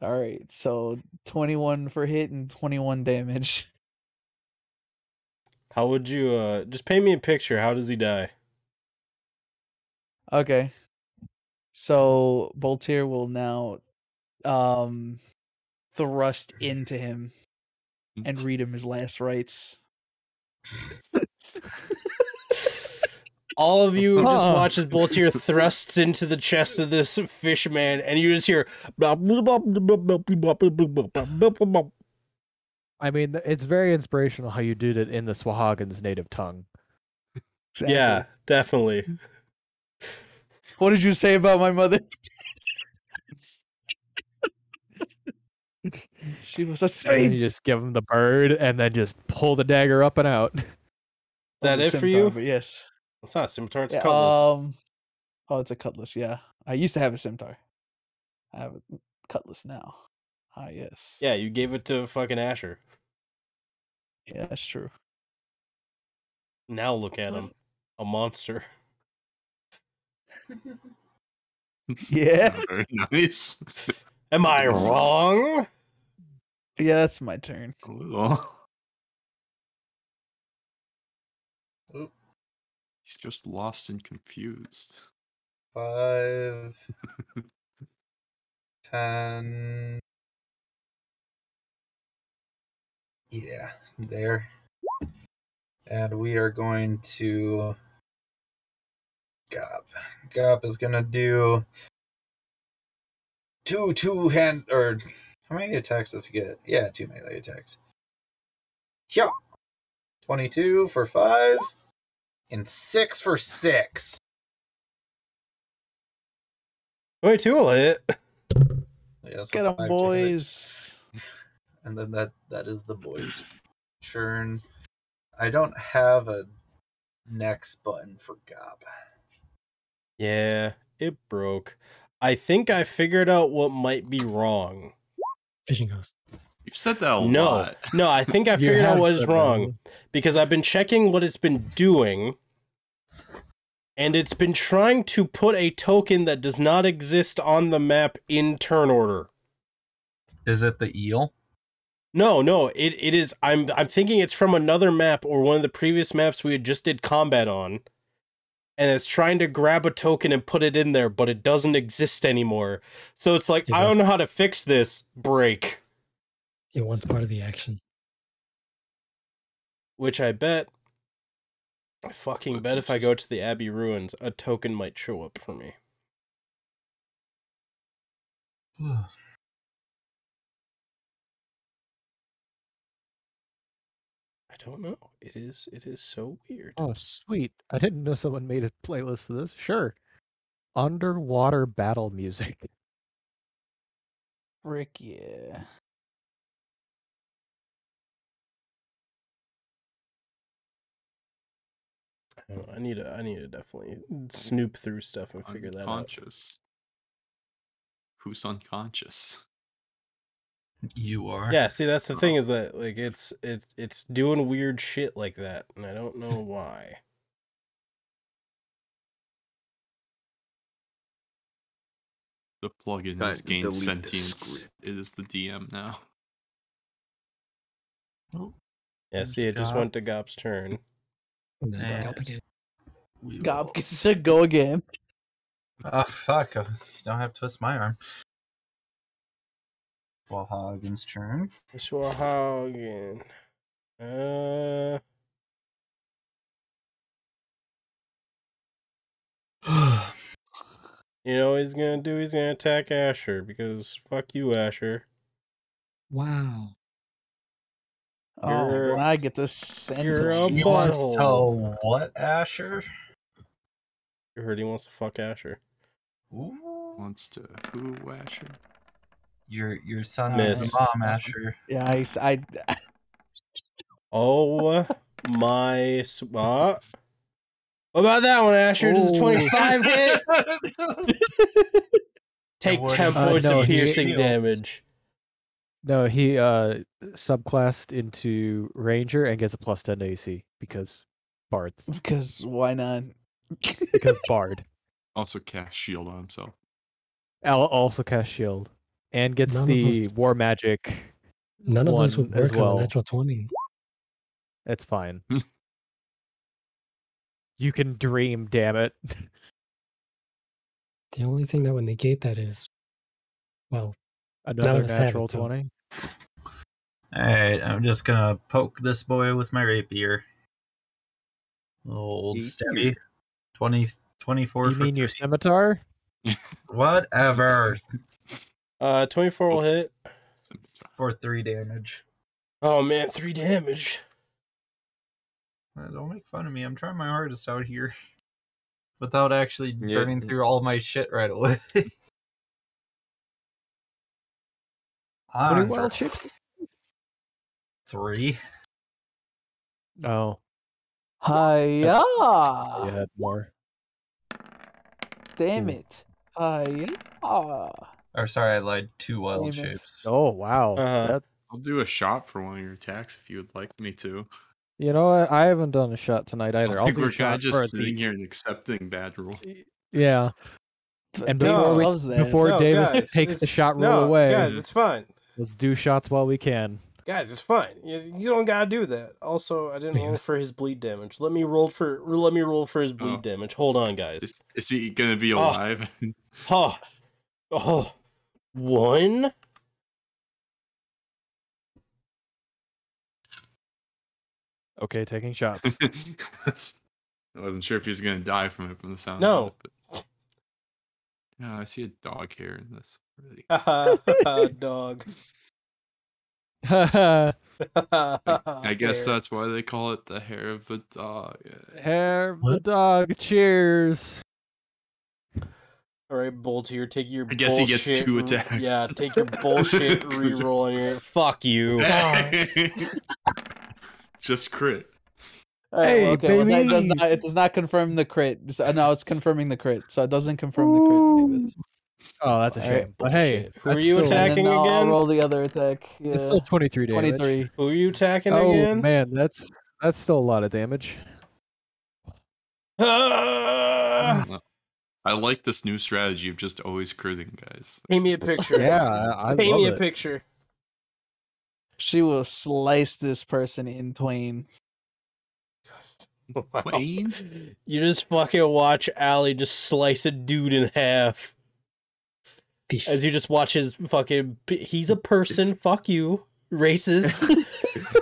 All right, so twenty-one for hit and twenty-one damage. How would you uh just paint me a picture? How does he die? Okay. So Boltier will now um thrust into him Hmm. and read him his last rites. All of [LAUGHS] you just Huh. watch as Boltier thrusts into the chest of this fish man, and you just hear. That's I mean, th- it's very inspirational how you did it in the Swahagan's native tongue. Yeah, Exactly. definitely. What did you say about my mother? she was a And then you saint. just give him the bird, and then just pull the dagger up and out. That that is it for you? Yes. It's not a scimitar. It's Yeah, a cutlass. Um, oh, it's a cutlass. Yeah, I used to have a scimitar. I have a mm, cutlass now. Ah, yes. yeah, you gave it to fucking Asher. yeah, that's [LAUGHS] true. Now look at What? him, a monster. [LAUGHS] Yeah, [LAUGHS] Not very [LAUGHS] nice. Am I wrong? Oh, yeah, that's my turn. A little. Oop. He's just lost and confused. Five, ten. Yeah, there. And we are going to. Gop. Gop is gonna do. Two two hand. Or. How many attacks does he get? Yeah, two melee attacks. Yeah. 22 for 5. And 6 for 6. Wait, two will hit. [LAUGHS] Yeah, so Get 'em, five to hit. boys. And then that that is the boys' turn. I don't have a next button for Gob. Yeah, it broke. I think I figured out what might be wrong. Fishing ghost. You've said that a no, lot. no, I think I [LAUGHS] You figured out have what is said that. wrong because I've been checking what it's been doing, and it's been trying to put a token that does not exist on the map in turn order. Is it the eel? No, no, it, it is. I'm I'm thinking it's from another map or one of the previous maps we had just did combat on, and it's trying to grab a token and put it in there, but it doesn't exist anymore. So it's like It I does. don't know how to fix this. Break, It wants part of the action. which I bet, I fucking bet if I go to the Abbey ruins, a token might show up for me. I don't know. It is it is so weird. Oh, sweet. I didn't know someone made a playlist of this. Sure. Underwater battle music. [LAUGHS] Frick yeah. I don't know, I need to I need to definitely snoop through stuff and figure that out. unconscious. Who's unconscious? You are. Yeah, see that's the thing is that like it's it's it's doing weird shit like that and I don't know why. The plugin Cut, has gained delete the sentience. script. It is the DM now. Yeah, see it just Gob. went to Gop's turn. And then Yeah, gulp it's- again. We will- Gob gets to go again. Oh fuck! [LAUGHS] I don't have to twist my arm. Well, Hagen's turn. Schwahagen. Uh you know what he's gonna do? He's gonna attack Asher because fuck you, Asher. Wow. Oh, You're- then I get to send you're him. a he wants butthole. to what, Asher? You heard he wants to fuck Asher. Ooh, Wants to who Asher? your your son Miss. is a mom, Asher. Yeah, I, s- [LAUGHS] I- Oh my spot. What about that one, Asher? Does a [LAUGHS] Ooh. 25 hit? Take What 10 is points it? Uh, no, of he- piercing Shield. damage. No, he uh subclassed into Ranger and gets a plus ten to AC because bards. because why not? Because [LAUGHS] bard. Also cast shield on himself. Al also cast shield and gets None of the those- war magic. None of those One would as work on well. a natural 20. It's [LAUGHS] fine. you can dream, damn it. [LAUGHS] The only thing that would negate that is, well, Another us have it, natural though. twenty. All right, I'm just gonna poke this boy with my rapier. Old Eat stabby, 20, 24 You for mean your three. scimitar? whatever Uh, 24 will hit. Scimitar. For three damage. Oh man, 3 damage. Uh, Don't make fun of me. I'm trying my hardest out here. Without actually Yeah. burning through all my shit right away. [LAUGHS] What Ah, are on wild for shapes? three. Oh. [LAUGHS] [LAUGHS] Hiya! You had more. Damn it. Hiya! Or sorry, I lied. Two wild Damn it. [LAUGHS] shapes. Oh wow. Uh-huh. That- I'll do a shot for one of your attacks if you would like me to. you know what? I haven't done a shot tonight I either. I'll think do a we're kind shot of just for sitting the, E here and accepting bad rule. Yeah. And before, we- loves that. before No, Davis guys, takes the it's- shot roll no, away, Guys, it's fine. let's do shots while we can. Guys, it's fine. You, you don't gotta do that. Also, I didn't roll Yes. for his bleed damage. Let me roll for let me roll for his bleed Oh. damage. Hold on, guys. Is, is he gonna Oh. be alive? [LAUGHS] Huh. Oh. One? [LAUGHS] Okay, taking [LAUGHS] shots. [LAUGHS] I wasn't sure if he was gonna die from it from the sound. No. Of it, but... Yeah, I see a dog hair in this [LAUGHS] already. Dog. [LAUGHS] Hair I guess uh, Bear. that's why they call it the hair of the dog. Yeah. of the What? dog. Cheers. All right, Boltier, take your. I guess he gets bullshit two re- [LAUGHS] attacks. Yeah, take [LAUGHS] your bullshit reroll on your. Fuck you. [LAUGHS] Just crit. All right, well, Hey, okay, well, that does baby! not, it does not confirm the crit. So, no, it's confirming the crit, so it doesn't confirm the crit. Davis. Oh, that's a All right, shame. but hey, bullshit. Who are that's you still- And Attacking then I'll, I'll again? roll the other attack. Yeah, It's still 23 [LAUGHS] damage. twenty-three. Who are you attacking Oh again? man, that's that's still a lot of damage. Ah! I like this new strategy of just always critting, guys. Paint me a picture. Yeah, I, [LAUGHS] I Paint me a love it. picture. She will slice this person in twain. Wow. Wayne? [LAUGHS] [LAUGHS] You just fucking watch Allie just slice a dude in half Fish. as you just watch his fucking. He's a person. Fuck you, [LAUGHS] racist.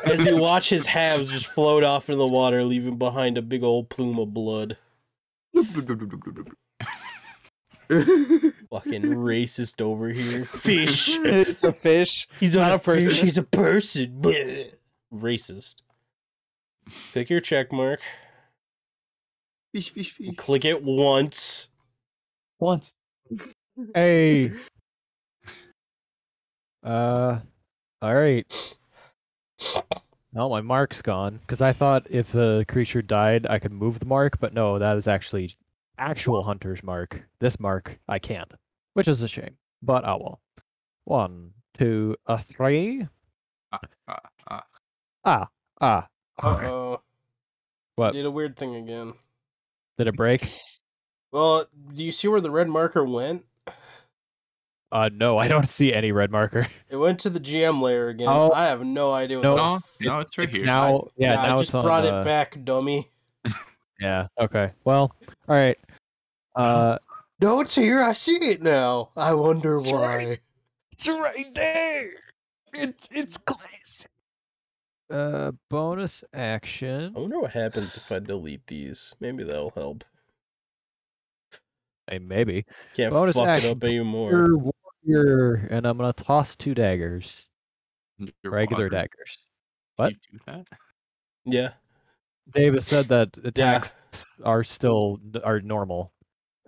as you [LAUGHS] watch his halves just float off in the water, leaving behind a big old plume of blood. Uh, [LAUGHS] Fucking racist over here. Fish. it's a [LAUGHS] fish. He's not, Not a a person. fish. He's a person. [LAUGHS] Bleh. Racist. Click your check mark. Fish, fish, fish. Click it once. Once. Hey. Uh, all right. No, my mark's gone because I thought if the creature died, I could move the mark, but no, that is actually actual hunter's mark. This mark I can't, which is a shame. But oh well. One, two, a three. Ah, ah. Ah, Uh all right. Uh, oh. what Did a weird thing again. did it break? Well, do you see where the red marker went? Uh, no, I don't see any red marker. It went to the GM layer again. Oh. I have no idea what No. the No, f- no, it's right It's here. now, yeah, I now just it's on brought the- it back, dummy. Yeah. Okay. Well. All right. Uh. No, it's here. I see it now. I wonder It's why. right. It's right there. It's it's classic. Uh. Bonus action. I wonder what happens if I delete these. Maybe that'll help. Hey, maybe. Can't Bonus fuck action. it up anymore. Your warrior, and I'm gonna toss two daggers. Your regular water. daggers. Can What? you do that? Yeah. Davis said that attacks are still are normal.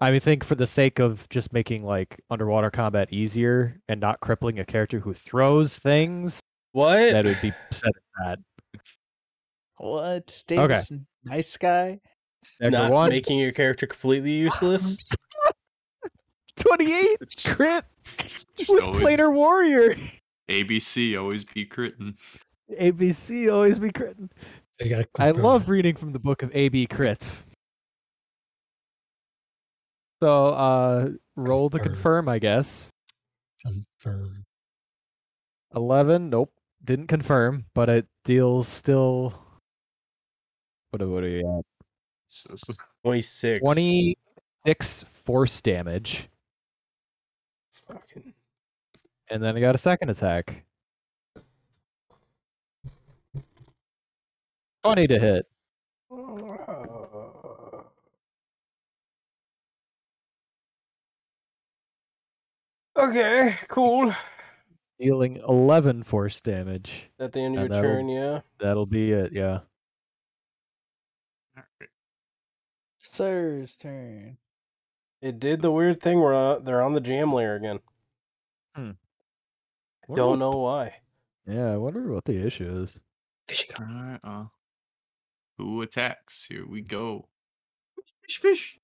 I mean, think for the sake of just making like underwater combat easier and not crippling a character who throws things, What? that would be said as that. What? Davis, nice guy. Dagger Not one, making your character completely [SIGHS] useless. 28 Just- crit just- just with always- planar warrior. ABC always be critting. ABC always be critting. You gotta I confirm love that. reading from the book of AB crits. So, uh, roll to Confirm. confirm, I guess. confirm. 11, nope, didn't confirm, but it deals still. What are, what are you It's just- 26. at? 26 force damage. Fucking. And then I got a second attack. 20 to hit. Okay, cool. Dealing 11 force damage. At the end of And your that'll- turn, yeah. That'll be it, yeah. Sir's turn. It did the weird thing where uh, they're on the jam layer again. Don't know why. Yeah, I wonder what the issue is. Alright, uh, Who attacks? Here we go. Fish, fish.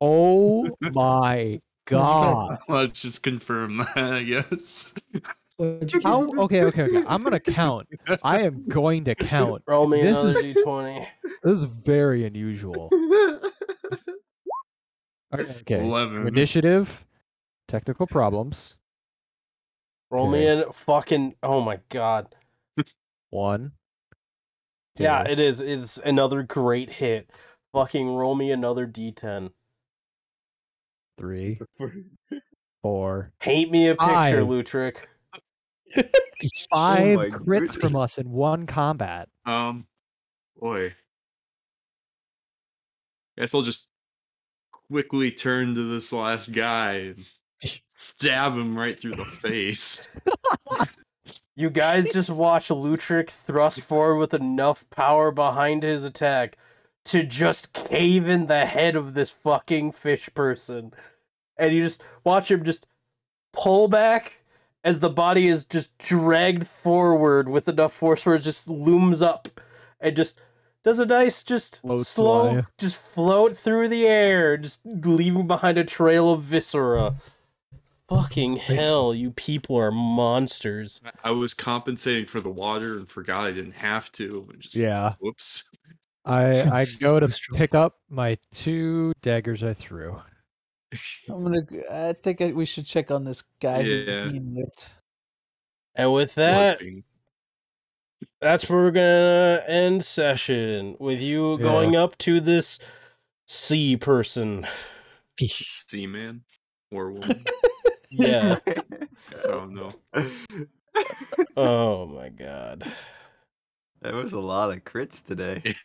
Oh [LAUGHS] my god. Let's just confirm [LAUGHS] that, I guess. How? Okay, okay, okay. I'm gonna count. [LAUGHS] I am going [LAUGHS] to count. Roll me This another [LAUGHS] is d20. this is very unusual. Okay. okay. Eleven. Initiative, technical problems. Roll me in fucking. Oh my god. One. Yeah, it is. It's another great hit. Fucking roll me another d10. Three. [LAUGHS] Four. Paint me a picture, Five. Lutric. Oh Five my crits from us in one combat. Um, boy. Guess I'll just quickly turn to this last guy and stab him right through the face. You guys just watch Lutric thrust forward with enough power behind his attack to just cave in the head of this fucking fish person. And you just watch him just pull back as the body is just dragged forward with enough force where it just looms up and just does a dice just Floats slow away. just float through the air, just leaving behind a trail of viscera. Fucking hell, you people are monsters. I- I was compensating for the water and forgot I didn't have to. and Just, Yeah. Whoops. [LAUGHS] [LAUGHS] I I go to So strong. pick up my two daggers I threw. I'm gonna. g- I think I- we should check on this guy Yeah. who's being whipped. And with that, that's where we're gonna end session with you Yeah. going up to this sea person. Fish. Seaman or woman. Yeah. I don't know. [LAUGHS] oh my god. There was a lot of crits today.